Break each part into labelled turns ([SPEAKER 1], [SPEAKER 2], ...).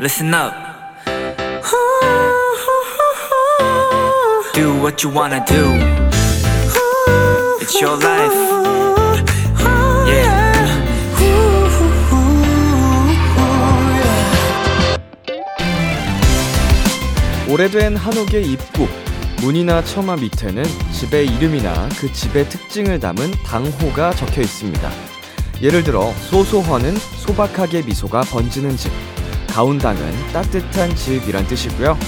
[SPEAKER 1] listen up. Do what you wanna do. It's your life. Yeah.
[SPEAKER 2] 오래된 한옥의 입구 문이나 처마 밑에는 집의 이름이나 그 집의 특징을 담은 당호가 적혀 있습니다. 예를 들어 소소헌은 소박하게 미소가 번지는 집, 가운당은 따뜻한 집이란 뜻이고요.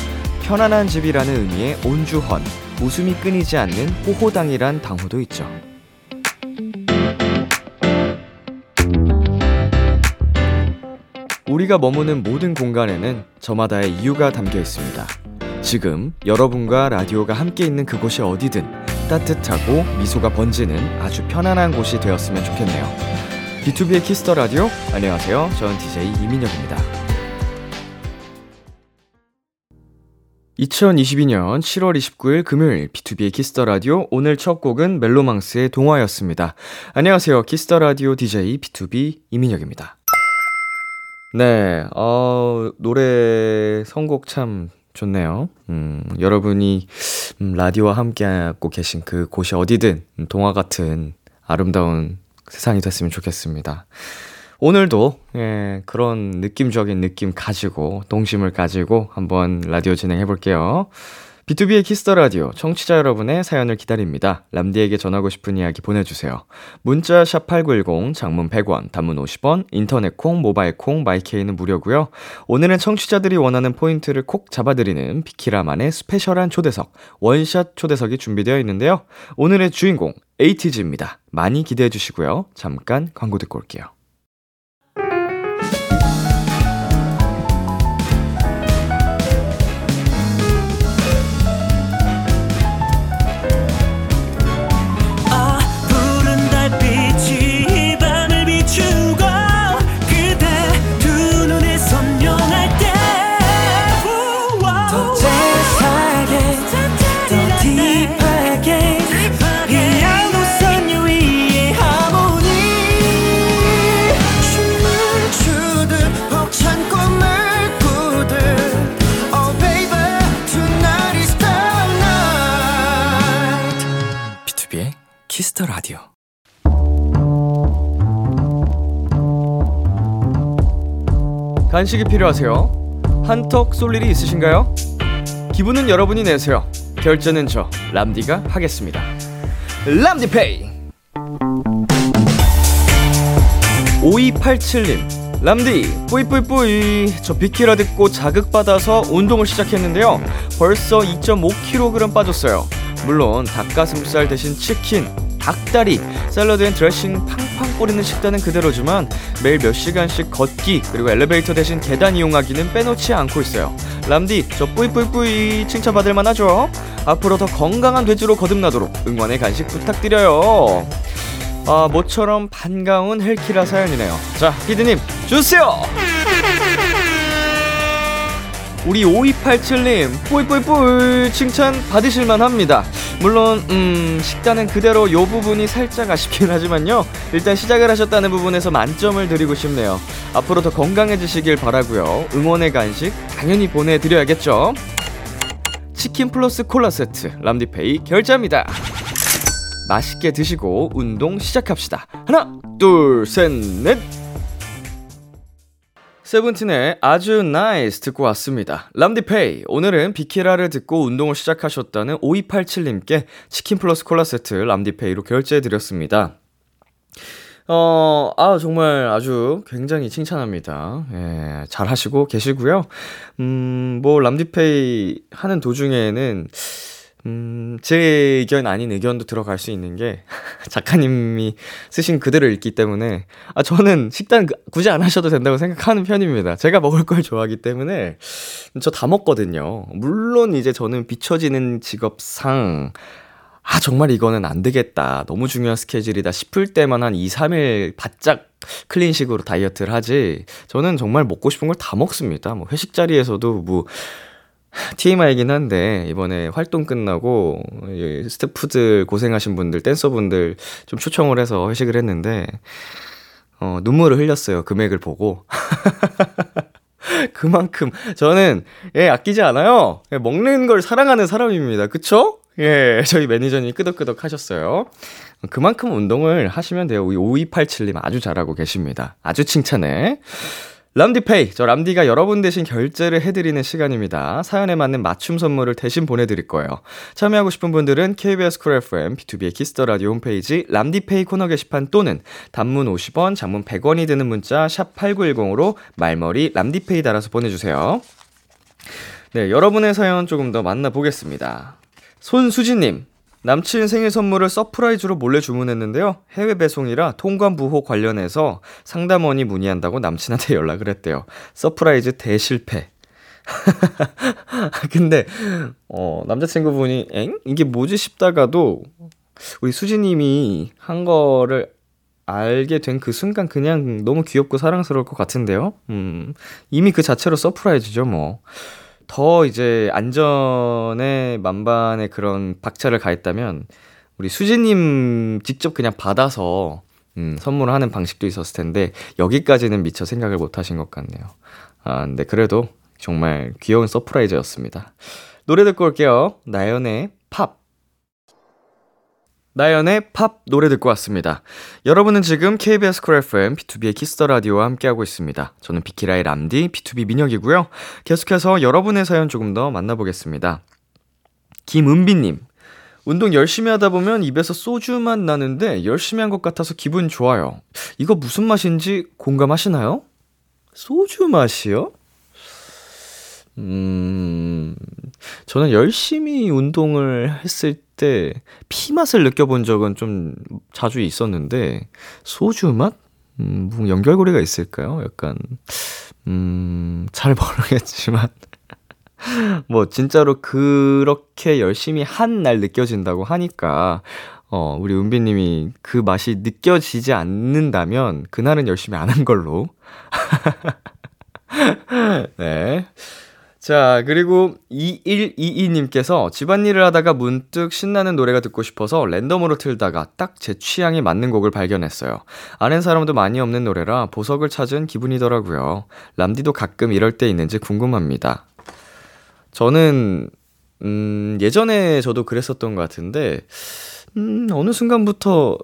[SPEAKER 2] 편안한 집이라는 의미의 온주헌, 웃음이 끊이지 않는 호호당이란 당호도 있죠. 우리가 머무는 모든 공간에는 저마다의 이유가 담겨 있습니다. 지금 여러분과 라디오가 함께 있는 그곳이 어디든 따뜻하고 미소가 번지는 아주 편안한 곳이 되었으면 좋겠네요. B2B의 키스터 라디오 안녕하세요. 저는 DJ 이민혁입니다. 2022년 7월 29일 금요일 B2B의 키스터 라디오 오늘 첫 곡은 멜로망스의 동화였습니다. 안녕하세요. 키스터 라디오 DJ B2B 이민혁입니다. 네, 어, 노래 선곡 참 좋네요. 음, 여러분이 음, 라디오와 함께하고 계신 그 곳이 어디든 음, 동화 같은 아름다운 세상이 됐으면 좋겠습니다. 오늘도 예, 그런 느낌적인 느낌 가지고 동심을 가지고 한번 라디오 진행해 볼게요. B2B의 키스터 라디오 청취자 여러분의 사연을 기다립니다. 람디에게 전하고 싶은 이야기 보내주세요. 문자 샵 #8910 장문 100원, 단문 50원, 인터넷 콩, 모바일 콩, 마이케이는 무료고요. 오늘은 청취자들이 원하는 포인트를 콕 잡아드리는 비키라만의 스페셜한 초대석 원샷 초대석이 준비되어 있는데요. 오늘의 주인공 ATG입니다. 많이 기대해 주시고요. 잠깐 광고 듣고 올게요.
[SPEAKER 3] 아 푸른 달빛이 이 밤을 비추고 그대 두 눈에 선명할 때더 재밌하게 더 딥하게 이 양도선 유위의 하모니 춤을 추듯 벅찬 꿈을 꾸듯 Oh baby tonight is the night
[SPEAKER 1] B2B의 키스터 라디오.
[SPEAKER 2] 간식이 필요하세요? 한턱 쏠 일이 있으신가요? 기분은 여러분이 내세요. 결제는 저 람디가 하겠습니다. 람디페이. 5287님 람디 뿌이뿌이뿌이 저 비키라 듣고 자극받아서 운동을 시작했는데요 벌써 2.5kg 빠졌어요 물론 닭가슴살 대신 치킨 닭다리 샐러드엔 드레싱 팡팡 뿌리는 식단은 그대로지만 매일 몇 시간씩 걷기 그리고 엘리베이터 대신 계단 이용하기는 빼놓지 않고 있어요 람디 저 뿌이뿌이뿌이 칭찬받을 만하죠 앞으로 더 건강한 돼지로 거듭나도록 응원의 간식 부탁드려요 아, 모처럼 반가운 헬키라 사연이네요. 자, 피디님, 주세요! 우리 5287님, 뿌이뿌이뿌이 칭찬 받으실만 합니다. 물론, 음, 식단은 그대로 요 부분이 살짝 아쉽긴 하지만요. 일단 시작을 하셨다는 부분에서 만점을 드리고 싶네요. 앞으로 더 건강해지시길 바라고요 응원의 간식 당연히 보내드려야겠죠. 치킨 플러스 콜라 세트, 람디페이 결제합니다. 맛있게 드시고 운동 시작합시다. 하나, 둘, 셋, 넷. 세븐틴의 아주 나이스 듣고 왔습니다. 람디페이, 오늘은 비키라를 듣고 운동을 시작하셨다는 5287님께 치킨 플러스 콜라 세트 람디페이로 결제해드렸습니다. 어, 아, 정말 아주 굉장히 칭찬합니다. 예, 잘 하시고 계시고요. 음, 뭐, 람디페이 하는 도중에는 음, 제 의견 아닌 의견도 들어갈 수 있는 게 작가님이 쓰신 그대로 읽기 때문에 아 저는 식단 그- 굳이 안 하셔도 된다고 생각하는 편입니다. 제가 먹을 걸 좋아하기 때문에 저 다 먹거든요. 물론 이제 저는 비춰지는 직업상 아, 정말 이거는 안 되겠다. 너무 중요한 스케줄이다 싶을 때만 한 2, 3일 바짝 클린식으로 다이어트를 하지. 저는 정말 먹고 싶은 걸 다 먹습니다. 뭐 회식 자리에서도 뭐 TMI이긴 한데 이번에 활동 끝나고 이 스태프들 고생하신 분들 댄서분들 좀 초청을 해서 회식을 했는데 어, 눈물을 흘렸어요 금액을 보고 그만큼 저는 예 아끼지 않아요. 예, 먹는 걸 사랑하는 사람입니다. 그쵸? 예, 저희 매니저님 끄덕끄덕 하셨어요. 그만큼 운동을 하시면 돼요. 우리 5287님 아주 잘하고 계십니다. 아주 칭찬해. 람디페이, 저 람디가 여러분 대신 결제를 해드리는 시간입니다. 사연에 맞는 맞춤 선물을 대신 보내드릴 거예요. 참여하고 싶은 분들은 KBS 쿨 FM, B2B의 키스터 라디오 홈페이지 람디페이 코너 게시판 또는 단문 50원, 장문 100원이 드는 문자 샵 8910으로 말머리 람디페이 달아서 보내주세요. 네, 여러분의 사연 조금 더 만나보겠습니다. 손수진님, 남친 생일 선물을 서프라이즈로 몰래 주문했는데요. 해외 배송이라 통관부호 관련해서 상담원이 문의한다고 남친한테 연락을 했대요. 서프라이즈 대실패. 근데, 어, 남자친구분이, 엥? 이게 뭐지 싶다가도, 우리 수진님이 한 거를 알게 된 그 순간 그냥 너무 귀엽고 사랑스러울 것 같은데요? 음, 이미 그 자체로 서프라이즈죠, 뭐. 더 이제 안전에 만반의 그런 박차를 가했다면 우리 수지님 직접 그냥 받아서 음, 선물하는 방식도 있었을 텐데 여기까지는 미처 생각을 못하신 것 같네요. 아 근데 그래도 정말 귀여운 서프라이즈였습니다. 노래 듣고 올게요. 나연의 팝. 나연의 팝 노래 듣고 왔습니다. 여러분은 지금 KBS 쿨 FM B2B의 키스터 라디오와 함께하고 있습니다. 저는 비키라의 람디 B2B 민혁이고요. 계속해서 여러분의 사연 조금 더 만나보겠습니다. 김은비님 운동 열심히 하다 보면 입에서 소주맛 나는데 열심히 한 것 같아서 기분 좋아요. 이거 무슨 맛인지 공감하시나요? 소주 맛이요? 음, 저는 열심히 운동을 했을 때 피맛을 느껴본 적은 좀 자주 있었는데 소주 맛? 음, 뭐 연결고리가 있을까요? 약간 음, 잘 모르겠지만 뭐 진짜로 그렇게 열심히 한 날 느껴진다고 하니까 어, 우리 은비 님이 그 맛이 느껴지지 않는다면 그날은 열심히 안 한 걸로. 네. 자, 그리고 2122님께서 집안일을 하다가 문득 신나는 노래가 듣고 싶어서 랜덤으로 틀다가 딱 제 취향에 맞는 곡을 발견했어요. 아는 사람도 많이 없는 노래라 보석을 찾은 기분이더라고요. 람디도 가끔 이럴 때 있는지 궁금합니다. 저는, 음, 예전에 저도 그랬었던 것 같은데, 음, 어느 순간부터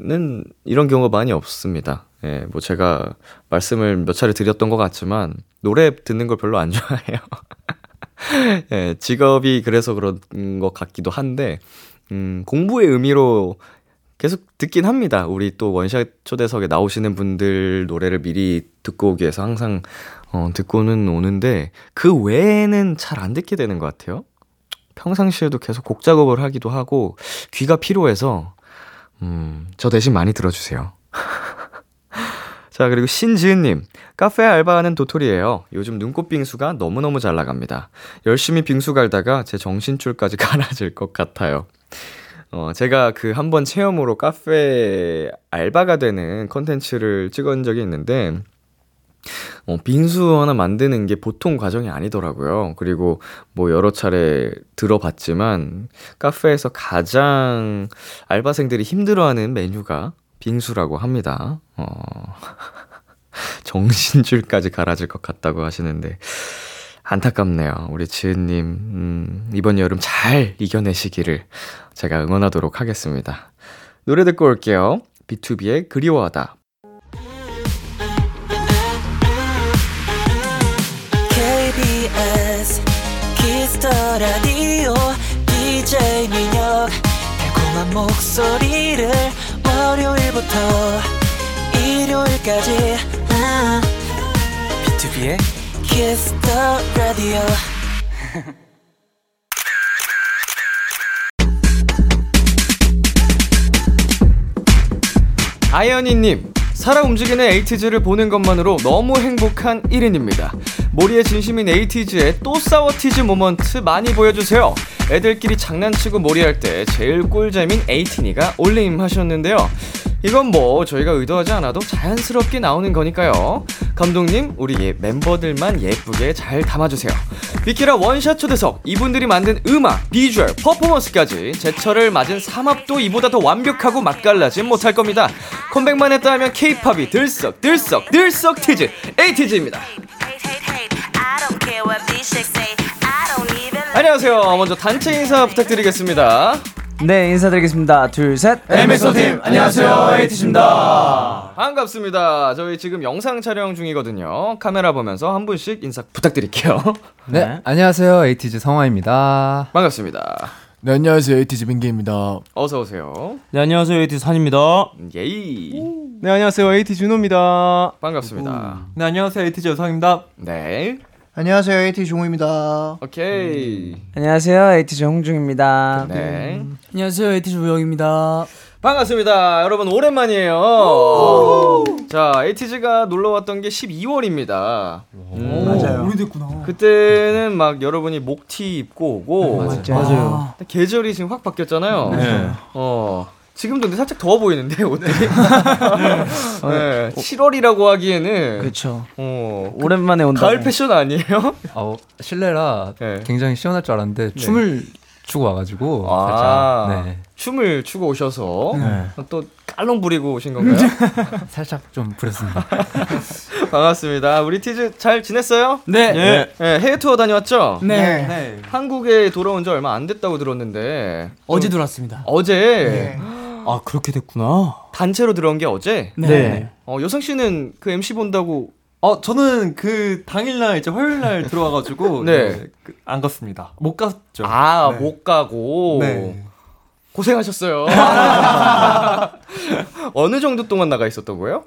[SPEAKER 2] 는 이런 경우가 많이 없습니다. 예, 뭐 제가 말씀을 몇 차례 드렸던 것 같지만 노래 듣는 걸 별로 안 좋아해요. 예, 직업이 그래서 그런 것 같기도 한데 음, 공부의 의미로 계속 듣긴 합니다. 우리 또 원샷 초대석에 나오시는 분들 노래를 미리 듣고 오기 위해서 항상 어, 듣고는 오는데 그 외에는 잘 안 듣게 되는 것 같아요. 평상시에도 계속 곡 작업을 하기도 하고 귀가 피로해서 음, 저 대신 많이 들어주세요. 자, 그리고 신지은님. 카페 알바하는 도토리예요. 요즘 눈꽃 빙수가 너무너무 잘 나갑니다. 열심히 빙수 갈다가 제 정신줄까지 갈아질 것 같아요. 어, 제가 그 한 번 체험으로 카페 알바가 되는 컨텐츠를 찍은 적이 있는데, 어, 빙수 하나 만드는 게 보통 과정이 아니더라고요. 그리고 뭐 여러 차례 들어봤지만 카페에서 가장 알바생들이 힘들어하는 메뉴가 빙수라고 합니다. 어. 정신줄까지 갈아질 것 같다고 하시는데 안타깝네요. 우리 지은님 음, 이번 여름 잘 이겨내시기를 제가 응원하도록 하겠습니다. 노래 듣고 올게요. B2B의 그리워하다
[SPEAKER 3] KBS 키스터 라디오 DJ 민혁 달콤한 목소리를 월요일부터 일요일까지 아,
[SPEAKER 1] B2B의
[SPEAKER 3] 키스터 라디오
[SPEAKER 2] 아이언이님 살아 움직이는 에이티즈를 보는 것만으로 너무 행복한 1인입니다 모리의 진심인 에이티즈의 또 싸워 티즈 모먼트 많이 보여주세요 애들끼리 장난치고 모리할 때 제일 꿀잼인 에이티니가 올림 하셨는데요 이건 뭐 저희가 의도하지 않아도 자연스럽게 나오는 거니까요 감독님 우리 예- 멤버들만 예쁘게 잘 담아주세요 비키라 원샷 초대석 이분들이 만든 음악 비주얼 퍼포먼스까지 제철을 맞은 삼합도 이보다 더 완벽하고 맛깔나진 못할 겁니다 컴백만 했다 하면 케이팝이 들썩 들썩 들썩 티즈 에이티즈입니다
[SPEAKER 4] Hey, hey, hey,
[SPEAKER 2] 안녕하세요. 먼저 단체 인사 부탁드리겠습니다.
[SPEAKER 4] 네 인사드리겠습니다 둘셋
[SPEAKER 5] MSO팀 안녕하세요 에이티입니다
[SPEAKER 2] 반갑습니다. 저희 지금 영상 촬영 중이거든요. 카메라 보면서 한 분씩 인사 부탁드릴게요.
[SPEAKER 5] 네, 안녕하세요 에이티즈 성화입니다
[SPEAKER 2] 반갑습니다.
[SPEAKER 5] 네 안녕하세요 에이티즈 민기입니다
[SPEAKER 2] 어서 오세요.
[SPEAKER 4] 네 안녕하세요 에이티 산입니다
[SPEAKER 2] 예이.
[SPEAKER 5] 네 안녕하세요 에이티 준호입니다
[SPEAKER 2] 반갑습니다.
[SPEAKER 5] 네 안녕하세요 에이티즈 여성입니다
[SPEAKER 2] 네.
[SPEAKER 6] 안녕하세요, 에이티 종우입니다.
[SPEAKER 2] 오케이.
[SPEAKER 4] 안녕하세요 에이티 홍중입니다
[SPEAKER 2] 네.
[SPEAKER 4] 안녕하세요 에이티 우영입니다
[SPEAKER 2] 반갑습니다. 여러분 오랜만이에요. 자, 에이티즈가 놀러 왔던 게 12월입니다. 음.
[SPEAKER 6] 맞아요.
[SPEAKER 2] 그때는 막 여러분이 목티 입고 오고
[SPEAKER 4] 맞아요 네.
[SPEAKER 2] 근데 계절이 지금 확 바뀌었잖아요. 어. 지금도 근데 살짝 더워 보이는데 오늘. 네. 7월이라고 하기에는
[SPEAKER 4] 그쵸
[SPEAKER 2] 어.
[SPEAKER 4] 오랜만에 온다
[SPEAKER 2] 가을 패션 아니에요?
[SPEAKER 5] 아, 실내라
[SPEAKER 2] 네.
[SPEAKER 5] 굉장히 시원할 줄 알았는데 춤을 추고 와가지고
[SPEAKER 2] 아,
[SPEAKER 5] 살짝 네,
[SPEAKER 2] 춤을 추고 오셔서
[SPEAKER 4] 네.
[SPEAKER 2] 또 깔롱 부리고 오신 건가요?
[SPEAKER 5] 살짝 좀 부렸습니다
[SPEAKER 2] 반갑습니다. 우리 티즈 잘 지냈어요?
[SPEAKER 4] 네.
[SPEAKER 2] 네, 해외 투어 다녀왔죠?
[SPEAKER 6] 네.
[SPEAKER 2] 한국에 돌아온 지 얼마 안 됐다고 들었는데
[SPEAKER 4] 어제 들어왔습니다
[SPEAKER 2] 어제
[SPEAKER 6] 네.
[SPEAKER 4] 아 그렇게 됐구나
[SPEAKER 2] 단체로 들어온 게 어제.
[SPEAKER 4] 네,
[SPEAKER 2] 어, 여성 씨는 그 MC 본다고
[SPEAKER 7] 어, 저는 그 당일날 이제 화요일날 들어와가지고
[SPEAKER 2] 네.
[SPEAKER 7] 네, 그안 갔습니다. 못 갔죠.
[SPEAKER 2] 아,
[SPEAKER 7] 네.
[SPEAKER 2] 못 가고
[SPEAKER 7] 네.
[SPEAKER 2] 고생하셨어요. 어느 정도 동안 나가 있었던 거예요?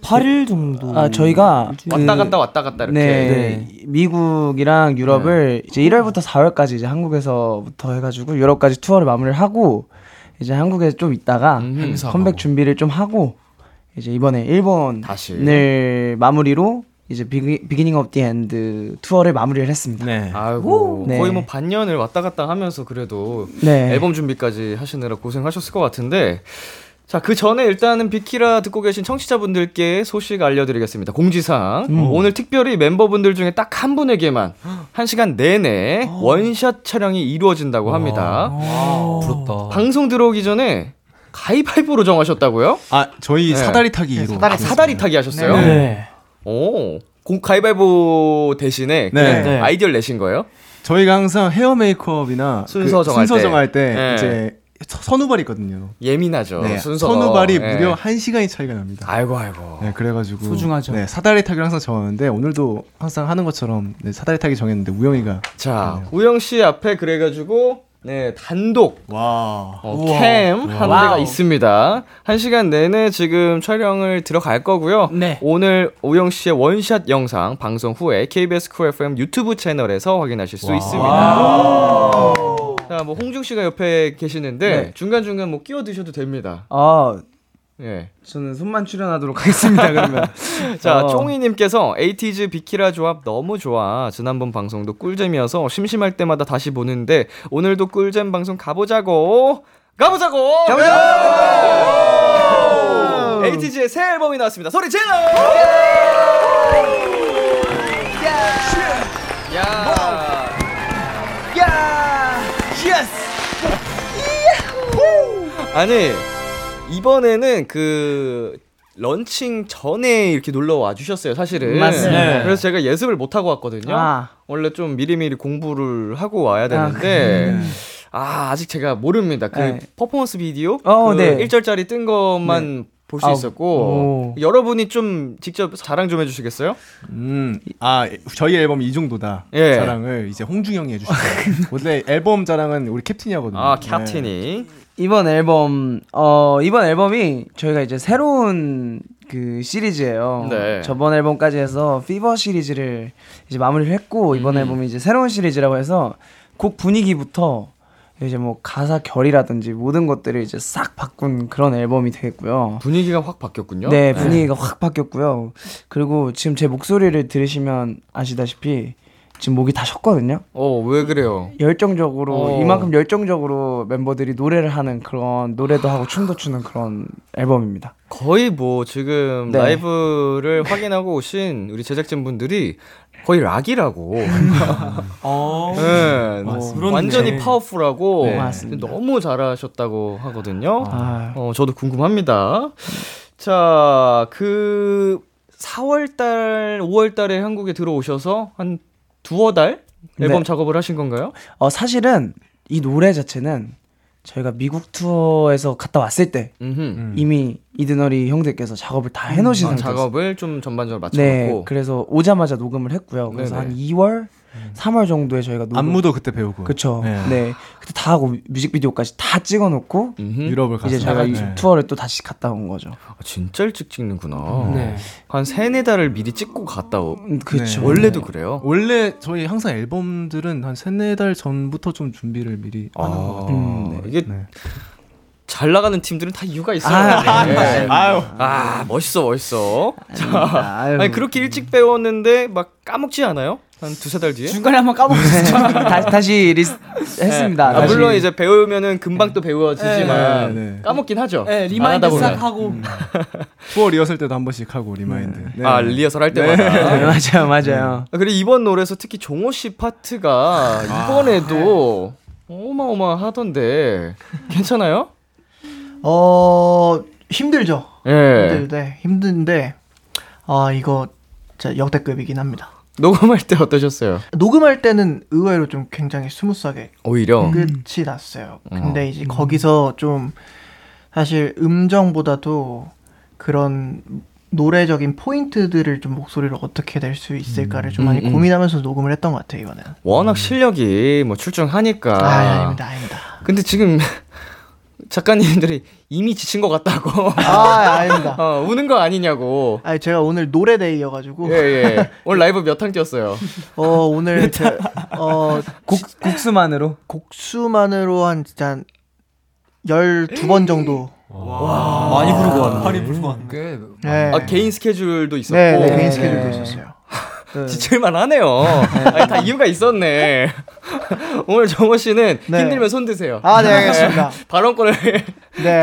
[SPEAKER 8] 8일 정도.
[SPEAKER 4] 아 저희가
[SPEAKER 2] 왔다
[SPEAKER 4] 그-
[SPEAKER 2] 갔다 왔다 갔다 이렇게.
[SPEAKER 4] 네, 미국이랑
[SPEAKER 2] 네.
[SPEAKER 4] 유럽을 이제 1월부터 4월까지 이제 한국에서부터 해가지고 유럽까지 투어를 마무리를 하고 이제 한국에 좀 있다가
[SPEAKER 2] 음,
[SPEAKER 4] 음, 컴백 준비를 좀 하고 이제 이번에 일본을
[SPEAKER 2] 다시.
[SPEAKER 4] 마무리로 이제 비기, 비기닝 업디 엔드 투어를 마무리를 했습니다. 네.
[SPEAKER 2] 아이고
[SPEAKER 4] 네.
[SPEAKER 2] 거의 뭐 반년을 왔다 갔다 하면서 그래도
[SPEAKER 4] 네.
[SPEAKER 2] 앨범 준비까지 하시느라 고생하셨을 것 같은데 자 그 전에 일단은 비키라 듣고 계신 청취자분들께 소식 알려드리겠습니다 공지사항
[SPEAKER 4] 음.
[SPEAKER 2] 오늘 특별히 멤버분들 중에 딱 한 분에게만 한 시간 내내 원샷 촬영이 이루어진다고 합니다
[SPEAKER 5] 부럽다
[SPEAKER 2] 방송 들어오기 전에 가위바위보로 정하셨다고요?
[SPEAKER 8] 아, 저희
[SPEAKER 2] 네.
[SPEAKER 8] 사다리 타기로.
[SPEAKER 2] 아, 사다리 타기 하셨어요?
[SPEAKER 8] 네.
[SPEAKER 2] 오 공- 가위바위보 대신에
[SPEAKER 8] 네.
[SPEAKER 2] 그냥 아이디어를 내신 거예요?
[SPEAKER 8] 저희가 항상 헤어 메이크업이나
[SPEAKER 2] 순서
[SPEAKER 8] 그
[SPEAKER 2] 정할
[SPEAKER 8] 순서
[SPEAKER 2] 때.
[SPEAKER 8] 정할 때
[SPEAKER 2] 네.
[SPEAKER 8] 이제 서- 선후발이거든요.
[SPEAKER 2] 예민하죠 순서
[SPEAKER 8] 선후발이
[SPEAKER 2] 네.
[SPEAKER 8] 무려 1시간이 차이가 납니다.
[SPEAKER 2] 아이고 아이고
[SPEAKER 8] 네, 그래가지고
[SPEAKER 4] 소중하죠.
[SPEAKER 8] 네, 사다리 타기를 항상 정하는데 오늘도 항상 하는 것처럼 네, 사다리 타기 정했는데 우영이가 네.
[SPEAKER 2] 자, 우영 씨 앞에 그래가지고 네 단독
[SPEAKER 8] 와
[SPEAKER 2] 어, 캠 하는 데가 있습니다. 한 시간 내내 지금 촬영을 들어갈 거고요.
[SPEAKER 4] 네.
[SPEAKER 2] 오늘 우영 씨의 원샷 영상 방송 후에 KBS 쿨 FM 유튜브 채널에서 확인하실 수 있습니다. 자, 뭐 홍중 씨가 옆에 계시는데
[SPEAKER 8] 네.
[SPEAKER 2] 중간 중간 뭐 끼워 드셔도 됩니다.
[SPEAKER 4] 아
[SPEAKER 2] 예.
[SPEAKER 4] 저는 손만 출연하도록 하겠습니다. 그러면
[SPEAKER 2] 자,
[SPEAKER 4] 어.
[SPEAKER 2] 쫑이님께서 에이티즈 비키라 조합 너무 좋아. 지난번 방송도 꿀잼이어서 심심할 때마다 다시 보는데 오늘도 꿀잼 방송 가보자고. 가보자고. 가보자고. 에이티즈의 새 앨범이 나왔습니다. 소리 질러. 야. 아니 이번에는 그 런칭 전에 이렇게 놀러 와 주셨어요 사실은 네.
[SPEAKER 4] 맞습니다. 네.
[SPEAKER 2] 그래서 제가 예습을 못 하고 왔거든요
[SPEAKER 4] 아.
[SPEAKER 2] 원래 좀 미리미리 공부를 하고 와야 되는데 아, 아직 제가 모릅니다 그
[SPEAKER 4] 네.
[SPEAKER 2] 퍼포먼스 비디오
[SPEAKER 4] 어,
[SPEAKER 2] 그
[SPEAKER 4] 네.
[SPEAKER 2] 1절짜리 뜬
[SPEAKER 8] 네.
[SPEAKER 2] 것만 볼 수
[SPEAKER 4] 아우.
[SPEAKER 2] 있었고
[SPEAKER 4] 오.
[SPEAKER 2] 여러분이 좀 직접 자랑 좀 해주시겠어요?
[SPEAKER 8] 음아 저희 앨범 이 정도다
[SPEAKER 2] 예.
[SPEAKER 8] 자랑을 이제 홍중영이 해주셨어요. 원래 앨범 자랑은 우리 캡틴이 하거든요.
[SPEAKER 2] 아
[SPEAKER 8] 네.
[SPEAKER 2] 캡틴이
[SPEAKER 4] 이번 앨범 어 이번 앨범이 저희가 이제 새로운 그 시리즈예요.
[SPEAKER 2] 네.
[SPEAKER 4] 저번 앨범까지 해서 피버 시리즈를 이제 마무리를 했고
[SPEAKER 2] 음.
[SPEAKER 4] 이번 앨범이 이제 새로운 시리즈라고 해서 곡 분위기부터 이제 뭐 가사 결이라든지 모든 것들을 이제 싹 바꾼 그런 앨범이 되겠고요.
[SPEAKER 2] 분위기가 확 바뀌었군요
[SPEAKER 4] 네, 분위기가 확 바뀌었고요. 그리고 지금 제 목소리를 들으시면 아시다시피 지금 목이 다 셨거든요.
[SPEAKER 2] 어왜 그래요?
[SPEAKER 4] 열정적으로
[SPEAKER 2] 어.
[SPEAKER 4] 이만큼 열정적으로 멤버들이 노래를 하는 그런 노래도 하고 춤도 추는 그런 앨범입니다.
[SPEAKER 2] 거의 뭐 지금
[SPEAKER 4] 네.
[SPEAKER 2] 라이브를 확인하고 오신 우리 제작진 분들이 거의 락이라고.
[SPEAKER 4] 아,
[SPEAKER 7] 어.
[SPEAKER 2] 네,
[SPEAKER 7] 맞습니다.
[SPEAKER 2] 완전히
[SPEAKER 7] 그렇네.
[SPEAKER 2] 파워풀하고
[SPEAKER 4] 네. 맞습니다.
[SPEAKER 2] 너무 잘하셨다고 하거든요.
[SPEAKER 4] 아,
[SPEAKER 2] 어, 저도 궁금합니다. 자, 그 4월 달, 5월 달에 한국에 들어오셔서 한 두어 달 앨범
[SPEAKER 4] 네.
[SPEAKER 2] 작업을 하신 건가요?
[SPEAKER 4] 어, 사실은 이 노래 자체는 저희가 미국 투어에서 갔다 왔을 때
[SPEAKER 2] 음.
[SPEAKER 4] 이미 이드너리 형들께서 작업을 다 해놓으신
[SPEAKER 2] 아,
[SPEAKER 4] 상태였어요.
[SPEAKER 2] 작업을 좀 전반적으로
[SPEAKER 4] 네,
[SPEAKER 2] 마쳐놓고
[SPEAKER 4] 그래서 오자마자 녹음을 했고요. 그래서
[SPEAKER 2] 네네. 음.
[SPEAKER 4] 한 2월, 3월 정도에 저희가 녹음.
[SPEAKER 8] 안무도 그때 배우고.
[SPEAKER 4] 그쵸.
[SPEAKER 8] 네.
[SPEAKER 4] 네. 그때 다 하고 뮤직비디오까지 다 찍어놓고
[SPEAKER 8] 유럽을
[SPEAKER 4] 이제
[SPEAKER 8] 갔어요.
[SPEAKER 4] 제가 이
[SPEAKER 8] 네.
[SPEAKER 4] 투어를 또 다시 갔다 온 거죠.
[SPEAKER 2] 아, 진짜 일찍 찍는구나. 한 세네 달을 미리 찍고 갔다 오.
[SPEAKER 4] 음, 그쵸.
[SPEAKER 8] 네.
[SPEAKER 2] 원래도 그래요.
[SPEAKER 8] 원래 저희 항상 앨범들은 한 세네 달 전부터 좀 준비를 미리
[SPEAKER 2] 아,
[SPEAKER 8] 하는 것 같아요.
[SPEAKER 4] 음,
[SPEAKER 2] 이게
[SPEAKER 8] 네.
[SPEAKER 2] 잘 나가는 팀들은 다 이유가 있어요.
[SPEAKER 4] 아,
[SPEAKER 2] 네.
[SPEAKER 4] 아닙니다.
[SPEAKER 2] 아유, 아, 멋있어, 멋있어. 자,
[SPEAKER 4] 아유.
[SPEAKER 2] 아니, 그렇게 일찍 배웠는데 막 까먹지 않아요? 한 두세 달 뒤에?
[SPEAKER 4] 중간에 한번 까먹었어요. 다시, 다시 리스 했습니다.
[SPEAKER 2] 아,
[SPEAKER 4] 다시.
[SPEAKER 2] 물론 이제 배우면은 금방 또 배워지지만
[SPEAKER 8] 네, 네.
[SPEAKER 2] 까먹긴 하죠.
[SPEAKER 7] 네,
[SPEAKER 2] 안 하다
[SPEAKER 7] 리마인드
[SPEAKER 2] 보면.
[SPEAKER 7] 싹 하고.
[SPEAKER 8] 투어 리허설 때도 한 번씩 하고 리마인드. 네.
[SPEAKER 2] 아, 리허설 할 때마다.
[SPEAKER 4] 네, 맞아요, 맞아요. 아.
[SPEAKER 2] 아, 그리고 이번 노래에서 특히 종호 씨 파트가 이번에도 어마어마하던데 괜찮아요?
[SPEAKER 6] 어 힘들죠.
[SPEAKER 2] 예.
[SPEAKER 6] 힘들데 힘든데 아 이거 진짜 역대급이긴 합니다.
[SPEAKER 2] 녹음할 때 어떠셨어요?
[SPEAKER 6] 녹음할 때는 의외로 좀 굉장히 스무스하게
[SPEAKER 2] 오히려 음.
[SPEAKER 6] 끝이 났어요. 근데 이제 거기서 좀 사실 음정보다도 그런 노래적인 포인트들을 좀 목소리를 어떻게 낼 수 있을까를 좀 많이
[SPEAKER 2] 음, 음.
[SPEAKER 6] 고민하면서 녹음을 했던 것 같아요 이번에는.
[SPEAKER 2] 워낙 실력이 뭐 출중하니까.
[SPEAKER 6] 아, 아 아닙니다 아닙니다.
[SPEAKER 2] 근데 지금 작가님들이 이미 지친 것 같다고
[SPEAKER 6] 아 아닙니다.
[SPEAKER 2] 어, 우는 거 아니냐고.
[SPEAKER 6] 아 제가 오늘 노래데이여가지고
[SPEAKER 2] 예, 예. 오늘 라이브 몇 탕 뛰었어요?
[SPEAKER 6] 어 오늘 제, 어
[SPEAKER 4] 곡, 국수만으로.
[SPEAKER 6] 곡수만으로 한 진짜 12번 정도.
[SPEAKER 7] 많이 부르고 왔네. 많이 부르고 왔네.
[SPEAKER 5] 꽤
[SPEAKER 6] 네.
[SPEAKER 2] 아, 개인 스케줄도 있었고.
[SPEAKER 6] 네, 네, 개인 스케줄도 있었어요.
[SPEAKER 2] 지칠만 하네요. 아니, 다 이유가 있었네. 오늘 정호 씨는
[SPEAKER 6] 네.
[SPEAKER 2] 힘들면 손 드세요.
[SPEAKER 6] 아, 네, 알겠습니다.
[SPEAKER 2] 발언권을
[SPEAKER 6] 네.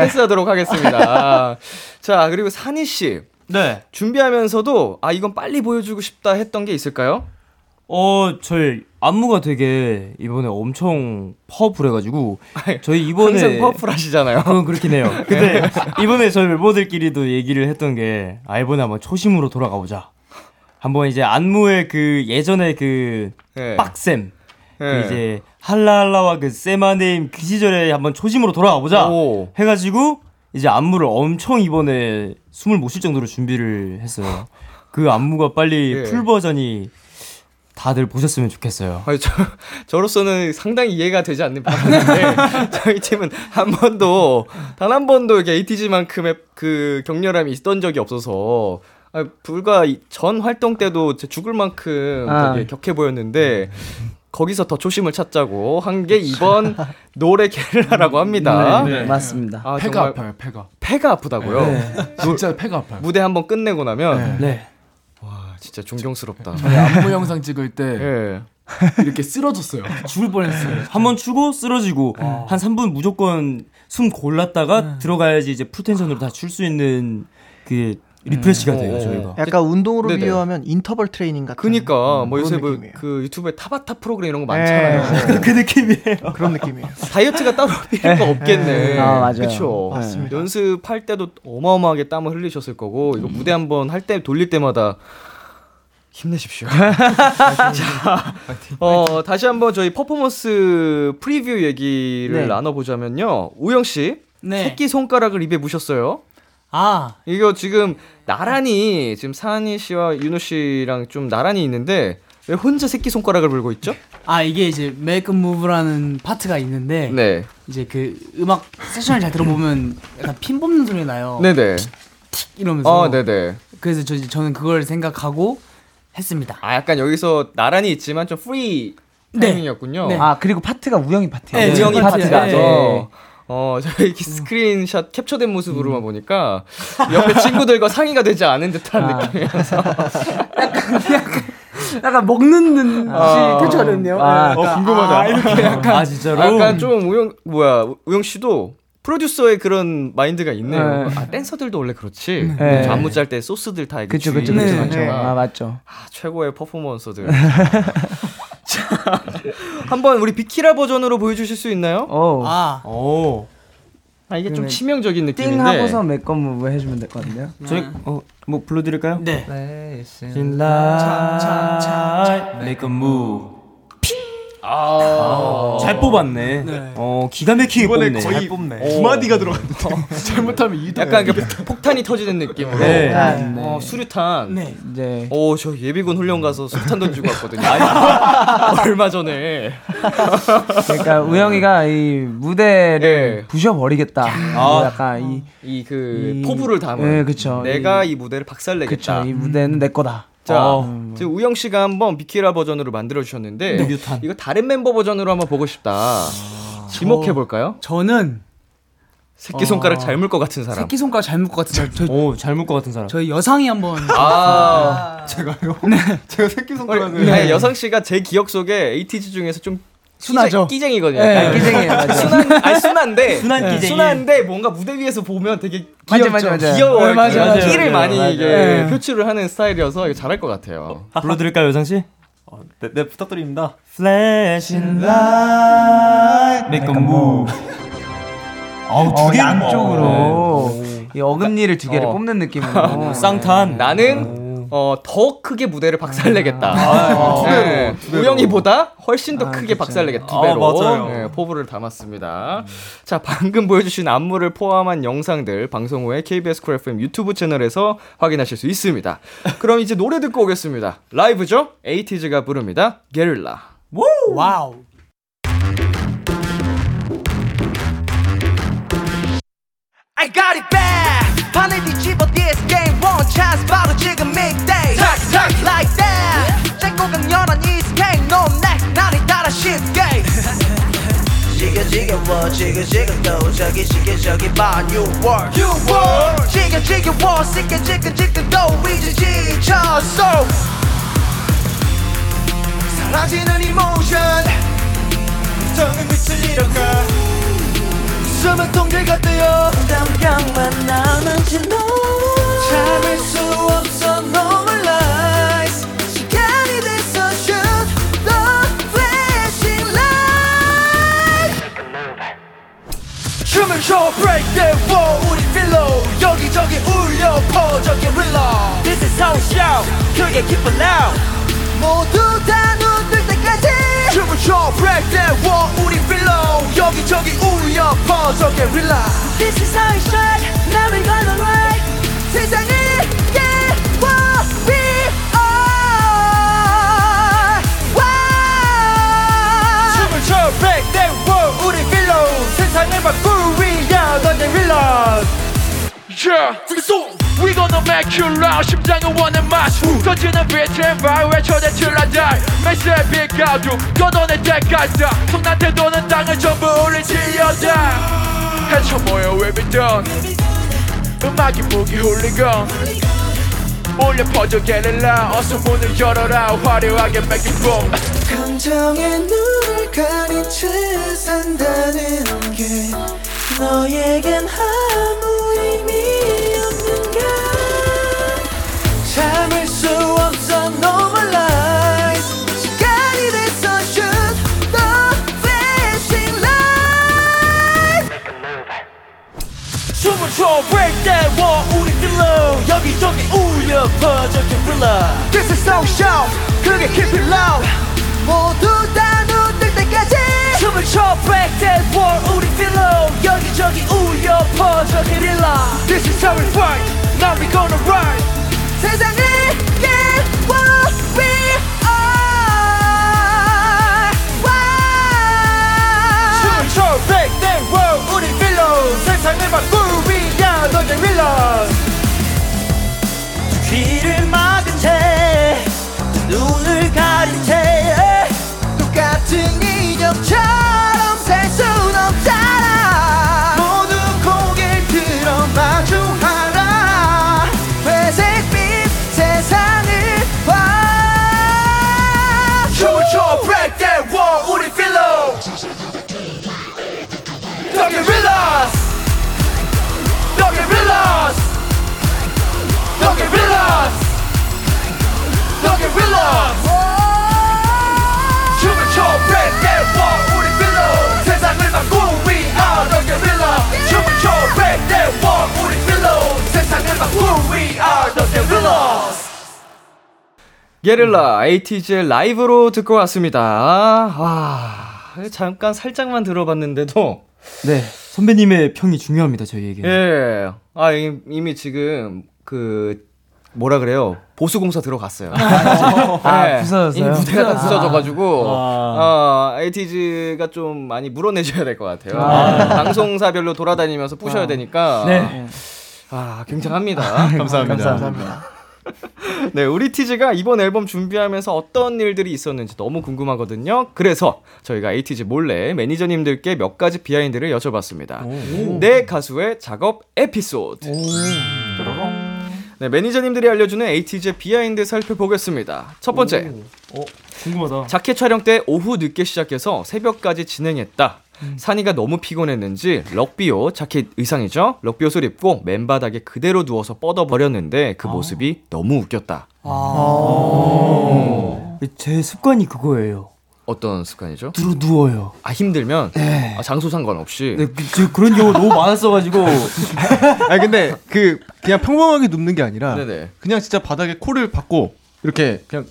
[SPEAKER 2] 패스하도록 하겠습니다. 자, 그리고 산희 씨.
[SPEAKER 7] 네.
[SPEAKER 2] 준비하면서도 아, 이건 빨리 보여주고 싶다 했던 게 있을까요?
[SPEAKER 7] 어, 저희 안무가 되게 이번에 엄청 파워풀해가지고 저희 이번에 어,
[SPEAKER 2] 항상 파워풀 하시잖아요. 네.
[SPEAKER 7] 그건 그렇긴 해요. 근데 이번에 저희 멤버들끼리도 얘기를 했던 게, 아, 이번에 한번 초심으로 돌아가보자. 한번 이제 안무의 그 예전에 그
[SPEAKER 2] 예.
[SPEAKER 7] 빡셈,
[SPEAKER 2] 예.
[SPEAKER 7] 그 이제 할라할라와 그 세마네임 그 시절에 한번 초심으로 돌아가보자.
[SPEAKER 2] 오.
[SPEAKER 7] 해가지고 이제 안무를 엄청 이번에 숨을 못 쉴 정도로 준비를 했어요. 그 안무가 빨리
[SPEAKER 2] 예.
[SPEAKER 7] 풀 버전이 다들 보셨으면 좋겠어요.
[SPEAKER 2] 아니, 저, 저로서는 상당히 이해가 되지 않는 부분인데 저희 팀은 한 번도 단 한 번도 이렇게 ATG만큼의 그 격렬함이 있던 적이 없어서 아, 불과 이- 전 활동 때도 제 죽을 만큼
[SPEAKER 4] 아.
[SPEAKER 2] 되게 격해 보였는데 거기서 더 초심을 찾자고 한 게 이번 노래 게릴라라고 합니다.
[SPEAKER 4] 네,
[SPEAKER 8] 네.
[SPEAKER 4] 맞습니다.
[SPEAKER 2] 아,
[SPEAKER 9] 폐가
[SPEAKER 2] 정말
[SPEAKER 9] 아파요, 폐가.
[SPEAKER 2] 패가 아프다고요.
[SPEAKER 9] 진짜 폐가 아파요.
[SPEAKER 2] 무대 한 번 끝내고 나면
[SPEAKER 4] 네.
[SPEAKER 2] 와 진짜 존경스럽다.
[SPEAKER 9] 저희 안무 영상 찍을 때
[SPEAKER 2] 예.
[SPEAKER 9] 이렇게 쓰러졌어요.
[SPEAKER 7] 죽을 뻔했어요. 한 번 추고 쓰러지고 한 3분 무조건 숨 골랐다가 들어가야지 이제 풀텐션으로 다 출 수 있는 그 리프레시가 돼요,
[SPEAKER 2] 어, 어.
[SPEAKER 7] 저희가.
[SPEAKER 6] 약간 운동으로
[SPEAKER 2] 네네.
[SPEAKER 6] 비교하면 인터벌 트레이닝 같은
[SPEAKER 2] 그니까 뭐
[SPEAKER 6] 그런
[SPEAKER 2] 요새 뭐
[SPEAKER 6] 느낌이에요.
[SPEAKER 2] 그 유튜브에 타바타 프로그램 이런 거 어, 많잖아요.
[SPEAKER 6] 네.
[SPEAKER 7] 그 느낌이에요.
[SPEAKER 6] 그런 느낌이에요.
[SPEAKER 2] 다이어트가 따로 필요가 없겠네.
[SPEAKER 4] 아, 맞아요.
[SPEAKER 2] 그쵸.
[SPEAKER 6] 맞습니다.
[SPEAKER 2] 연습할 때도 어마어마하게 땀을 흘리셨을 거고, 이거 무대 한 번 할 때, 돌릴 때마다 힘내십시오. 자, 어, 다시 한번 저희 퍼포먼스 프리뷰 얘기를
[SPEAKER 4] 네.
[SPEAKER 2] 나눠보자면요. 우영씨,
[SPEAKER 7] 네.
[SPEAKER 2] 새끼 손가락을 입에 무셨어요.
[SPEAKER 7] 아,
[SPEAKER 2] 이거 지금 나란히, 지금 사니 씨와 윤호 씨랑 좀 나란히 있는데, 왜 혼자 새끼 손가락을 불고 있죠?
[SPEAKER 10] 아 이게 이제 Make a Move라는 파트가 있는데
[SPEAKER 2] 네.
[SPEAKER 10] 이제 그 음악 세션을 잘 들어보면 약간 핀 뽑는 소리 나요.
[SPEAKER 2] 네네.
[SPEAKER 10] 이러면서
[SPEAKER 2] 어, 네네.
[SPEAKER 10] 그래서 저, 저는 그걸 생각하고 했습니다.
[SPEAKER 2] 아 약간 여기서 나란히 있지만 좀 프리
[SPEAKER 10] 네.
[SPEAKER 2] 타이밍이었군요.
[SPEAKER 10] 네.
[SPEAKER 4] 아, 그리고 파트가 우영이 파트예요.
[SPEAKER 10] 네,
[SPEAKER 2] 우영이
[SPEAKER 10] 우영이 파트예요.
[SPEAKER 2] 파트가
[SPEAKER 10] 네.
[SPEAKER 2] 네. 어 저희
[SPEAKER 10] 음.
[SPEAKER 2] 이렇게 스크린샷 캡처된 모습으로만 보니까 옆에 친구들과 상의가 되지 않은 듯한
[SPEAKER 10] 아.
[SPEAKER 2] 느낌이어서
[SPEAKER 10] 약간 먹는 듯이
[SPEAKER 2] 아.
[SPEAKER 10] 표출이 됐네요.
[SPEAKER 4] 아,
[SPEAKER 10] 어,
[SPEAKER 7] 궁금하다. 이렇게 약간. 아, 진짜로?
[SPEAKER 2] 약간 좀 우영 뭐야 우영 씨도 프로듀서의 그런 마인드가 있네요.
[SPEAKER 4] 네.
[SPEAKER 2] 아 댄서들도 원래 그렇지.
[SPEAKER 4] 네.
[SPEAKER 2] 안무 짤 때 소스들 다 이게
[SPEAKER 4] 그쵸, 그쵸,
[SPEAKER 2] 주의
[SPEAKER 4] 그쵸,
[SPEAKER 10] 네,
[SPEAKER 4] 그쵸.
[SPEAKER 6] 네.
[SPEAKER 4] 아, 맞죠.
[SPEAKER 2] 아, 최고의 퍼포먼서들. 자,
[SPEAKER 4] 어.
[SPEAKER 2] 한번 우리 비키라 버전으로 보여주실 수 있나요?
[SPEAKER 4] 오.
[SPEAKER 10] 아
[SPEAKER 7] 오.
[SPEAKER 4] 아
[SPEAKER 2] 아. 이게 좀 치명적인
[SPEAKER 4] 띵
[SPEAKER 2] 느낌인데.
[SPEAKER 4] 하고서 몇건 무브 해주면 될 것 같은데요.
[SPEAKER 7] 저희 어뭐 불러드릴까요?
[SPEAKER 10] 네.
[SPEAKER 7] In light, 아, make a move. 아, 잘 뽑았네. 어 기가 막히게
[SPEAKER 2] 이번에
[SPEAKER 7] 뽑네.
[SPEAKER 2] 거의
[SPEAKER 7] 잘 뽑네.
[SPEAKER 2] 두 마디가
[SPEAKER 7] 들어갔는데.
[SPEAKER 2] 잘못하면 이 약간 그 폭탄이 터지는 느낌으로.
[SPEAKER 7] 네.
[SPEAKER 4] 아,
[SPEAKER 2] 어, 수류탄.
[SPEAKER 10] 네.
[SPEAKER 4] 이제
[SPEAKER 2] 오, 저 예비군 훈련 가서 수류탄 던지고 왔거든요. 아니, 얼마 전에.
[SPEAKER 4] 그러니까 우영이가 이 무대를
[SPEAKER 2] 네.
[SPEAKER 4] 부셔버리겠다.
[SPEAKER 2] 아.
[SPEAKER 4] 뭐 약간 이
[SPEAKER 2] 이그
[SPEAKER 4] 이-
[SPEAKER 2] 포부를 담은.
[SPEAKER 4] 네, 그쵸.
[SPEAKER 2] 내가 이, 무대를 박살내겠다.
[SPEAKER 4] 그쵸 이 무대는 내 거다.
[SPEAKER 2] 자,
[SPEAKER 4] 어.
[SPEAKER 2] 지금 우영 씨가 한번 비키라 버전으로 만들어 주셨는데
[SPEAKER 4] 네.
[SPEAKER 2] 이거 다른 멤버 버전으로 한번 보고 싶다.
[SPEAKER 4] 아,
[SPEAKER 2] 지목해 볼까요?
[SPEAKER 10] 저는
[SPEAKER 2] 새끼
[SPEAKER 4] 어.
[SPEAKER 2] 손가락 잘 물 것 같은 사람.
[SPEAKER 10] 새끼 손가락 잘 물 것 같은 사람. 저,
[SPEAKER 7] 오, 잘 물 것 같은 사람.
[SPEAKER 10] 저희 여상이 한번.
[SPEAKER 2] 아.
[SPEAKER 10] 제가요?
[SPEAKER 2] 제가 새끼
[SPEAKER 10] 손가락을-
[SPEAKER 2] 아니,
[SPEAKER 10] 네.
[SPEAKER 2] 여성 씨가 제 기억 속에 ATG 중에서 좀
[SPEAKER 10] 순하죠?
[SPEAKER 2] 끼쟁- 끼쟁이거든요.
[SPEAKER 10] 네,
[SPEAKER 2] 약간.
[SPEAKER 10] 끼쟁이에요, 맞아요.
[SPEAKER 2] 순한, 아니 순한데 네.
[SPEAKER 10] 순한 끼쟁이.
[SPEAKER 2] 순한데 뭔가 무대 위에서 보면 되게
[SPEAKER 4] 맞아,
[SPEAKER 2] 귀엽죠.
[SPEAKER 4] 맞아, 맞아.
[SPEAKER 2] 귀여워요.
[SPEAKER 4] 네, 맞아, 맞아.
[SPEAKER 2] 끼를
[SPEAKER 4] 맞아,
[SPEAKER 2] 많이
[SPEAKER 4] 맞아.
[SPEAKER 2] 이게
[SPEAKER 4] 네.
[SPEAKER 2] 표출을 하는 스타일이어서 이거 잘할 것 같아요.
[SPEAKER 7] 불러드릴까요, 여상 씨?
[SPEAKER 11] 네, 네 부탁드립니다.
[SPEAKER 7] Flashing light, make a move.
[SPEAKER 4] 어우
[SPEAKER 7] 두 개를
[SPEAKER 4] 양쪽으로 이 어금니를 두 개를
[SPEAKER 2] 어.
[SPEAKER 4] 뽑는 느낌으로 음.
[SPEAKER 2] 쌍탄. 나는 어, 더 크게 무대를 박살내겠다.
[SPEAKER 4] 아,
[SPEAKER 2] 네.
[SPEAKER 4] 두 배로, 두 배로.
[SPEAKER 2] 우영이보다 훨씬 더 크게 박살내겠다. 두
[SPEAKER 11] 아,
[SPEAKER 2] 배로
[SPEAKER 11] 맞아요.
[SPEAKER 2] 네, 포부를 담았습니다. 자, 방금 보여주신 안무를 포함한 영상들 방송 후에 KBS 쿨 FM 유튜브 채널에서 확인하실 수 있습니다. 그럼 이제 노래 듣고 오겠습니다. 라이브죠? 에이티즈가 부릅니다. 게릴라.
[SPEAKER 10] 와우.
[SPEAKER 3] I got it bad 판을 뒤집어 this game One chance 바로 지금 midday Tack tack like that 짧고 강렬한 이 스케일 No neck 나를 따라 쉽게 지겨 지겨워 지겨 지겨도 저기 지겨 저기 봐 New world New world 지겨 지겨워 시켜 지금 지금도 이제 지쳐 So 사라지는 emotion 정은 빛을 잃어가 숨은 통들 같대요 담당만 남은지 너 참을 수 없어 No more lies 시간이 돼서 shoot the flashing light 춤을 춰 break the wall 우리 필로 여기저기 울려 퍼져게 릴러 This is how we shout 크게 기뻐 loud 모두 다 눈뜰 때까지 춤을 춰 break that wall 우리 필로 여기저기 울려 퍼져게 릴라 This is how we shout now we gonna ride 세상을 깨워 we are wow 춤을 춰 break that wall 우리 필로 세상을 바꾸려 던져 릴라
[SPEAKER 12] Yeah, we gonna make you loud 심장은 원한 맛 터지는 빛은 발 외쳐내 till I die 매스의 빛가루 꺼내내 때까지 손한테 도는 땅을 전부 우리 지어다 헤쳐 모여 we'll be done 음악이 무기 홀리건 몰려 퍼져 게릴라 어서 문을 열어라 화려하게 make it boom
[SPEAKER 3] 감정의 눈을 가린 채 산다는 게 너에겐 아무 의미 없는 게 참을 수 없어 No more lies 시간이 돼서 shoot the flashing light 춤을 춰 break that wall 우리 들러 여기저기 울려 퍼져 게릴라 This is our show 그게 keep it loud 모두 다 눈뜰 때까지 춤을 춰 break that wall 우리 들러 여기저기 울려 퍼져 게릴라 This is how we fight now we gonna ride 세상을 깨워 we are 춤을 춰 break that wall 우리 빌런 세상을 바꾸리야 너의 빌런 귀를 막은 채 눈을 가린 채 똑같은 인형처럼 살 순 없잖아 모두 고개를 들어 마주하라 회사
[SPEAKER 2] 게릴라 ATG의 라이브로 듣고 왔습니다. 아, 아, 잠깐 살짝만 들어봤는데도
[SPEAKER 7] 네. 선배님의 평이 중요합니다, 저희에게.
[SPEAKER 2] 예. 아, 이- 이미 지금 그 뭐라 그래요? 보수 공사 들어갔어요.
[SPEAKER 4] 아,
[SPEAKER 2] 예.
[SPEAKER 4] 부서졌어요?
[SPEAKER 2] 이미 무대가 다
[SPEAKER 4] 아.
[SPEAKER 2] 부서져 가지고
[SPEAKER 4] 아.
[SPEAKER 2] 아, ATG가 좀 많이 물어내줘야 될 것 같아요.
[SPEAKER 4] 아.
[SPEAKER 2] 방송사별로 돌아다니면서 부셔야 되니까. 예.
[SPEAKER 4] 네.
[SPEAKER 2] 아, 굉장합니다.
[SPEAKER 8] 감사합니다.
[SPEAKER 6] 감사합니다.
[SPEAKER 2] 네, 우리 티즈가 이번 앨범 준비하면서 어떤 일들이 있었는지 너무 궁금하거든요. 그래서 저희가 에이티즈 몰래 매니저님들께 몇 가지 비하인드를 여쭤봤습니다. 내 가수의 작업 에피소드. 네, 매니저님들이 알려주는 에이티즈의 비하인드 살펴보겠습니다. 첫 번째,
[SPEAKER 7] 궁금하다.
[SPEAKER 2] 자켓 촬영 때 오후 늦게 시작해서 새벽까지 진행했다.
[SPEAKER 7] 음.
[SPEAKER 2] 산이가 너무 피곤했는지 럭비옷 자켓 의상이죠. 럭비옷을 입고 맨바닥에 그대로 누워서 뻗어버렸는데
[SPEAKER 7] 아.
[SPEAKER 2] 그 모습이 너무 웃겼다.
[SPEAKER 7] 제 습관이 그거예요.
[SPEAKER 2] 음. 어떤 습관이죠?
[SPEAKER 7] 들어 누워요.
[SPEAKER 2] 아 힘들면 아, 장소 상관없이.
[SPEAKER 7] 네, 그, 저 그런 경우 너무 많았어가지고.
[SPEAKER 8] 아니 근데 그 그냥 평범하게 눕는 게 아니라
[SPEAKER 2] 네네.
[SPEAKER 8] 그냥 진짜 바닥에 코를 박고 이렇게 그냥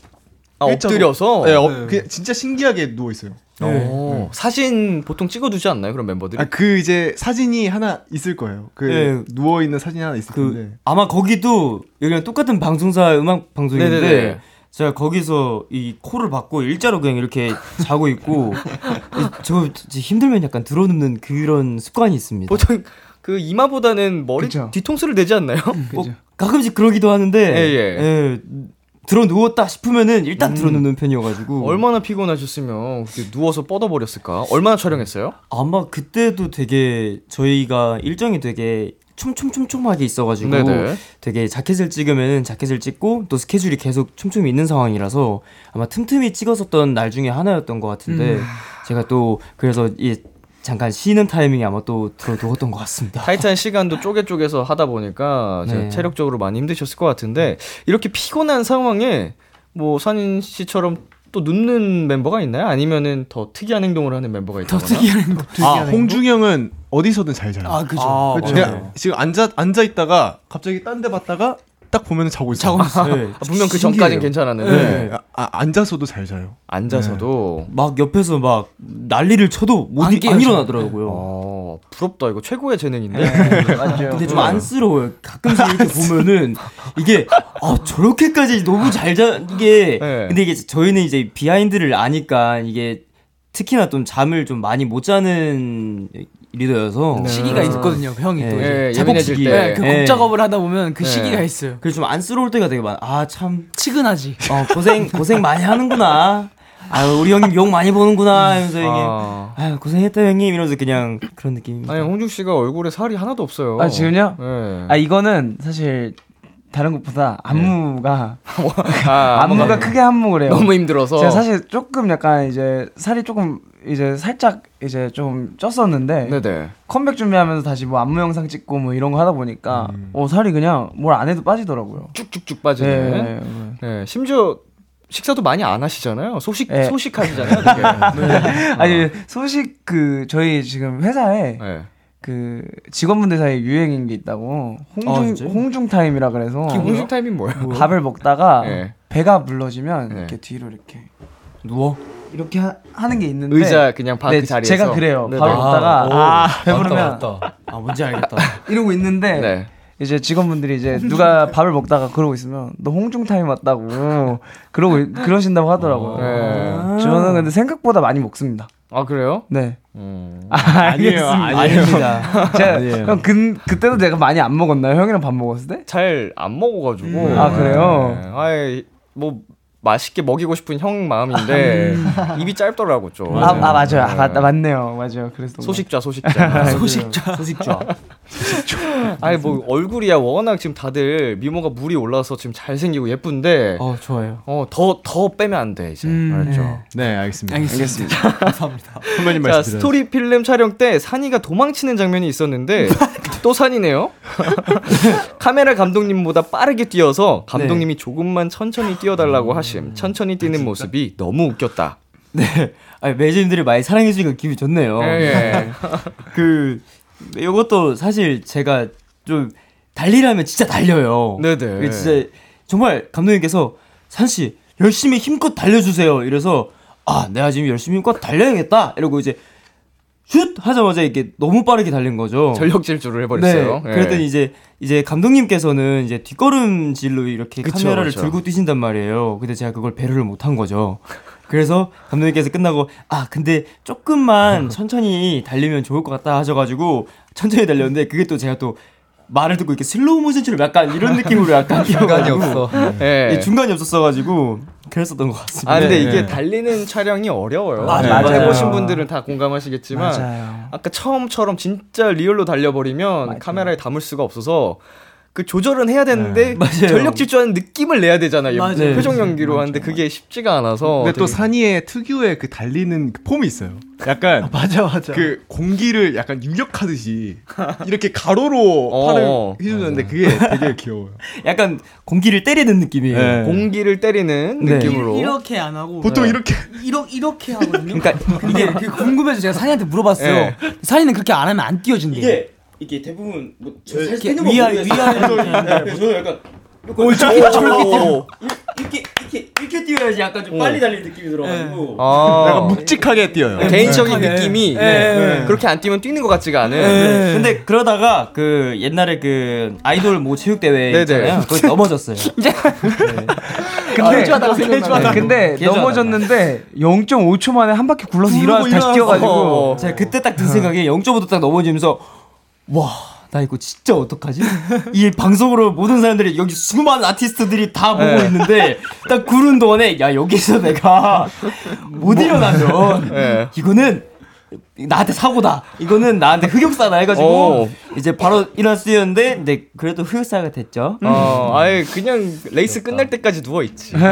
[SPEAKER 2] 아,
[SPEAKER 8] 일자로-
[SPEAKER 2] 엎드려서?
[SPEAKER 8] 네, 엎-
[SPEAKER 2] 네.
[SPEAKER 8] 그냥 진짜 신기하게 누워 있어요.
[SPEAKER 2] 오, 네. 사진 보통 찍어두지 않나요? 그런 멤버들이?
[SPEAKER 8] 아그 이제 사진이 하나 있을 거예요. 그
[SPEAKER 7] 네.
[SPEAKER 8] 누워 있는 사진 하나 있을 텐데.
[SPEAKER 7] 아마 거기도 여기랑 똑같은 방송사 음악 방송인데
[SPEAKER 8] 네네네.
[SPEAKER 7] 제가 거기서 이 코를 박고 일자로 그냥 이렇게 자고 있고 이- 저 진짜 힘들면 약간 들어눕는 그런 습관이 있습니다.
[SPEAKER 2] 보통 그 이마보다는 머리 뒤통수를 대지 않나요?
[SPEAKER 7] 뭐 가끔씩 그러기도 하는데
[SPEAKER 2] 예, 음. 예.
[SPEAKER 7] 예, 들어 누웠다 싶으면은 일단 들어눕는 편이어가지고
[SPEAKER 2] 얼마나 피곤하셨으면 그렇게 누워서 뻗어버렸을까? 얼마나 촬영했어요?
[SPEAKER 7] 아마 그때도 되게 저희가 일정이 되게 촘촘촘촘하게 있어가지고
[SPEAKER 2] 네네.
[SPEAKER 7] 되게 자켓을 찍으면 자켓을 찍고 또 스케줄이 계속 촘촘히 있는 상황이라서 아마 틈틈이 찍었었던 날 중에 하나였던 것 같은데
[SPEAKER 2] 음.
[SPEAKER 7] 제가 또 그래서 이 잠깐 쉬는 타이밍이 아마 또 들어두었던 것 같습니다.
[SPEAKER 2] 타이트한 시간도 쪼개 쪼개서 하다 보니까 이제
[SPEAKER 7] 네.
[SPEAKER 2] 체력적으로 많이 힘드셨을 것 같은데 이렇게 피곤한 상황에 뭐 산인 씨처럼 또 눕는 멤버가 있나요? 아니면은 더 특이한 행동을 하는 멤버가 있다거나?
[SPEAKER 8] 아 홍중이 형은 그렇죠. 어디서든 잘 자요.
[SPEAKER 2] 아, 그죠. 아,
[SPEAKER 8] 그쵸?
[SPEAKER 2] 맞아요.
[SPEAKER 8] 그냥 지금 앉아 앉아 있다가 갑자기 딴 데 봤다가 딱 보면 자고 있어요.
[SPEAKER 2] 자고 있어요. 네. 아, 분명 그 전까진 괜찮았는데.
[SPEAKER 8] 네. 아, 앉아서도 잘 자요.
[SPEAKER 2] 앉아서도
[SPEAKER 7] 네. 막 옆에서 막 난리를 쳐도 못 안, 일어나더라고요. 네.
[SPEAKER 2] 어, 부럽다 이거 최고의 재능인데.
[SPEAKER 7] 근데
[SPEAKER 10] 네.
[SPEAKER 7] 좀 안쓰러워요. 가끔씩 이렇게 보면은 이게 아 저렇게까지 너무 잘 자 이게
[SPEAKER 10] 네.
[SPEAKER 7] 근데 이게 저희는 이제 비하인드를 아니까 이게 특히나 좀 잠을 좀 많이 못 자는 리더여서 예,
[SPEAKER 10] 네. 시기가 있거든요, 형이 또 이제.
[SPEAKER 7] 자복시기.
[SPEAKER 10] 예민해질 때. 네, 그곡 작업을 하다 보면 그 시기가 있어요.
[SPEAKER 7] 그래서 좀 안쓰러울 때가 되게 많아. 아참 치근하지. 어 고생 고생 많이 하는구나. 아 우리 형님 욕 많이 보는구나 하면서 형님
[SPEAKER 2] 아.
[SPEAKER 7] 아 고생했다 형님 이러면서 그냥 그런 느낌.
[SPEAKER 2] 아니 홍중 씨가 얼굴에 살이 하나도 없어요.
[SPEAKER 4] 아 지금요?
[SPEAKER 2] 네.
[SPEAKER 4] 아 이거는 사실 다른 것보다 안무가
[SPEAKER 2] 아,
[SPEAKER 4] 안무가
[SPEAKER 2] 안무가
[SPEAKER 4] 크게 한몫을 해요.
[SPEAKER 2] 너무 힘들어서.
[SPEAKER 4] 제가 사실 조금 약간 이제 살이 조금 이제 살짝 이제 좀 쪘었는데
[SPEAKER 2] 네,
[SPEAKER 4] 컴백 준비하면서 다시 뭐 안무 영상 찍고 뭐 이런 거 하다 보니까 어 살이 그냥 뭘 안 해도 빠지더라고요.
[SPEAKER 2] 쭉쭉 빠지는.
[SPEAKER 4] 네,
[SPEAKER 2] 네,
[SPEAKER 4] 네,
[SPEAKER 2] 심지어 식사도 많이 안 하시잖아요. 소식
[SPEAKER 4] 네.
[SPEAKER 2] 소식하시잖아요. 되게. 어.
[SPEAKER 4] 아니 소식 그 저희 지금 회사에
[SPEAKER 2] 네.
[SPEAKER 4] 그 직원분들 사이에 유행인 게 있다고
[SPEAKER 2] 아,
[SPEAKER 4] 홍중
[SPEAKER 2] 진짜요?
[SPEAKER 4] 홍중 타임이라 그래서
[SPEAKER 2] 그게 홍중 타임이 뭐예요? 네.
[SPEAKER 4] 밥을 먹다가
[SPEAKER 2] 예.
[SPEAKER 4] 배가 불러지면 이렇게 뒤로 이렇게
[SPEAKER 7] 누워
[SPEAKER 4] 이렇게 하, 하는 게 있는데
[SPEAKER 2] 의자 그냥 바그
[SPEAKER 4] 네,
[SPEAKER 2] 자리에서.
[SPEAKER 4] 제가 그래요
[SPEAKER 2] 네네.
[SPEAKER 4] 밥을
[SPEAKER 2] 아,
[SPEAKER 4] 먹다가
[SPEAKER 2] 오.
[SPEAKER 4] 아, 배부르면
[SPEAKER 2] 맞다, 맞다.
[SPEAKER 7] 아 뭔지 알겠다.
[SPEAKER 4] 이러고 있는데
[SPEAKER 2] 네.
[SPEAKER 4] 이제 직원분들이 이제 누가 밥을 먹다가 그러고 있으면 너 홍중 타임 왔다고 그러고 있- 그러신다고 하더라고요. 아.
[SPEAKER 2] 네.
[SPEAKER 4] 저는 근데 생각보다 많이 먹습니다.
[SPEAKER 2] 아 그래요?
[SPEAKER 4] 네.
[SPEAKER 2] 음.
[SPEAKER 4] 알겠습니다.
[SPEAKER 2] 아닙니다.
[SPEAKER 4] 제가
[SPEAKER 2] 아니에요.
[SPEAKER 4] 형 그, 그때도 내가 많이 안 먹었나요? 형이랑 밥 먹었을 때?
[SPEAKER 2] 잘 안 먹어가지고.
[SPEAKER 4] 음. 아, 그래요?
[SPEAKER 2] 네. 아이 뭐 맛있게 먹이고 싶은 형 마음인데 입이 짧더라고 좀.
[SPEAKER 4] 아, 아 맞아요. 아,
[SPEAKER 2] 네.
[SPEAKER 4] 맞, 맞네요. 맞아요. 아, 그래서
[SPEAKER 2] 소식좌 소식좌
[SPEAKER 4] 소식좌.
[SPEAKER 7] 소식좌
[SPEAKER 2] 아니 뭐 얼굴이야 워낙 지금 다들 미모가 물이 올라서 지금 잘생기고 예쁜데
[SPEAKER 7] 어 좋아요
[SPEAKER 2] 어더더 빼면 안 돼 이제
[SPEAKER 8] 음,
[SPEAKER 2] 알았죠
[SPEAKER 8] 네. 네, 알겠습니다.
[SPEAKER 2] 알겠습니다.
[SPEAKER 8] 감사합니다. 선배님
[SPEAKER 2] 자
[SPEAKER 8] 말씀.
[SPEAKER 2] 스토리 필름 촬영 때 산이가 도망치는 장면이 있었는데 또 산이네요 카메라 감독님보다 빠르게 뛰어서
[SPEAKER 8] 네.
[SPEAKER 2] 감독님이 조금만 천천히 뛰어달라고
[SPEAKER 8] 음,
[SPEAKER 2] 하심 천천히 뛰는 모습이 너무 웃겼다
[SPEAKER 7] 아, 매니저님들이 많이 사랑해주니까 기분이 좋네요.
[SPEAKER 2] 예, 예.
[SPEAKER 7] 그, 이것도 사실 제가 좀 달리라면 진짜 달려요.
[SPEAKER 2] 네네.
[SPEAKER 7] 이게 진짜 정말 감독님께서 산씨 열심히 힘껏 달려주세요. 이래서 아 내가 지금 열심히 힘껏 달려야겠다. 이러고 이제 슛 하자마자 이렇게 너무 빠르게 달린 거죠.
[SPEAKER 2] 전력 질주를 해버렸어요.
[SPEAKER 7] 네,
[SPEAKER 2] 예.
[SPEAKER 7] 그랬더니 이제 이제 감독님께서는 이제 뒷걸음질로 이렇게
[SPEAKER 2] 그쵸,
[SPEAKER 7] 카메라를
[SPEAKER 2] 그쵸.
[SPEAKER 7] 들고 뛰신단 말이에요. 근데 제가 그걸 배려를 못 한 거죠. 그래서 감독님께서 끝나고 아 근데 조금만 천천히 달리면 좋을 것 같다 하셔가지고 천천히 달렸는데 그게 또 제가 또 말을 듣고 이렇게 슬로우 모션처럼 약간 이런 느낌으로 약간
[SPEAKER 5] 중간이
[SPEAKER 7] 뛰어가지고
[SPEAKER 5] 없어.
[SPEAKER 7] 예,
[SPEAKER 2] 예.
[SPEAKER 7] 중간이 없었어가지고 그랬었던 것 같습니다.
[SPEAKER 2] 아 근데 이게 달리는 촬영이 어려워요.
[SPEAKER 7] 아,
[SPEAKER 2] 네,
[SPEAKER 7] 네. 맞아요.
[SPEAKER 2] 해보신 분들은 다 공감하시겠지만
[SPEAKER 7] 맞아요.
[SPEAKER 2] 아까 처음처럼 진짜 리얼로 달려버리면 카메라에 담을 수가 없어서 그 조절은 해야 되는데
[SPEAKER 7] 네. 맞아요. 네.
[SPEAKER 2] 전력 질주하는 느낌을 내야 되잖아요.
[SPEAKER 8] 맞아요.
[SPEAKER 2] 표정 연기로 하는데 그게 쉽지가 않아서.
[SPEAKER 8] 근데 또
[SPEAKER 2] 되게-
[SPEAKER 8] 산이의 특유의 그 달리는 그 폼이 있어요. 약간 맞아 맞아. 그 공기를 약간 유력하듯이 이렇게 가로로 팔을
[SPEAKER 2] 어.
[SPEAKER 8] 휘두르는데 그게 되게 귀여워요. 네.
[SPEAKER 7] 약간 공기를 때리는 느낌이에요.
[SPEAKER 2] 공기를 때리는
[SPEAKER 7] 네.
[SPEAKER 2] 느낌으로.
[SPEAKER 10] 이렇게 안 하고 네.
[SPEAKER 2] 보통
[SPEAKER 8] 이렇게
[SPEAKER 10] 이러, 이렇게 하거든요.
[SPEAKER 7] 그러니까
[SPEAKER 10] 근데 그게 궁금해서 제가 산이한테 물어봤어요.
[SPEAKER 4] 네.
[SPEAKER 7] 예.
[SPEAKER 10] 산이는 그렇게 안 하면 안 뛰어진대.
[SPEAKER 7] 이게 이게 대부분 뭐
[SPEAKER 10] 이렇게 위아래 위아래
[SPEAKER 7] 저는 약간 어,
[SPEAKER 10] 오, 저기, 저기.
[SPEAKER 7] 이렇게 이렇게 이렇게 뛰어야지 약간 좀 빨리 달리는 느낌이 들어가지고
[SPEAKER 2] 아.
[SPEAKER 8] 약간 묵직하게 뛰어요.
[SPEAKER 2] 네, 개인적인
[SPEAKER 7] 묵직하게.
[SPEAKER 2] 느낌이
[SPEAKER 7] 예,
[SPEAKER 2] 네.
[SPEAKER 7] 예.
[SPEAKER 2] 그렇게 안 뛰면 뛰는 것 같지가 않은.
[SPEAKER 7] 네. 근데 그러다가 그 옛날에 그 아이돌 뭐 체육 대회
[SPEAKER 2] 네네.
[SPEAKER 7] 있잖아요. 거기 넘어졌어요. 네. 아,
[SPEAKER 4] 근데 어,
[SPEAKER 7] 개조하다고 생각나네.
[SPEAKER 4] 아, 근데
[SPEAKER 7] 개조하다가.
[SPEAKER 4] 넘어졌는데 0.5초 만에 한 바퀴 굴러서 일어나서 다시 뛰어가지고
[SPEAKER 7] 제가 그때 딱 든 생각에 0.5도 딱 넘어지면서 와 나 이거 진짜 어떡하지? 이 방송으로 모든 사람들이 여기 수많은 아티스트들이 다 보고
[SPEAKER 2] 네.
[SPEAKER 7] 있는데 딱 구른 동안에 야 여기서 내가 못 일어나면
[SPEAKER 2] 뭐. 네.
[SPEAKER 7] 이거는 나한테 사고다. 이거는 나한테 흑역사다 해가지고
[SPEAKER 2] 오.
[SPEAKER 7] 이제 바로 일어나서 뛰었는데 근데 그래도 흑역사가 됐죠. 그러니까.
[SPEAKER 2] 어, 아예 그냥 레이스 끝날 때까지 누워 있지.
[SPEAKER 7] 그게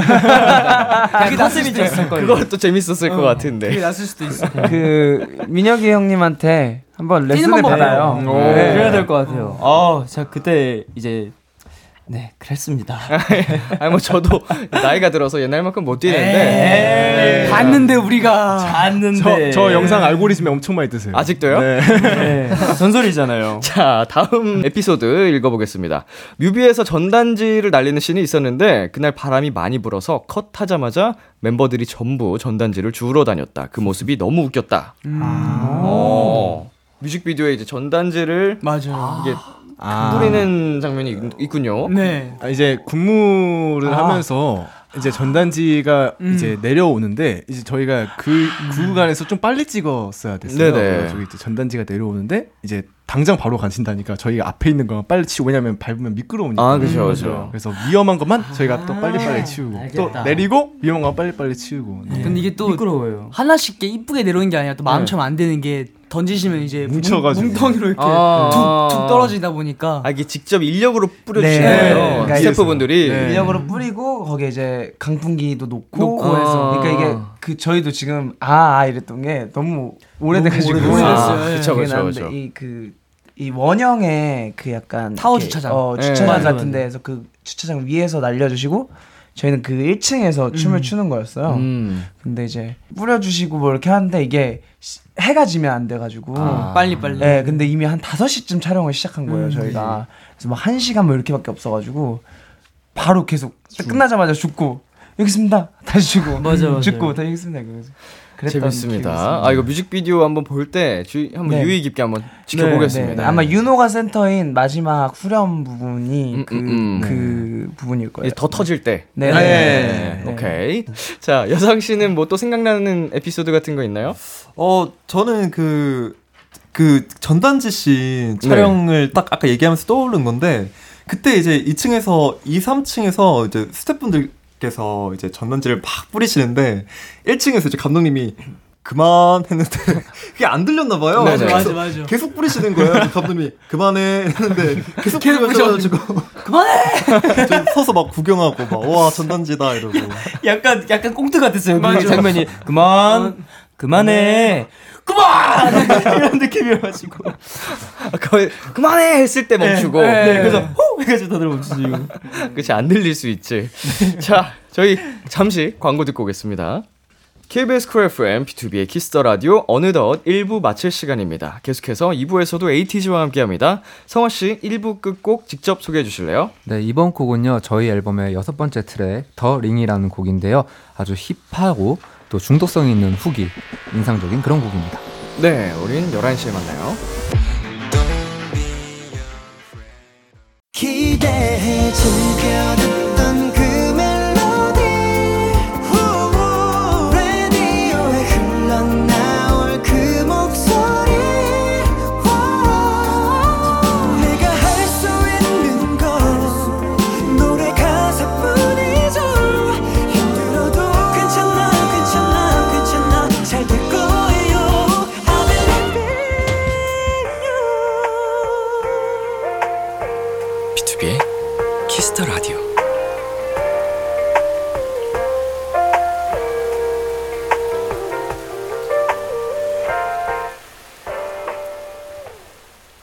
[SPEAKER 7] 났을 수도 있을 거예요.
[SPEAKER 2] 그걸 또 재밌었을
[SPEAKER 7] 어.
[SPEAKER 2] 것 같은데.
[SPEAKER 7] 수도
[SPEAKER 4] 그 민혁이 형님한테 한번 레슨을 받아요. 네.
[SPEAKER 7] 음, 그래야 될 것 같아요. 아, 제가 그때 이제 네 그랬습니다.
[SPEAKER 2] 아니 뭐 저도 나이가 들어서 옛날만큼 못
[SPEAKER 4] 네.
[SPEAKER 7] 네.
[SPEAKER 2] 뛰는데.
[SPEAKER 10] 에이, 네. 봤는데 우리가
[SPEAKER 4] 네.
[SPEAKER 8] 저, 저 영상 알고리즘에 엄청 많이 뜨세요.
[SPEAKER 2] 아직도요?
[SPEAKER 8] 네.
[SPEAKER 2] 전설이잖아요. 자, 다음 에피소드 읽어보겠습니다. 뮤비에서 전단지를 날리는 씬이 있었는데, 그날 바람이 많이 불어서 컷하자마자 멤버들이 전부 전단지를 주우러 다녔다. 그 모습이 너무 웃겼다.
[SPEAKER 4] 음. 아.
[SPEAKER 7] 음.
[SPEAKER 2] 어. 뮤직비디오에 이제 전단지를 맞아요. 이게 뿌리는 장면이 있- 있군요.
[SPEAKER 10] 네.
[SPEAKER 8] 아, 이제 군무를
[SPEAKER 2] 아.
[SPEAKER 8] 하면서 이제 전단지가
[SPEAKER 10] 음.
[SPEAKER 8] 이제 내려오는데 이제 저희가 그 구간에서 좀 빨리 찍었어야 됐어요.
[SPEAKER 2] 네네.
[SPEAKER 8] 그래가지고 이제 전단지가 내려오는데 이제 당장 바로 가신다니까 저희가 앞에 있는 것만 빨리 치고 왜냐면 밟으면 미끄러우니까. 네.
[SPEAKER 2] 아, 그죠, 그죠.
[SPEAKER 8] 그래서 위험한 것만 저희가 또 빨리빨리 치우고
[SPEAKER 10] 네. 알겠다.
[SPEAKER 8] 또 내리고 위험한 것만 빨리빨리 치우고. 네.
[SPEAKER 10] 근데 이게 또
[SPEAKER 7] 미끄러워요.
[SPEAKER 10] 하나씩 이렇게 이쁘게 내려오는 게 아니라 또 마음처럼 안 되는 게 던지시면 이제
[SPEAKER 7] 네.
[SPEAKER 10] 뭉-
[SPEAKER 8] 뭉쳐가지고.
[SPEAKER 10] 뭉텅이로 이렇게
[SPEAKER 2] 아.
[SPEAKER 10] 툭툭 떨어지다 보니까
[SPEAKER 2] 아, 이게 직접 인력으로
[SPEAKER 4] 네.
[SPEAKER 2] 뿌려주시네요. 아,
[SPEAKER 4] 그러니까
[SPEAKER 2] 스태프분들이. 네.
[SPEAKER 4] 이게 인력으로 뿌리고 거기에 이제 강풍기도 놓고,
[SPEAKER 2] 놓고 해서.
[SPEAKER 4] 그러니까 이게
[SPEAKER 10] 아.
[SPEAKER 4] 그 저희도 지금 아, 아 이랬던 게 너무 오래돼가지고
[SPEAKER 2] 너무 오래됐어요. 아, 그쵸,
[SPEAKER 10] 네.
[SPEAKER 2] 그쵸, 그쵸.
[SPEAKER 4] 이그이 원형의 그 약간
[SPEAKER 10] 타워
[SPEAKER 4] 이렇게,
[SPEAKER 10] 주차장.
[SPEAKER 4] 어,
[SPEAKER 10] 예.
[SPEAKER 4] 주차장
[SPEAKER 10] 맞아,
[SPEAKER 4] 같은 데에서 그 주차장 위에서 날려주시고 저희는 그 1층에서
[SPEAKER 10] 음.
[SPEAKER 4] 춤을 추는 거였어요. 근데 이제 뿌려주시고 뭐 이렇게 하는데 이게 시- 해가 지면 안 돼가지고
[SPEAKER 10] 아. 빨리, 빨리.
[SPEAKER 4] 네, 근데 이미 한 5시쯤 촬영을 시작한 거예요
[SPEAKER 10] 음.
[SPEAKER 4] 저희가. 그래서 뭐 1시간 뭐 이렇게밖에 없어가지고 바로 계속 딱 끝나자마자 죽고 여기 있습니다. 다시 죽고
[SPEAKER 2] 맞아, 맞아.
[SPEAKER 4] 죽고 다시 여기 있습니다. 그래서 그랬던 기억이
[SPEAKER 2] 재밌습니다.
[SPEAKER 4] 있습니다.
[SPEAKER 2] 아 이거 뮤직비디오 한번 볼 때 주의 한번
[SPEAKER 4] 네.
[SPEAKER 2] 유의 깊게 한번
[SPEAKER 4] 네,
[SPEAKER 2] 지켜보겠습니다.
[SPEAKER 4] 네. 아마 윤호가 센터인 마지막 후렴 부분이 그,
[SPEAKER 2] 음, 음.
[SPEAKER 4] 그 부분일 거예요.
[SPEAKER 2] 이제 더 터질 때.
[SPEAKER 4] 네.
[SPEAKER 2] 네.
[SPEAKER 4] 네. 네.
[SPEAKER 2] 오케이. 자 여상 씨는 뭐 또 생각나는 에피소드 같은 거 있나요?
[SPEAKER 11] 어 저는 그. 그 전단지 씬
[SPEAKER 2] 네.
[SPEAKER 11] 촬영을 딱 아까 얘기하면서 떠오른 건데 그때 이제 2층에서 2, 3층에서 이제 스태프분들께서 이제 전단지를 막 뿌리시는데 1층에서 이제 감독님이 그만 했는데 그게 안 들렸나
[SPEAKER 10] 네,
[SPEAKER 11] 봐요.
[SPEAKER 12] 맞아,
[SPEAKER 11] 그래서
[SPEAKER 12] 맞아, 맞아.
[SPEAKER 11] 계속 뿌리시는 거예요. 그래서 감독님이 그만해 했는데 계속
[SPEAKER 12] 계속
[SPEAKER 11] 뿌리셔가지고 그만해. 서서 막 구경하고 막 와 전단지다 이러고
[SPEAKER 7] 약간 약간 꽁트 같았어요. 그
[SPEAKER 11] 맞아.
[SPEAKER 7] 장면이 그만 그만해 그만 이런 느낌이어가지고
[SPEAKER 2] 거의 그만해 했을 때 멈추고.
[SPEAKER 7] 네, 네, 그래서 호 해가지고 다들 멈추시고.
[SPEAKER 2] 그치 안 들릴 수 있지. 자 저희 잠시 광고 듣고 오겠습니다. KBS 쿨 FM, B2B의 키스터 라디오, 어느덧 1부 마칠 시간입니다. 계속해서 2부에서도 에이티즈와 함께 합니다. 성화씨, 1부 끝곡 직접 소개해 주실래요?
[SPEAKER 5] 네, 이번 곡은요, 저희 앨범의 여섯 번째 트랙, 더 링이라는 곡인데요. 아주 힙하고 또 중독성 있는 훅이 인상적인 그런 곡입니다.
[SPEAKER 2] 네, 우린 11시에 만나요.
[SPEAKER 3] 기대해 즐겨 듣던 그 멜로디 후, 라디오에 흘러나올 그 목소리 와, 내가 할 수 있는 건 노래 가사뿐이죠 힘들어도 괜찮아 괜찮아 괜찮아 잘 될 거예요 I believe
[SPEAKER 2] B2B의 키스터 라디오.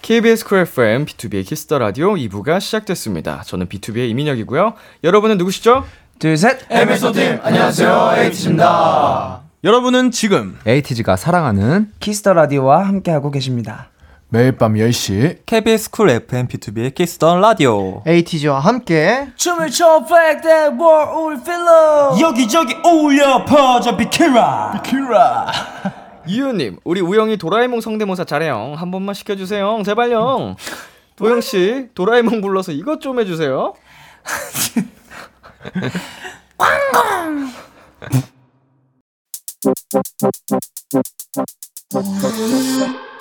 [SPEAKER 2] KBS 쿨 FM, B2B의 키스터 라디오 2부가 시작됐습니다. 저는 B2B의 이민혁이고요. 여러분은 누구시죠?
[SPEAKER 4] 둘, 셋.
[SPEAKER 9] 에피소드팀, 네, 안녕하세요. 에이티즈입니다.
[SPEAKER 5] 여러분은 지금 에이티즈가 사랑하는
[SPEAKER 4] 키스터 라디오와 함께하고 계십니다.
[SPEAKER 9] 매일 밤 10시
[SPEAKER 13] KBS 쿨 FM B2B의 키스던 라디오.
[SPEAKER 6] 에이티즈와 함께
[SPEAKER 14] 춤을 춰 백대 워 우리 필러
[SPEAKER 3] 여기저기 어울려 퍼져 비키라
[SPEAKER 9] 비키라
[SPEAKER 2] 이유님, 우리 우영이 도라에몽 성대모사 잘해요. 한 번만 시켜주세요. 제발요. 도영 씨, 도라에몽 불러서 이것 좀 해주세요.
[SPEAKER 3] 꽝꽝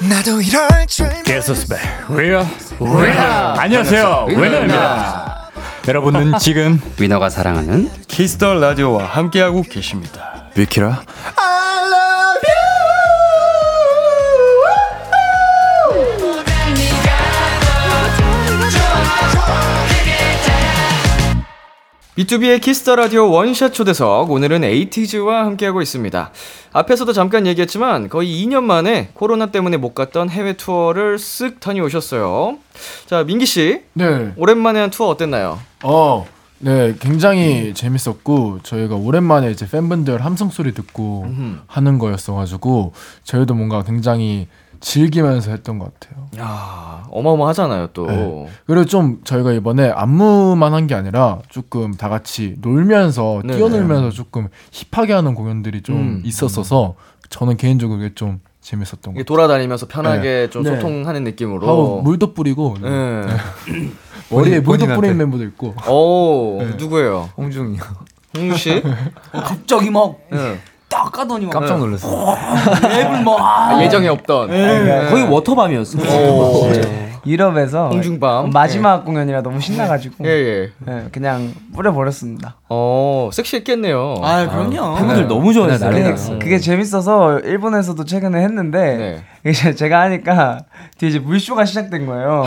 [SPEAKER 3] 나도 이럴 줄
[SPEAKER 7] 개소스베 리얼 위너 안녕하세요 위너입니다 여러분은 지금
[SPEAKER 15] 위너가 사랑하는
[SPEAKER 7] 키스터 라디오와 함께하고 계십니다
[SPEAKER 15] 뷰키라
[SPEAKER 3] I love you 난 네가 더 좋아 그게
[SPEAKER 2] B2B의 키스터 라디오 원샷 초대석 오늘은 에이티즈와 함께하고 있습니다. 앞에서도 잠깐 얘기했지만 거의 2년 만에 코로나 때문에 못 갔던 해외 투어를 쓱 다녀오셨어요. 자 민기 씨,
[SPEAKER 9] 네.
[SPEAKER 2] 오랜만에 한 투어 어땠나요?
[SPEAKER 9] 어, 네, 굉장히 재밌었고 저희가 오랜만에 이제 팬분들 함성 소리 듣고 하는 거였어가지고 저희도 뭔가 굉장히 즐기면서 했던 것 같아요.
[SPEAKER 2] 야 어마어마하잖아요 또.
[SPEAKER 9] 네. 그리고 좀 저희가 이번에 안무만 한 게 아니라 조금 다 같이 놀면서
[SPEAKER 2] 네네.
[SPEAKER 9] 뛰어놀면서 조금 힙하게 하는 공연들이 좀
[SPEAKER 2] 음.
[SPEAKER 9] 있었어서 저는 개인적으로 그게 좀 재밌었던 것
[SPEAKER 2] 이게
[SPEAKER 9] 같아요.
[SPEAKER 2] 돌아다니면서 편하게
[SPEAKER 9] 네.
[SPEAKER 2] 좀
[SPEAKER 9] 네.
[SPEAKER 2] 소통하는 느낌으로.
[SPEAKER 9] 하고 물도 뿌리고
[SPEAKER 2] 네.
[SPEAKER 9] 머리에 물도
[SPEAKER 2] 본인- 본인한테.
[SPEAKER 9] 뿌리는 멤버도 있고.
[SPEAKER 2] 어, 오 누구예요?
[SPEAKER 5] 네. 홍중이요.
[SPEAKER 2] 홍중 씨?
[SPEAKER 14] 갑자기 막
[SPEAKER 2] 네.
[SPEAKER 14] 딱 가더니 막
[SPEAKER 5] 깜짝 놀랐어요.
[SPEAKER 14] 랩을 막
[SPEAKER 2] 아, 예정에 없던.
[SPEAKER 14] 네. 거의
[SPEAKER 16] 워터밤이었어요.
[SPEAKER 2] 오.
[SPEAKER 4] 네.
[SPEAKER 2] 네.
[SPEAKER 4] 유럽에서
[SPEAKER 2] 공중밤.
[SPEAKER 4] 마지막 공연이라 너무 신나가지고
[SPEAKER 2] 예, 예.
[SPEAKER 4] 네, 그냥 뿌려버렸습니다.
[SPEAKER 2] 어 섹시했겠네요.
[SPEAKER 4] 아, 그럼요.
[SPEAKER 2] 팬분들
[SPEAKER 4] 네.
[SPEAKER 2] 너무 좋아했어요.
[SPEAKER 4] 그게, 그게 재밌어서 일본에서도 최근에 했는데 이제 제가 하니까 뒤에 이제 물쇼가 시작된 거예요.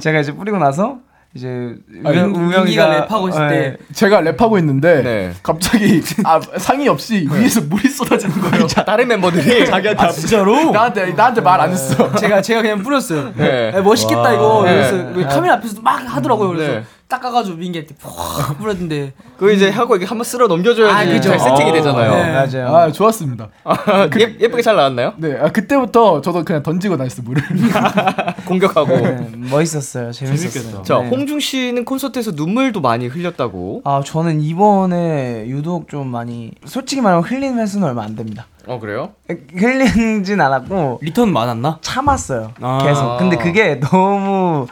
[SPEAKER 4] 제가 이제 뿌리고 나서 이제
[SPEAKER 9] 아,
[SPEAKER 4] 우영-
[SPEAKER 9] 민-
[SPEAKER 4] 우영이가 네.
[SPEAKER 9] 제가 랩하고 있는데 갑자기 아, 상의 없이 위에서 물이 쏟아지는 거예요.
[SPEAKER 2] 다른 멤버들이
[SPEAKER 9] 자기한테 나한테 나한테 말 안 했어.
[SPEAKER 14] 아, 네. 제가 제가 그냥 뿌렸어요.
[SPEAKER 9] 네.
[SPEAKER 14] 아, 멋있겠다 이거.
[SPEAKER 9] 와.
[SPEAKER 14] 그래서
[SPEAKER 9] 네.
[SPEAKER 14] 왜 카메라 앞에서 막 하더라고요. 그래서
[SPEAKER 2] 네.
[SPEAKER 14] 딱 가가지고 민기한테 푹 뿌렸는데.
[SPEAKER 2] 그 이제 하고 이게 한번 쓸어 넘겨줘야지
[SPEAKER 14] 아, 그죠.
[SPEAKER 2] 잘 세팅이 되잖아요.
[SPEAKER 9] 네. 맞아요. 아, 좋았습니다.
[SPEAKER 2] 예, 예쁘게 잘 나왔나요?
[SPEAKER 9] 네, 아, 그때부터 저도 그냥 던지고 다녔어 물을.
[SPEAKER 2] 공격하고.
[SPEAKER 4] 네, 멋있었어요. 재밌었어요.
[SPEAKER 2] 자
[SPEAKER 4] 네.
[SPEAKER 2] 홍중 씨는 콘서트에서 눈물도 많이 흘렸다고.
[SPEAKER 4] 아 저는 이번에 유독 좀 많이 솔직히 말하면 흘린 횟수는 얼마 안 됩니다.
[SPEAKER 2] 어 그래요?
[SPEAKER 4] 흘린진 않았고
[SPEAKER 16] 리턴 많았나?
[SPEAKER 4] 참았어요.
[SPEAKER 16] 아.
[SPEAKER 4] 계속. 근데 그게
[SPEAKER 2] 아.
[SPEAKER 4] 너무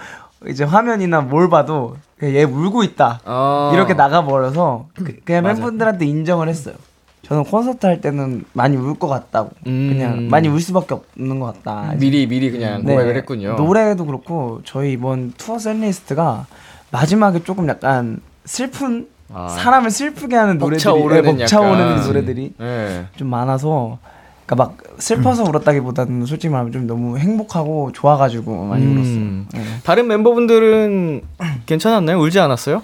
[SPEAKER 4] 이제 화면이나 뭘 봐도 그냥 얘 울고 있다
[SPEAKER 2] 아.
[SPEAKER 4] 이렇게 나가버려서 그, 그냥
[SPEAKER 16] 맞아.
[SPEAKER 4] 팬분들한테 인정을 했어요. 저는 콘서트 할 때는 많이 울 것 같다고
[SPEAKER 16] 음.
[SPEAKER 4] 그냥 많이 울 수밖에 없는 것 같다.
[SPEAKER 2] 미리 미리 그냥 고백을 했군요.
[SPEAKER 4] 아, 네. 노래도 그렇고 저희 이번 투어 셀리스트가 마지막에 조금 약간 슬픈
[SPEAKER 2] 아.
[SPEAKER 4] 사람을 슬프게 하는 노래들이
[SPEAKER 2] 벅차오르는
[SPEAKER 4] 네, 벅차오르는
[SPEAKER 2] 약간.
[SPEAKER 4] 노래들이
[SPEAKER 2] 네. 음.
[SPEAKER 4] 좀 많아서 그러니까 막 슬퍼서 울었다기보다는 솔직히 말하면 좀 너무 행복하고 좋아가지고 많이
[SPEAKER 2] 음.
[SPEAKER 4] 울었어요. 네.
[SPEAKER 2] 다른 멤버분들은 괜찮았나요? 울지 않았어요?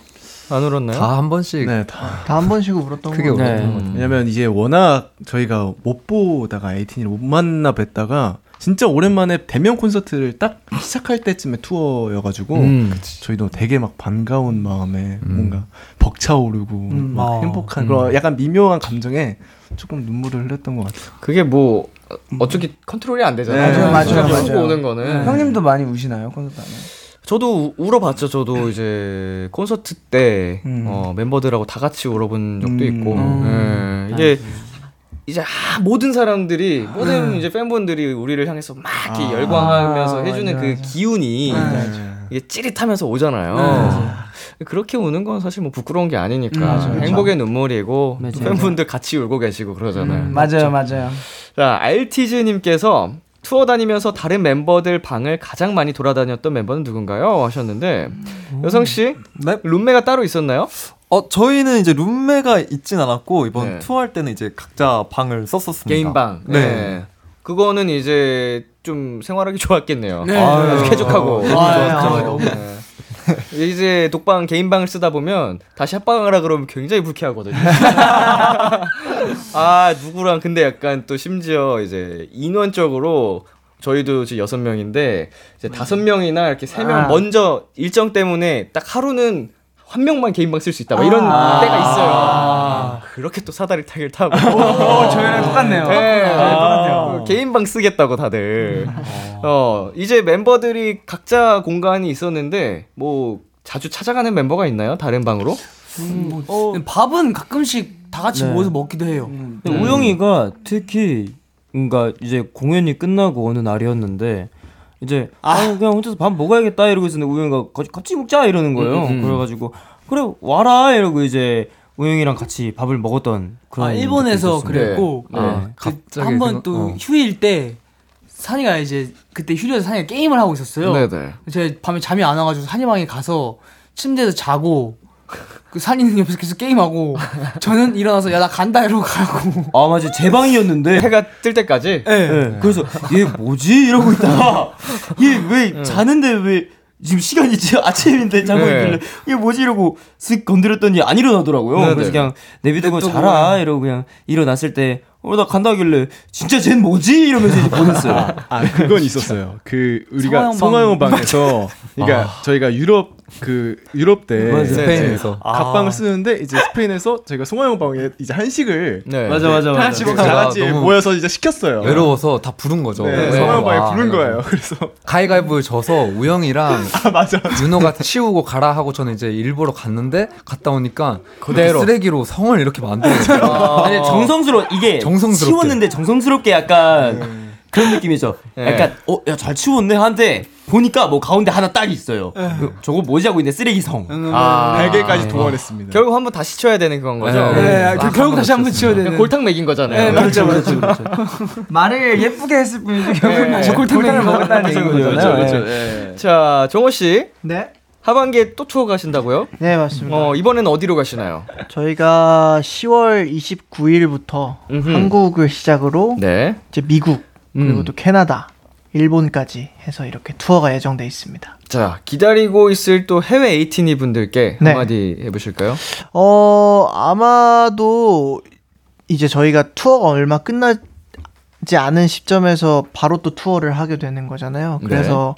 [SPEAKER 2] 안 울었나요? 네.
[SPEAKER 5] 다 한 번씩.
[SPEAKER 8] 네, 다.
[SPEAKER 6] 다 한 번씩 울었던 거.
[SPEAKER 4] 네.
[SPEAKER 8] 왜냐면 이제 워낙 저희가 못 보다가 에이틴이를 못 만나 뵀다가 진짜 오랜만에 대면 콘서트를 딱 시작할 때쯤에 투어여가지고
[SPEAKER 9] 음.
[SPEAKER 8] 저희도 되게 막 반가운 마음에 뭔가 벅차오르고 막
[SPEAKER 9] 아.
[SPEAKER 8] 행복한
[SPEAKER 9] 음.
[SPEAKER 8] 그런 약간 미묘한 감정에 조금 눈물을 흘렸던 것 같아요.
[SPEAKER 2] 그게 뭐 어차피 컨트롤이 안 되잖아요. 고 오는 거는
[SPEAKER 4] 네. 형님도 많이 우시나요 콘서트 하면?
[SPEAKER 2] 저도 우- 울어봤죠. 저도 이제 콘서트 때 어, 멤버들하고 다 같이 울어본 적도 있고
[SPEAKER 4] 음.
[SPEAKER 10] 음.
[SPEAKER 2] 예, 이게 이제 아, 모든 사람들이 모든 이제 팬분들이 우리를 향해서 막 이렇게
[SPEAKER 7] 아.
[SPEAKER 2] 열광하면서
[SPEAKER 7] 아,
[SPEAKER 2] 해주는
[SPEAKER 7] 맞아,
[SPEAKER 2] 그
[SPEAKER 7] 맞아.
[SPEAKER 2] 기운이 이게 찌릿하면서 오잖아요.
[SPEAKER 7] 네, 맞아.
[SPEAKER 2] 그렇게 우는 건 사실 뭐 부끄러운 게 아니니까
[SPEAKER 4] 음, 맞아, 맞아.
[SPEAKER 2] 행복의 눈물이고
[SPEAKER 4] 맞아.
[SPEAKER 2] 팬분들 같이 울고 계시고 그러잖아요.
[SPEAKER 4] 맞아요, 맞아요.
[SPEAKER 2] 자, RTG님께서 투어 다니면서 다른 멤버들 방을 가장 많이 돌아다녔던 멤버는 누군가요? 하셨는데 여성 씨, 룸메가 따로 있었나요?
[SPEAKER 11] 어 저희는 이제 룸메가 있진 않았고 이번
[SPEAKER 2] 네.
[SPEAKER 11] 투어할 때는 이제 각자 방을 썼었습니다.
[SPEAKER 2] 게임방. 네.
[SPEAKER 11] 네.
[SPEAKER 2] 그거는 이제 좀 생활하기 좋았겠네요.
[SPEAKER 11] 네.
[SPEAKER 2] 아주
[SPEAKER 11] 네.
[SPEAKER 2] 쾌적하고.
[SPEAKER 11] 아, 아,
[SPEAKER 2] 좋았죠.
[SPEAKER 11] 아, 너무.
[SPEAKER 2] 네. 이제 독방 개인방을 쓰다 보면 다시 합방하라 그러면 굉장히 불쾌하거든요. 아 누구랑 근데 약간 또 심지어 이제 인원적으로 저희도 지금 여섯 명인데 이제 다섯 명이나 이렇게 세 명
[SPEAKER 7] 아.
[SPEAKER 2] 먼저 일정 때문에 딱 하루는 한 명만 개인방 쓸 수 있다 막 이런
[SPEAKER 7] 아.
[SPEAKER 2] 때가 있어요.
[SPEAKER 7] 아.
[SPEAKER 2] 그렇게 또 사다리 타기를 타고
[SPEAKER 8] 어,
[SPEAKER 2] 어.
[SPEAKER 7] 오, 저희랑 똑같네요.
[SPEAKER 2] 네.
[SPEAKER 7] 아.
[SPEAKER 2] 똑같아요. 개인방 쓰겠다고 다들. 어 이제 멤버들이 각자 공간이 있었는데 뭐 자주 찾아가는 멤버가 있나요? 다른 방으로?
[SPEAKER 10] 음,
[SPEAKER 2] 어.
[SPEAKER 10] 뭐, 밥은 가끔씩 다 같이
[SPEAKER 7] 네.
[SPEAKER 10] 모여서 먹기도 해요.
[SPEAKER 4] 음.
[SPEAKER 7] 근데 우영이가 네. 특히 뭔가 이제 공연이 끝나고 어느 날이었는데 이제 아 그냥 혼자서 밥 먹어야겠다 이러고 있었는데 우영이가 같이, 같이 먹자 이러는 거예요.
[SPEAKER 10] 음, 음.
[SPEAKER 7] 그래가지고 그래 와라 이러고 이제 우영이랑 같이 밥을 먹었던 그런
[SPEAKER 10] 아, 일본에서
[SPEAKER 7] 적도 있었습니다.
[SPEAKER 10] 그랬고
[SPEAKER 7] 네. 네. 갑자기
[SPEAKER 10] 한 번
[SPEAKER 7] 생각-
[SPEAKER 10] 또
[SPEAKER 7] 어.
[SPEAKER 10] 휴일 때 산이가 이제 그때 휴일에서 산이가 게임을 하고 있었어요.
[SPEAKER 2] 네네.
[SPEAKER 10] 제가 밤에 잠이 안 와가지고 산이 방에 가서 침대에서 자고 그 산이는 옆에서 계속 게임하고 저는 일어나서 야 나 간다 이러고 가고
[SPEAKER 7] 아 맞아 제 방이었는데
[SPEAKER 2] 해가 뜰 때까지 예.
[SPEAKER 7] 네. 그래서 얘 뭐지 이러고 있다가 얘 왜
[SPEAKER 2] 예.
[SPEAKER 7] 자는데 왜 지금 시간이 지금 아침인데 자고
[SPEAKER 2] 네.
[SPEAKER 7] 있길래 얘 뭐지 이러고 슥 건드렸더니 안 일어나더라고요
[SPEAKER 2] 네네.
[SPEAKER 7] 그래서 그냥 내비두고
[SPEAKER 2] 냅두고
[SPEAKER 7] 자라 이러고 그냥 일어났을 때 어 나 간다길래 진짜 쟨 뭐지 이러면서 이제 보냈어요
[SPEAKER 8] 아 그건 있었어요. 그 우리가
[SPEAKER 7] 성화용 방-
[SPEAKER 8] 성화용 방에서 그러니까
[SPEAKER 7] 아.
[SPEAKER 8] 저희가 유럽 그 유럽 때
[SPEAKER 7] 맞아요.
[SPEAKER 8] 이제
[SPEAKER 7] 스페인에서. 아.
[SPEAKER 8] 각방을 쓰는데 이제 스페인에서 저희가 성화용 방에 이제 한식을
[SPEAKER 7] 네.
[SPEAKER 11] 맞아, 맞아,
[SPEAKER 8] 다
[SPEAKER 11] 맞아.
[SPEAKER 8] 같이 먹-
[SPEAKER 11] 제가
[SPEAKER 8] 다 같이
[SPEAKER 11] 너무
[SPEAKER 8] 모여서 이제 시켰어요.
[SPEAKER 5] 외로워서 다 부른 거죠.
[SPEAKER 8] 네, 성화용 방에 부른 거예요. 아,
[SPEAKER 5] 그래서 가위가위보를 져서 우영이랑 윤호가 치우고 가라 하고 저는 이제 일부러 갔는데 갔다 오니까
[SPEAKER 7] 그대로.
[SPEAKER 5] 쓰레기로 성을 이렇게 만들어.
[SPEAKER 7] 아니 정성스러워 이게
[SPEAKER 5] 정성스럽게.
[SPEAKER 7] 치웠는데 정성스럽게 약간 그런 느낌이죠.
[SPEAKER 5] 네.
[SPEAKER 7] 약간 어야 잘 치웠네 한데 보니까 뭐 가운데 하나 딱 있어요. 저거 뭐지 하고 있는데 쓰레기성.
[SPEAKER 2] 날개까지
[SPEAKER 8] 동원했습니다.
[SPEAKER 2] 결국 한번 다시 쳐야 되는 그런 거죠.
[SPEAKER 7] 네. 네, 아, 결국 다시
[SPEAKER 2] 한번 치워야 되는. 골탕 먹인 거잖아요.
[SPEAKER 4] 네, 맞죠, 맞죠, 말을 예쁘게 했을 뿐이지 결국은 다시 네. 골탕을 먹었다는 얘기인 거잖아요.
[SPEAKER 2] 그렇죠,
[SPEAKER 4] 네.
[SPEAKER 2] 그렇죠. 자, 정호 씨.
[SPEAKER 6] 네.
[SPEAKER 2] 하반기에 또 투어 가신다고요?
[SPEAKER 6] 네, 맞습니다.
[SPEAKER 2] 어, 이번엔 어디로 가시나요?
[SPEAKER 6] 저희가 10월 29일부터
[SPEAKER 2] 음흠.
[SPEAKER 6] 한국을 시작으로
[SPEAKER 2] 네.
[SPEAKER 6] 이제 미국 그리고
[SPEAKER 2] 음.
[SPEAKER 6] 또 캐나다, 일본까지 해서 이렇게 투어가 예정돼 있습니다.
[SPEAKER 2] 자, 기다리고 있을 또 해외 에이티니 분들께
[SPEAKER 6] 네.
[SPEAKER 2] 한마디 해보실까요?
[SPEAKER 6] 어 아마도 이제 저희가 투어가 얼마 끝나지 않은 시점에서 바로 또 투어를 하게 되는 거잖아요.
[SPEAKER 17] 네.
[SPEAKER 6] 그래서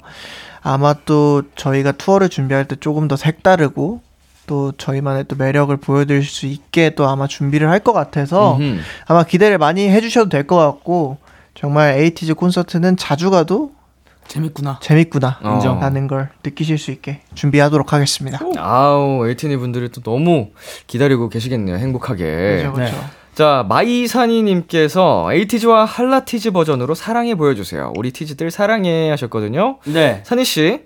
[SPEAKER 6] 아마 또 저희가 투어를 준비할 때 조금 더 색다르고 또 저희만의 또 매력을 보여드릴 수 있게 또 아마 준비를 할 것 같아서
[SPEAKER 17] 음흠.
[SPEAKER 6] 아마 기대를 많이 해주셔도 될 것 같고 정말 에이티즈 콘서트는 자주 가도
[SPEAKER 10] 재밌구나
[SPEAKER 6] 재밌구나
[SPEAKER 17] 어.
[SPEAKER 2] 인정.
[SPEAKER 6] 라는 걸 느끼실 수 있게 준비하도록 하겠습니다.
[SPEAKER 2] 아우, 에이티니 분들이 또 너무 기다리고 계시겠네요. 행복하게.
[SPEAKER 6] 그죠, 그죠.
[SPEAKER 2] 자, 마이사니님께서 에이티즈와 한라티즈 버전으로 사랑해 보여주세요. 우리 티즈들 사랑해 하셨거든요.
[SPEAKER 7] 네.
[SPEAKER 2] 사니씨,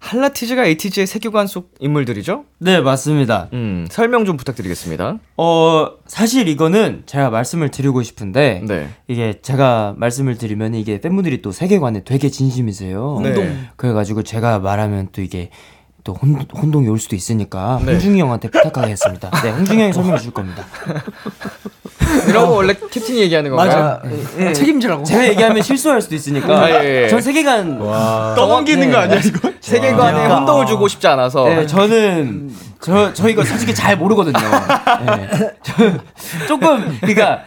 [SPEAKER 2] 한라티즈가 에이티즈의 세계관 속 인물들이죠?
[SPEAKER 7] 네 맞습니다.
[SPEAKER 2] 음, 설명 좀 부탁드리겠습니다.
[SPEAKER 7] 어 사실 이거는 제가 말씀을 드리고 싶은데
[SPEAKER 2] 네.
[SPEAKER 7] 이게 제가 말씀을 드리면 이게 팬분들이 또 세계관에 되게 진심이세요.
[SPEAKER 2] 네. 혼동.
[SPEAKER 7] 그래가지고 제가 말하면 또 이게 또 혼, 혼동이 올 수도 있으니까
[SPEAKER 2] 네.
[SPEAKER 7] 홍중이 형한테 부탁하겠습니다. 네, 홍중이 형이 설명해 줄 겁니다.
[SPEAKER 2] 이런 거 원래 캡틴이 얘기하는 건가요? 네.
[SPEAKER 7] 예, 예. 제가 얘기하면 실수할 수도 있으니까.
[SPEAKER 2] 아, 예, 예.
[SPEAKER 7] 전 세계관
[SPEAKER 2] 떠넘기는
[SPEAKER 7] 네.
[SPEAKER 2] 거 아니야, 이거? 세계관에
[SPEAKER 7] 아.
[SPEAKER 2] 혼동을 주고 싶지 않아서.
[SPEAKER 7] 네, 저는 저 저희가 솔직히 잘 모르거든요. 네. 저, 조금 그러니까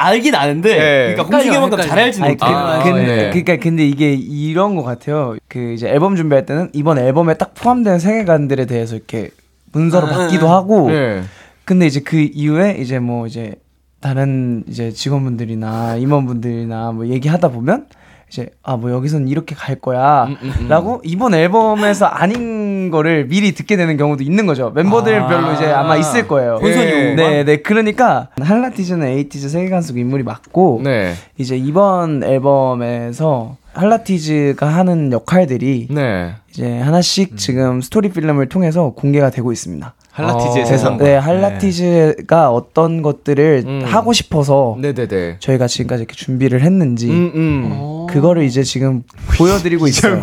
[SPEAKER 7] 알긴 아는데
[SPEAKER 2] 예.
[SPEAKER 7] 그러니까 홍진경만큼 잘 알지
[SPEAKER 4] 아니,
[SPEAKER 7] 못해.
[SPEAKER 4] 그, 근데, 그러니까 근데 이게 이런 것 같아요. 그 이제 앨범 준비할 때는 이번 앨범에 딱 포함된 세계관들에 대해서 이렇게 문서로
[SPEAKER 10] 아,
[SPEAKER 4] 받기도
[SPEAKER 10] 네.
[SPEAKER 4] 하고,
[SPEAKER 10] 네.
[SPEAKER 4] 근데 이제 그 이후에 이제 뭐 이제 다른 이제 직원분들이나 임원분들이나 뭐 얘기하다 보면. 이제 아 뭐 여기선 이렇게 갈
[SPEAKER 10] 음.
[SPEAKER 4] 거야라고 이번 앨범에서 아닌 거를 미리 듣게 되는 경우도 있는 거죠 멤버들별로
[SPEAKER 10] 아.
[SPEAKER 4] 이제 아마 있을 거예요.
[SPEAKER 10] 혼선이 오구만.
[SPEAKER 4] 네, 네 그러니까 할라티즈는 에이티즈 세계관 속 인물이 맞고 이제 이번 앨범에서 할라티즈가 하는 역할들이 이제 하나씩 지금 스토리 필름을 통해서 공개가 되고 있습니다.
[SPEAKER 2] 할라티즈의
[SPEAKER 4] 어.
[SPEAKER 2] 세상관.
[SPEAKER 4] 네, 할라티즈가 어떤 것들을
[SPEAKER 2] 음.
[SPEAKER 4] 하고 싶어서
[SPEAKER 2] 네네네.
[SPEAKER 4] 저희가 지금까지 이렇게 준비를 했는지 어. 그거를 이제 지금 보여드리고 있어요.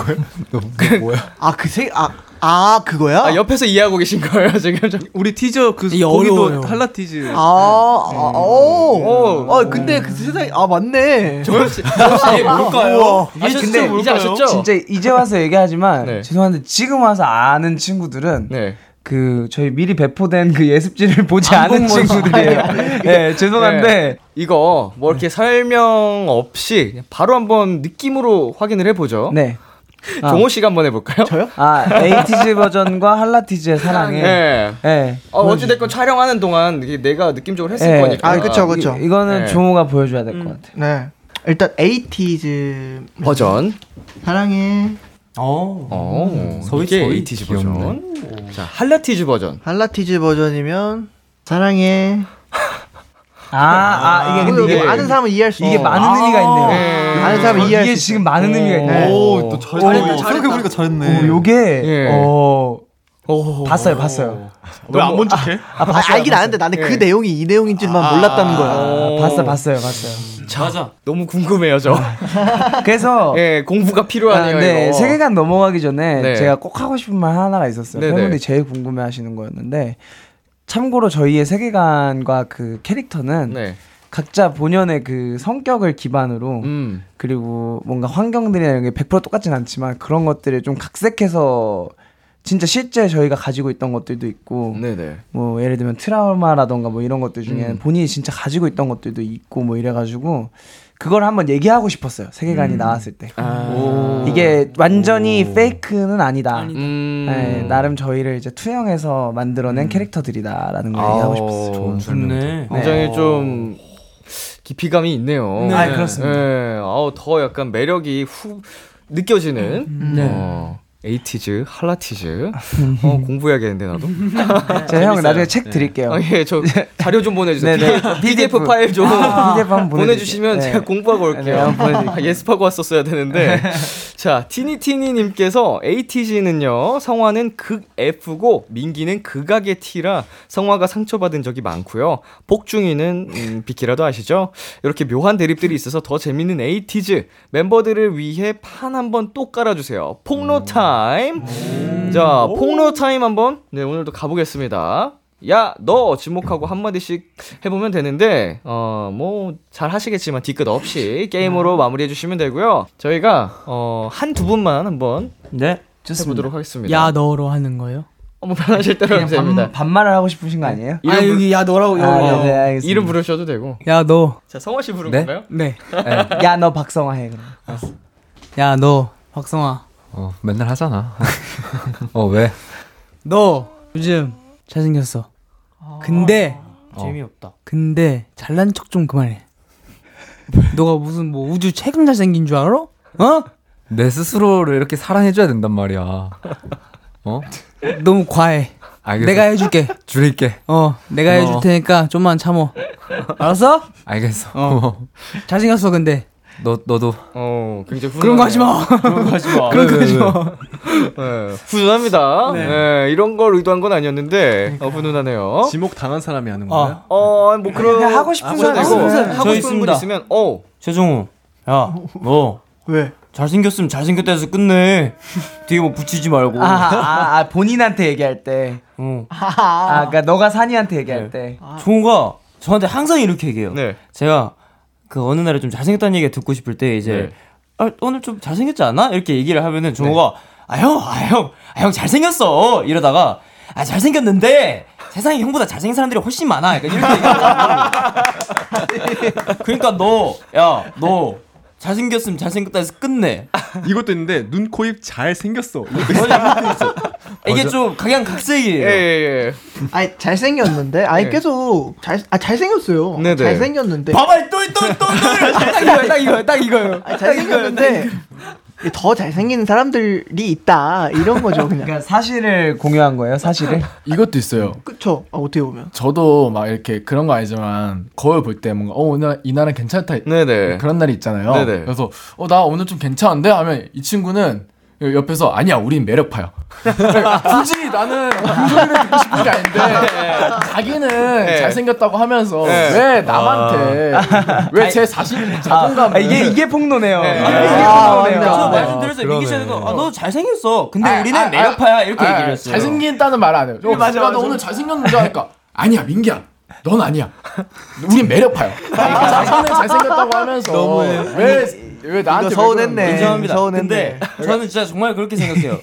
[SPEAKER 6] 아, 그 세, 아, 아, 그거야?
[SPEAKER 2] 아, 옆에서 이해하고 계신 거예요, 지금?
[SPEAKER 8] 우리 티저 그
[SPEAKER 6] 어려워요.
[SPEAKER 8] 거기도
[SPEAKER 2] 네.
[SPEAKER 8] 할라티즈.
[SPEAKER 6] 아, 아, 오. 아, 근데 그 세상에, 아, 맞네. 아,
[SPEAKER 8] 저 역시- 저 역시 아, 이게 뭘까요?
[SPEAKER 6] 우와.
[SPEAKER 8] 이게 아셨- 진짜 네. 이제 뭘까요? 아셨죠?
[SPEAKER 4] 진짜 이제 와서 얘기하지만 죄송한데 지금 와서 아는 친구들은
[SPEAKER 8] 네.
[SPEAKER 4] 그 저희 미리 배포된 그 예습지를 보지
[SPEAKER 2] 안
[SPEAKER 4] 않은
[SPEAKER 2] 본 거죠.
[SPEAKER 4] 친구들이에요.
[SPEAKER 2] 아니, 아니, 그게-
[SPEAKER 4] 네, 죄송한데
[SPEAKER 2] 네. 이거 뭐 이렇게 설명 없이 그냥 바로 한번 느낌으로 확인을 해보죠.
[SPEAKER 4] 네. 아.
[SPEAKER 2] 종호 씨가 한번 해볼까요?
[SPEAKER 6] 저요?
[SPEAKER 4] 아 에이티즈 버전과 할라티즈의 사랑에
[SPEAKER 2] 네.
[SPEAKER 4] 네.
[SPEAKER 2] 어, 어찌됐건 촬영하는 동안 이게 내가 느낌적으로 했을
[SPEAKER 4] 네.
[SPEAKER 2] 거니까.
[SPEAKER 6] 아,
[SPEAKER 4] 이, 거는
[SPEAKER 2] 네.
[SPEAKER 4] 종호가 보여줘야 될 것 같아요.
[SPEAKER 6] 네. 일단 에이티즈
[SPEAKER 2] 버전.
[SPEAKER 6] 사랑해.
[SPEAKER 2] 어.
[SPEAKER 6] 서희-
[SPEAKER 2] 이게
[SPEAKER 6] 서희
[SPEAKER 2] 에이티즈 버전. 자, 할라티즈 버전.
[SPEAKER 6] 할라티즈 버전이면 사랑해.
[SPEAKER 4] 아, 아, 이게 근데
[SPEAKER 6] 이게
[SPEAKER 4] 이게-
[SPEAKER 6] 많은 사람은 이해할 수
[SPEAKER 4] 이게
[SPEAKER 6] 있어.
[SPEAKER 4] 많은 의미가
[SPEAKER 8] 아.
[SPEAKER 4] 있네요.
[SPEAKER 6] 네. 많은 사람은 이해할 수
[SPEAKER 4] 이게
[SPEAKER 6] 있어.
[SPEAKER 4] 지금 많은 의미가 있네요.
[SPEAKER 11] 오, 또 잘했다.
[SPEAKER 4] 오,
[SPEAKER 11] 생각해 보니까 잘했네.
[SPEAKER 4] 오, 요게
[SPEAKER 11] 예.
[SPEAKER 4] 어 봤어요, 봤어요. 너무-
[SPEAKER 6] 본 척해? 아, 아, 알긴 아는데 나는
[SPEAKER 2] 예.
[SPEAKER 6] 그 내용이 이 내용인 줄만
[SPEAKER 2] 아,
[SPEAKER 6] 몰랐다는 거야.
[SPEAKER 4] 봤어, 봤어요, 봤어요.
[SPEAKER 2] 맞아. 너무 궁금해요, 저.
[SPEAKER 4] 그래서
[SPEAKER 2] 예, 공부가 필요하네요,
[SPEAKER 4] 아, 네,
[SPEAKER 2] 이거.
[SPEAKER 4] 세계관 넘어가기 전에
[SPEAKER 2] 네.
[SPEAKER 4] 제가 꼭 하고 싶은 말 하나가 있었어요.
[SPEAKER 2] 네네.
[SPEAKER 4] 팬분들이 제일 궁금해하시는 거였는데 참고로 저희의 세계관과 그 캐릭터는
[SPEAKER 2] 네.
[SPEAKER 4] 각자 본연의 그 성격을 기반으로
[SPEAKER 2] 음.
[SPEAKER 4] 그리고 뭔가 환경들이나 이런 게 100% 똑같진 않지만 그런 것들을 좀 각색해서 진짜 실제 저희가 가지고 있던 것들도 있고 뭐 예를 들면 트라우마라던가 뭐 이런 것들 중에
[SPEAKER 2] 음.
[SPEAKER 4] 본인이 진짜 가지고 있던 것들도 있고 뭐 이래가지고 그걸 한번 얘기하고 싶었어요 세계관이
[SPEAKER 2] 음.
[SPEAKER 4] 나왔을 때
[SPEAKER 2] 아. 오.
[SPEAKER 4] 이게 완전히 페이크는 아니다, 네,
[SPEAKER 2] 음.
[SPEAKER 4] 나름 저희를 이제 투영해서 만들어낸 캐릭터들이다라는 걸 얘기하고 싶었어요 어.
[SPEAKER 2] 좋네. 굉장히 좀 깊이감이 있네요.
[SPEAKER 4] 네. 아, 그렇습니다.
[SPEAKER 2] 네. 아우 더 약간 매력이 후 느껴지는.
[SPEAKER 4] 네. 음.
[SPEAKER 2] 어, 에이티즈, 할라티즈. 어, 공부해야겠는데 나도.
[SPEAKER 4] 제가 형
[SPEAKER 2] 재밌어요.
[SPEAKER 4] 나중에 책
[SPEAKER 2] 네.
[SPEAKER 4] 드릴게요.
[SPEAKER 2] 아, 예, 저 자료 좀 보내주세요.
[SPEAKER 4] 네네.
[SPEAKER 2] PDF, 파일 좀
[SPEAKER 4] 아, PDF 한번 보내주세요.
[SPEAKER 2] 보내주시면
[SPEAKER 4] 네.
[SPEAKER 2] 제가 공부하고
[SPEAKER 4] 네,
[SPEAKER 2] 올게요.
[SPEAKER 4] 한번 보내드릴게요. 네.
[SPEAKER 2] 아, 예습하고 왔었어야 되는데. 자, 티니티니님께서 ATG는요, 성화는 극 F고, 민기는 극악의 T라 성화가 상처받은 적이 많고요. 복중이는 음, 비키라도 아시죠? 이렇게 묘한 대립들이 있어서 더 재밌는 ATG. 멤버들을 위해 판 한번 또 깔아주세요. 폭로 타임!
[SPEAKER 4] 음.
[SPEAKER 2] 자, 폭로 타임 한번. 네, 오늘도 가보겠습니다. 야, 너! 지목하고 한마디씩 해보면 되는데, 어, 뭐, 잘 하시겠지만 뒤끝 없이 게임으로 마무리해주시면 되고요. 저희가, 어, 한 두 분만 한번.
[SPEAKER 7] 네.
[SPEAKER 2] 해보도록 하겠습니다.
[SPEAKER 10] 야 너로 하는 거예요?
[SPEAKER 2] 어머 편하실 대로 하면 됩니다.
[SPEAKER 4] 반말을 하고 싶으신 거 아니에요?
[SPEAKER 10] 아 여기 야 너라고 어.
[SPEAKER 4] 아,
[SPEAKER 10] 여기.
[SPEAKER 4] 네, 알겠습니다.
[SPEAKER 2] 이름 부르셔도 되고.
[SPEAKER 10] 야 너.
[SPEAKER 2] 자, 성화 씨 부른 건가요?
[SPEAKER 10] 네.
[SPEAKER 4] 야 너 박성화 해 그럼.
[SPEAKER 10] 야 너 박성아.
[SPEAKER 5] 어, 맨날 하잖아. 어, 왜?
[SPEAKER 10] 너 요즘 잘생겼어. 근데
[SPEAKER 2] 아,
[SPEAKER 7] 어. 재미없다.
[SPEAKER 10] 근데 잘난 척 좀 그만해. 너가 무슨 뭐 우주 책임자 생긴 줄 알아? 어?
[SPEAKER 5] 내 스스로를 이렇게 사랑해줘야 된단 말이야. 어?
[SPEAKER 10] 너무 과해.
[SPEAKER 5] 알겠어.
[SPEAKER 10] 내가 해줄게.
[SPEAKER 5] 줄일게.
[SPEAKER 10] 어, 내가 해줄
[SPEAKER 5] 고마워.
[SPEAKER 10] 테니까 좀만 참어. 알았어?
[SPEAKER 5] 알겠어.
[SPEAKER 10] 어. 잘생겼어 근데.
[SPEAKER 5] 너, 너도.
[SPEAKER 2] 어, 굉장히
[SPEAKER 10] 그런 거 하지 마.
[SPEAKER 2] 네. 그런 거 하지 마.
[SPEAKER 10] 그런 거
[SPEAKER 2] 네,
[SPEAKER 10] 하지
[SPEAKER 2] 네,
[SPEAKER 10] 마.
[SPEAKER 2] 네. 훈훈합니다. 네. 이런 걸 의도한 건 아니었는데 어, 훈훈하네요. 지목 당한 사람이 하는
[SPEAKER 7] 건가요?
[SPEAKER 2] 어, 뭐 그런
[SPEAKER 7] 그냥 하고 싶은
[SPEAKER 2] 아,
[SPEAKER 7] 사람,
[SPEAKER 2] 되고,
[SPEAKER 7] 하고 싶은 사람.
[SPEAKER 2] 하고
[SPEAKER 7] 저희
[SPEAKER 2] 싶은 분
[SPEAKER 7] 있습니다.
[SPEAKER 2] 있으면 어.
[SPEAKER 7] 최종우, 야, 너.
[SPEAKER 6] 왜?
[SPEAKER 7] 잘생겼으면 잘생겼다 해서 끝내. 뒤에 뭐 붙이지 말고.
[SPEAKER 4] 아, 아, 아, 본인한테 얘기할 때.
[SPEAKER 7] 어.
[SPEAKER 4] 아, 그러니까 너가 산이한테 얘기할 때. 네.
[SPEAKER 7] 종우가 네. 저한테 항상 이렇게 얘기해요. 제가 그 어느 날에 좀 잘생겼다는 얘기 듣고 싶을 때
[SPEAKER 4] 네.
[SPEAKER 7] 이제 아, 오늘 좀 잘생겼지 않아? 이렇게 얘기를 하면은 종호가 아 형, 아 형, 아 형 잘생겼어 이러다가 아 잘생겼는데 세상에 형보다 잘생긴 사람들이 훨씬 많아. 약간 이렇게 얘기하고 그러니까 너, 야, 너 잘생겼으면 잘생겼다 해서 끝내.
[SPEAKER 8] 이것도 있는데 눈, 코, 입 잘 생겼어.
[SPEAKER 7] 이게 좀 각양각색이에요.
[SPEAKER 8] 예, 예,
[SPEAKER 6] 아니 잘생겼는데 아니
[SPEAKER 2] 네.
[SPEAKER 8] 예.
[SPEAKER 6] 계속 잘 아 잘생겼어요.
[SPEAKER 7] 네네.
[SPEAKER 6] 잘생겼는데.
[SPEAKER 7] 봐봐 또또또딱
[SPEAKER 6] 이거예요,
[SPEAKER 4] 딱 이거예요, 딱 이거예요.
[SPEAKER 6] 아니,
[SPEAKER 3] 네.
[SPEAKER 6] 잘생겼는데 더 잘생긴 사람들이 있다 이런 거죠 그냥.
[SPEAKER 4] 그러니까 사실을 공유한 거예요, 사실을?
[SPEAKER 9] 이것도 있어요.
[SPEAKER 6] 그쵸. 아, 어떻게 보면.
[SPEAKER 9] 저도 막 이렇게 그런 거 아니지만 거울 볼 때 뭔가 어 오늘 이 날은 괜찮다 그런 날이 있잖아요.
[SPEAKER 18] 네네.
[SPEAKER 9] 그래서 어 나 오늘 좀 괜찮은데 하면 이 친구는 옆에서 아니야 우린 매력파야. 굳이 나는 그 소리를 듣고 싶은 게 아닌데 자기는
[SPEAKER 4] 네.
[SPEAKER 9] 잘생겼다고 하면서
[SPEAKER 4] 네.
[SPEAKER 9] 왜
[SPEAKER 10] 아.
[SPEAKER 9] 남한테 왜 제 자신을 자존감을
[SPEAKER 4] 아, 이게 이게 폭로네요.
[SPEAKER 9] 네.
[SPEAKER 4] 이게, 이게
[SPEAKER 9] 아, 아,
[SPEAKER 4] 폭로네요.
[SPEAKER 9] 맞네. 저 말씀
[SPEAKER 7] 그래서 민기 씨가 아, 너 잘생겼어. 근데
[SPEAKER 4] 아,
[SPEAKER 7] 우리는 매력파야 이렇게 얘기를 했어요.
[SPEAKER 9] 아, 잘생긴다는 말 안 해요.
[SPEAKER 6] 네,
[SPEAKER 9] 저,
[SPEAKER 7] 맞아,
[SPEAKER 9] 야, 너
[SPEAKER 7] 맞아.
[SPEAKER 9] 오늘 잘생겼는데 하니까 아니야 민기야. 넌 아니야. 우린 매력파요.
[SPEAKER 2] 그
[SPEAKER 9] 자기는 잘생겼다고 하면서 왜, 왜 나한테 왜 그러는 거야?
[SPEAKER 7] 인정합니다. 근데 저는 진짜 정말 그렇게 생각해요.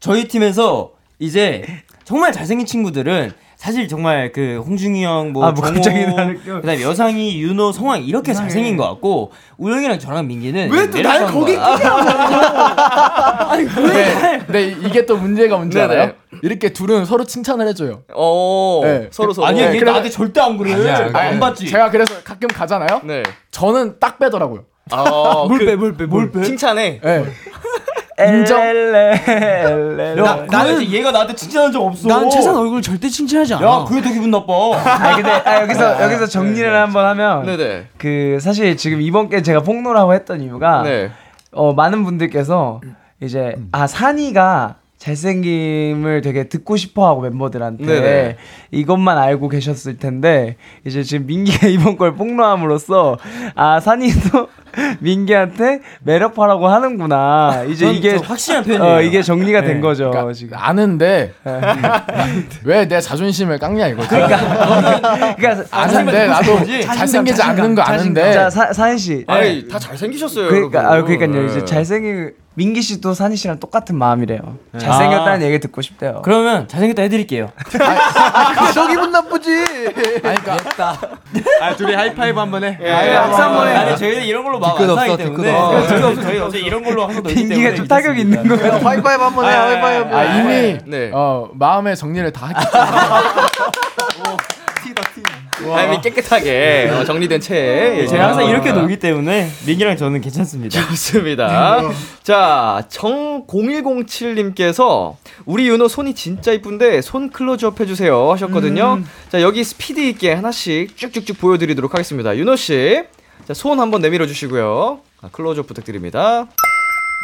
[SPEAKER 7] 저희 팀에서 이제 정말 잘생긴 친구들은 사실 정말 그 홍중이 형, 뭐,
[SPEAKER 4] 아, 뭐
[SPEAKER 7] 정호,
[SPEAKER 4] 갑자기 나를 껴-
[SPEAKER 7] 그다음에 여상이, 윤호, 성황 이렇게 잘생긴 것 같고 우영이랑 저랑 민기는
[SPEAKER 9] 왜또 나를 거기
[SPEAKER 3] 아.
[SPEAKER 7] 아니
[SPEAKER 9] 근데, 근데 이게 또 문제가 뭔지
[SPEAKER 7] 네네.
[SPEAKER 9] 알아요? 이렇게 둘은 서로 칭찬을 해줘요.
[SPEAKER 2] 어
[SPEAKER 9] 네.
[SPEAKER 2] 서로 서로
[SPEAKER 9] 아니, 얘 나한테
[SPEAKER 7] 절대 안
[SPEAKER 9] 그래.
[SPEAKER 2] 아니야,
[SPEAKER 9] 아니,
[SPEAKER 2] 안 봤지.
[SPEAKER 9] 제가 그래서 가끔 가잖아요.
[SPEAKER 2] 네.
[SPEAKER 9] 저는 딱 빼더라고요.
[SPEAKER 2] 아,
[SPEAKER 9] 물
[SPEAKER 2] 그-
[SPEAKER 9] 빼, 물 빼, 물 빼.
[SPEAKER 2] 칭찬해.
[SPEAKER 9] 예.
[SPEAKER 4] 인정.
[SPEAKER 7] 야, 나는 얘가 나한테 칭찬한 적 없어.
[SPEAKER 4] 난 최상
[SPEAKER 7] 얼굴 절대 칭찬하지
[SPEAKER 4] 않아.
[SPEAKER 7] 야, 그게 더 기분 나빠.
[SPEAKER 4] 아 근데 아, 여기서
[SPEAKER 9] 네.
[SPEAKER 4] 여기서 정리를 한번 하면
[SPEAKER 2] 네네.
[SPEAKER 4] 그 사실 지금 이번 게 제가 폭로라고 했던 이유가
[SPEAKER 9] 네.
[SPEAKER 4] 어, 많은 분들께서 이제
[SPEAKER 7] 음.
[SPEAKER 4] 아 산이가 잘생김을 되게 듣고 싶어하고 멤버들한테
[SPEAKER 2] 네네.
[SPEAKER 4] 이것만 알고 계셨을 텐데 이제 지금 민기가 이번 걸 폭로함으로써 아 산이도 민기한테 매력파라고 하는구나 아, 이제
[SPEAKER 9] 전-
[SPEAKER 4] 이게
[SPEAKER 9] 저 확실한 표현이에요.
[SPEAKER 4] 어, 이게 정리가 된
[SPEAKER 9] 네.
[SPEAKER 4] 거죠
[SPEAKER 9] 그러니까
[SPEAKER 4] 지금
[SPEAKER 9] 아는데 왜 내 자존심을 깎냐 이거죠.
[SPEAKER 4] 그러니까
[SPEAKER 9] 아는데 나도 잘생기지 않는 거 아는데.
[SPEAKER 4] 자 사, 사인 씨
[SPEAKER 2] 아니
[SPEAKER 7] 네.
[SPEAKER 2] 다 잘생기셨어요.
[SPEAKER 4] 네. 그러니까 아
[SPEAKER 2] 여러분.
[SPEAKER 4] 그러니까요
[SPEAKER 2] 네.
[SPEAKER 4] 이제 잘생긴 민기 씨도 산희 씨랑 똑같은 마음이래요. 잘생겼다는 얘기 듣고 싶대요.
[SPEAKER 7] 네. 아. 그러면 잘생겼다 해드릴게요.
[SPEAKER 6] 아, 저 기분 나쁘지.
[SPEAKER 9] 그러니까.
[SPEAKER 8] 아, 둘이 하이파이브 한번 해.
[SPEAKER 10] 아,
[SPEAKER 7] 예, 예, 박수 한번 해. 아니, 저희는 이런 걸로 막
[SPEAKER 8] 뒤끝
[SPEAKER 7] 안 싸기
[SPEAKER 8] 없어, 뒤끝
[SPEAKER 7] 때문에.
[SPEAKER 8] 없어.
[SPEAKER 7] 저희 어제- 저희 어제 이런 걸로 한번더
[SPEAKER 4] 민기가 좀 타격이 있는 거예요.
[SPEAKER 6] 네. 하이파이브 한번 해. 하이파이브.
[SPEAKER 9] 아, 이미 어, 마음의 정리를 다 했기
[SPEAKER 2] 아니 깨끗하게 어, 정리된 채. 예,
[SPEAKER 7] 네. 제가 항상 이렇게
[SPEAKER 2] 아.
[SPEAKER 7] 놀기 때문에 민기랑 저는 괜찮습니다.
[SPEAKER 2] 좋습니다. 자, 정0107님께서 우리 윤호 손이 진짜 이쁜데 손 클로즈업 해주세요 하셨거든요.
[SPEAKER 7] 음.
[SPEAKER 2] 자, 여기 스피드 있게 하나씩 쭉쭉쭉 보여드리도록 하겠습니다. 윤호 씨, 자, 손 한번 내밀어 주시고요. 아, 클로즈업 부탁드립니다.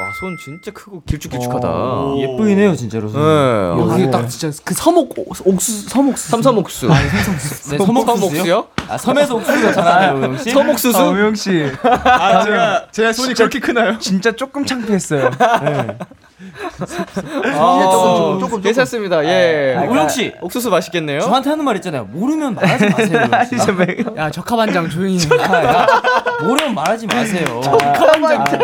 [SPEAKER 2] 와, 손 진짜 크고 길쭉길쭉하다.
[SPEAKER 7] 오. 예쁘긴 해요, 진짜로. 손.
[SPEAKER 2] 네.
[SPEAKER 10] 여기 딱 진짜 그 서목 옥수- 옥수 서목수
[SPEAKER 2] 삼삼옥수.
[SPEAKER 10] 아니 삼삼옥수
[SPEAKER 2] 네, 서목수요?
[SPEAKER 7] 아, 섬에서 옥수수 같잖아요, 오영 씨.
[SPEAKER 2] 서목수수?
[SPEAKER 4] 아, 오영 씨.
[SPEAKER 8] 아, 제가 제 손이 그렇게 크나요?
[SPEAKER 4] 진짜 조금 창피했어요.
[SPEAKER 7] 네.
[SPEAKER 2] 아,
[SPEAKER 7] 예, 조금, 조금,
[SPEAKER 2] 괜찮습니다. 예.
[SPEAKER 7] 아, 우영 씨.
[SPEAKER 2] 옥수수 맛있겠네요.
[SPEAKER 7] 저한테 하는 말 있잖아요. 모르면 말하지 마세요. 우영 씨.
[SPEAKER 10] 야 적합한장 조용히 해.
[SPEAKER 7] 모르면 말하지 마세요.
[SPEAKER 4] 아,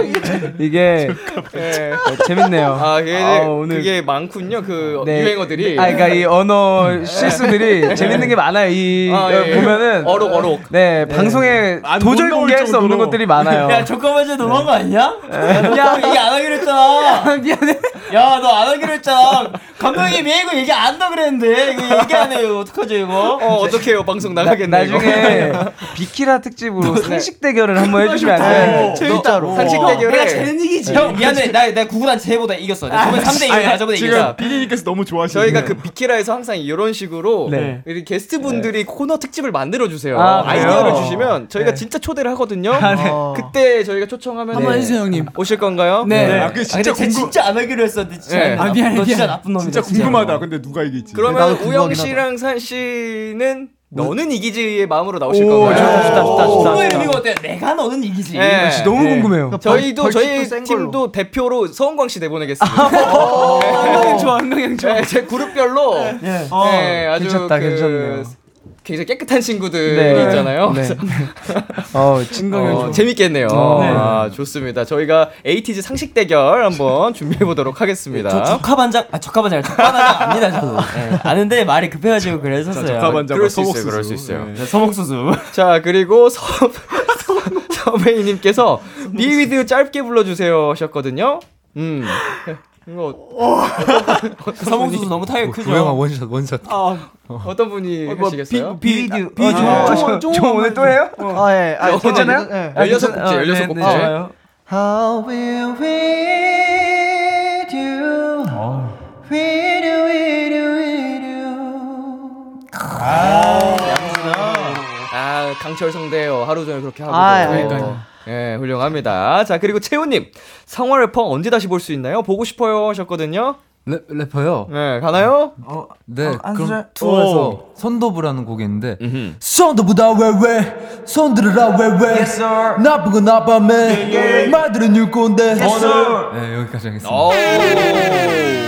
[SPEAKER 4] 이게 예, 재밌네요.
[SPEAKER 2] 아, 그게,
[SPEAKER 4] 아, 오늘-
[SPEAKER 2] 그게 많군요. 그
[SPEAKER 4] 네.
[SPEAKER 2] 유행어들이. 네.
[SPEAKER 4] 아, 그러니까 이 언어 실수들이 재밌는 게 많아요. 이
[SPEAKER 2] 아, 예, 예.
[SPEAKER 4] 보면은
[SPEAKER 2] 어록, 어록.
[SPEAKER 4] 네, 방송에
[SPEAKER 2] 안
[SPEAKER 4] 도저히
[SPEAKER 2] 못 나올
[SPEAKER 4] 공개할 수 없는
[SPEAKER 2] 정도로.
[SPEAKER 4] 것들이 많아요.
[SPEAKER 7] 야, 조카만지 너무한 거 아니야?
[SPEAKER 2] 네.
[SPEAKER 7] 야,
[SPEAKER 4] 야.
[SPEAKER 7] 너 얘기 안 하기로 했잖아. 미안해. 야, 너 안 하기로 했잖아. 감독님이 이거 얘기 안 한다 그랬는데. 이거 얘기 안 해요. 어떡하죠, 이거?
[SPEAKER 2] 어, 어떡해요. 방송 나가겠네.
[SPEAKER 4] 나중에 비키라 특집으로 상식 대결을 한번 해주면 안 돼?
[SPEAKER 7] 재밌다로. 어,
[SPEAKER 2] 상식 대결에 그
[SPEAKER 7] 내가 제일 이기지. 형, 미안해. 나, 나 구구단 쟤보다 이겼어. 나 저번에 3대 1, 나 저번에 이겼어.
[SPEAKER 2] 아, 지금 비디님께서 너무 좋아하시는 저희가 그 비키라에서 항상 이런 식으로
[SPEAKER 7] 네.
[SPEAKER 2] 우리 게스트분들이 코너 특집을 만들어 주세요.
[SPEAKER 7] 아,
[SPEAKER 2] 아, 이디어를
[SPEAKER 7] 그래요? 네. 아,
[SPEAKER 2] 주시면 저희가 진짜 초대를 하거든요. 그때 저희가 초청하면
[SPEAKER 10] 한번 해주세요, 형님.
[SPEAKER 2] 네. 오실 건가요?
[SPEAKER 7] 아, 근데 진짜 진짜 안 하기로 했었는데 진짜.
[SPEAKER 2] 네.
[SPEAKER 7] 나-
[SPEAKER 2] 아, 미안해,
[SPEAKER 7] 너 진짜
[SPEAKER 2] 미안해.
[SPEAKER 7] 나쁜 놈이다.
[SPEAKER 2] 진짜
[SPEAKER 8] 궁금하다. 근데 누가 이길지.
[SPEAKER 7] 네,
[SPEAKER 2] 그러면 우영 씨랑 산 씨는 너는 이기지의 마음으로 나오실
[SPEAKER 8] 오,
[SPEAKER 2] 건가요?
[SPEAKER 8] 좋다, 좋다, 좋다, 좋다.
[SPEAKER 7] 너의 의미가 어때? 내가 너는 이기지.
[SPEAKER 2] 예. 예. 저희도
[SPEAKER 7] 벌-
[SPEAKER 2] 저희
[SPEAKER 7] 벌칙도 센
[SPEAKER 2] 팀도 대표로 서은광 씨 내보내겠습니다.
[SPEAKER 7] 한강형
[SPEAKER 2] 좋아, 한강형 좋아. 제 그룹별로 예,
[SPEAKER 4] 어,
[SPEAKER 2] 아주
[SPEAKER 4] 괜찮다,
[SPEAKER 2] 그
[SPEAKER 4] 괜찮네요.
[SPEAKER 2] 굉장히 깨끗한 친구들이
[SPEAKER 4] 네.
[SPEAKER 2] 있잖아요.
[SPEAKER 4] 네.
[SPEAKER 2] 어,
[SPEAKER 4] 친구면 좋-
[SPEAKER 2] 재밌겠네요.
[SPEAKER 4] 어, 네.
[SPEAKER 2] 아, 좋습니다. 저희가 에이티즈 상식 대결 한번 준비해 보도록 하겠습니다.
[SPEAKER 7] 저 적화반장, 아 적화반장, 적화반장 압니다 저도. 예, 아는데 말이 급해가지고 그랬었어요.
[SPEAKER 2] 자, 적화반장과 그럴 수 있어요, 소복수수. 그럴 수 있어요.
[SPEAKER 7] 네, 서먹수수.
[SPEAKER 2] 자 그리고 서 서메이님께서 비위드 짧게 불러주세요 하셨거든요. 음.
[SPEAKER 4] 네.
[SPEAKER 2] 이거
[SPEAKER 7] 서몽수수 너무 타격 크죠?
[SPEAKER 5] 뭐
[SPEAKER 7] 뭐,
[SPEAKER 5] 구형아 원샷 원샷.
[SPEAKER 2] 아, 어떤 분이 하시겠어요?
[SPEAKER 7] 비-
[SPEAKER 2] 아,
[SPEAKER 4] 비-
[SPEAKER 2] 아,
[SPEAKER 4] 저- 저 오늘 또 해요?
[SPEAKER 6] 아, 예. 아,
[SPEAKER 2] 어, 괜찮아요?
[SPEAKER 6] 예.
[SPEAKER 2] 아, 열여섯 곡지,
[SPEAKER 5] 네,
[SPEAKER 2] 열여섯 곡지.
[SPEAKER 6] How will we do?
[SPEAKER 5] 아.
[SPEAKER 6] We do, we do, we do.
[SPEAKER 2] 아 강철 성대요. 하루 종일 그렇게 하고.
[SPEAKER 6] 아,
[SPEAKER 2] 예,
[SPEAKER 6] 그러니까요.
[SPEAKER 2] 예, 훌륭합니다. 자 그리고 채우님 상화 래퍼 언제 다시 볼 수 있나요? 보고 싶어요 하셨거든요.
[SPEAKER 5] 래, 래퍼요.
[SPEAKER 2] 네 가나요?
[SPEAKER 5] 네
[SPEAKER 2] 한
[SPEAKER 5] 그럼
[SPEAKER 2] 소절?
[SPEAKER 5] 투어에서
[SPEAKER 2] 오.
[SPEAKER 5] 손도부라는 곡이 있는데 손도부다 왜왜 손들으라 왜왜 나쁜 건 나빠매
[SPEAKER 6] 예,
[SPEAKER 5] 말들은 율꼰데
[SPEAKER 2] Yes, sir.
[SPEAKER 5] 네 여기까지 하겠습니다.
[SPEAKER 2] 오. 네.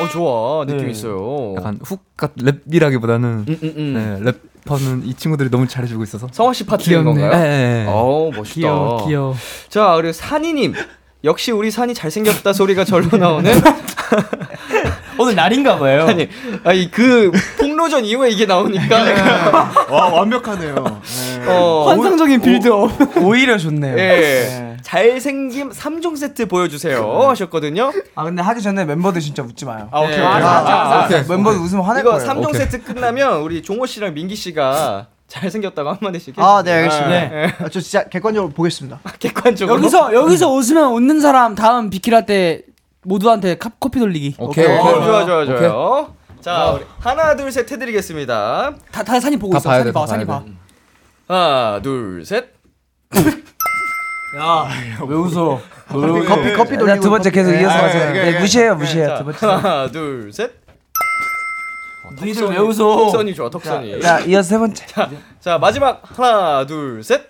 [SPEAKER 2] 어 좋아
[SPEAKER 5] 네.
[SPEAKER 2] 느낌 있어요. 음,
[SPEAKER 5] 약간 훅 랩이라기보다는 네, 래퍼는 이 친구들이 너무 잘해주고 있어서
[SPEAKER 2] 성화 씨 파트인
[SPEAKER 5] 귀엽네.
[SPEAKER 2] 건가요?
[SPEAKER 5] 예, 예.
[SPEAKER 2] 어 멋있다.
[SPEAKER 5] 귀여워, 귀여워.
[SPEAKER 2] 자 그리고 산이님 역시 우리 산이 잘생겼다 소리가 절로 나오는
[SPEAKER 7] 오늘 날인가 봐요.
[SPEAKER 2] 아니 아니 그 폭로전 이후에 이게 나오니까
[SPEAKER 8] 네. 와 완벽하네요.
[SPEAKER 2] 어,
[SPEAKER 4] 환상적인 빌드업. 오히려 좋네요.
[SPEAKER 2] 예. 잘생김 3종 세트
[SPEAKER 4] 네.
[SPEAKER 2] 보여주세요 하셨거든요.
[SPEAKER 4] 아 근데 하기 전에 멤버들 진짜 웃지 마요.
[SPEAKER 2] 아, 오케이.
[SPEAKER 4] 예.
[SPEAKER 2] 오케이.
[SPEAKER 4] 아,
[SPEAKER 2] 아, 아,
[SPEAKER 4] 진짜.
[SPEAKER 2] 오케이.
[SPEAKER 4] 멤버들 웃으면 화낼
[SPEAKER 2] 이거
[SPEAKER 4] 거예요.
[SPEAKER 2] 3종
[SPEAKER 4] 오케이.
[SPEAKER 2] 세트 끝나면 우리 종호 씨랑 민기 씨가 잘생겼다고 한마디씩 해주세요.
[SPEAKER 6] 아, 네, 알겠습니다.
[SPEAKER 2] 네.
[SPEAKER 6] 아, 저 진짜 객관적으로 보겠습니다.
[SPEAKER 2] 객관적으로.
[SPEAKER 10] 여기서 여기서 웃으면 웃는 사람 다음 비키라 때 모두한테 컵- 커피 돌리기.
[SPEAKER 2] 어, 좋아 좋아 좋아요. 자, 우리 하나 둘 셋 해드리겠습니다.
[SPEAKER 10] 다다 산이 보고
[SPEAKER 2] 다
[SPEAKER 10] 있어.
[SPEAKER 2] 봐야
[SPEAKER 10] 산이
[SPEAKER 2] 돼,
[SPEAKER 10] 봐.
[SPEAKER 2] 다
[SPEAKER 10] 산이
[SPEAKER 2] 봐야
[SPEAKER 10] 봐.
[SPEAKER 2] 하나 둘 셋.
[SPEAKER 7] 야,
[SPEAKER 4] 왜 웃어?
[SPEAKER 2] 왜 웃어?
[SPEAKER 4] 야, 두 번째 계속 이어서 가세요. 네, 무시해요, 무시해요.
[SPEAKER 2] 자,
[SPEAKER 4] 두 번째.
[SPEAKER 2] 하나 둘 셋.
[SPEAKER 10] 아,
[SPEAKER 7] 너희들 왜 웃어?
[SPEAKER 2] 턱선이 좋아 턱선이.
[SPEAKER 4] 자, 이어서 세 번째.
[SPEAKER 2] 자, 자 마지막 하나 둘 셋.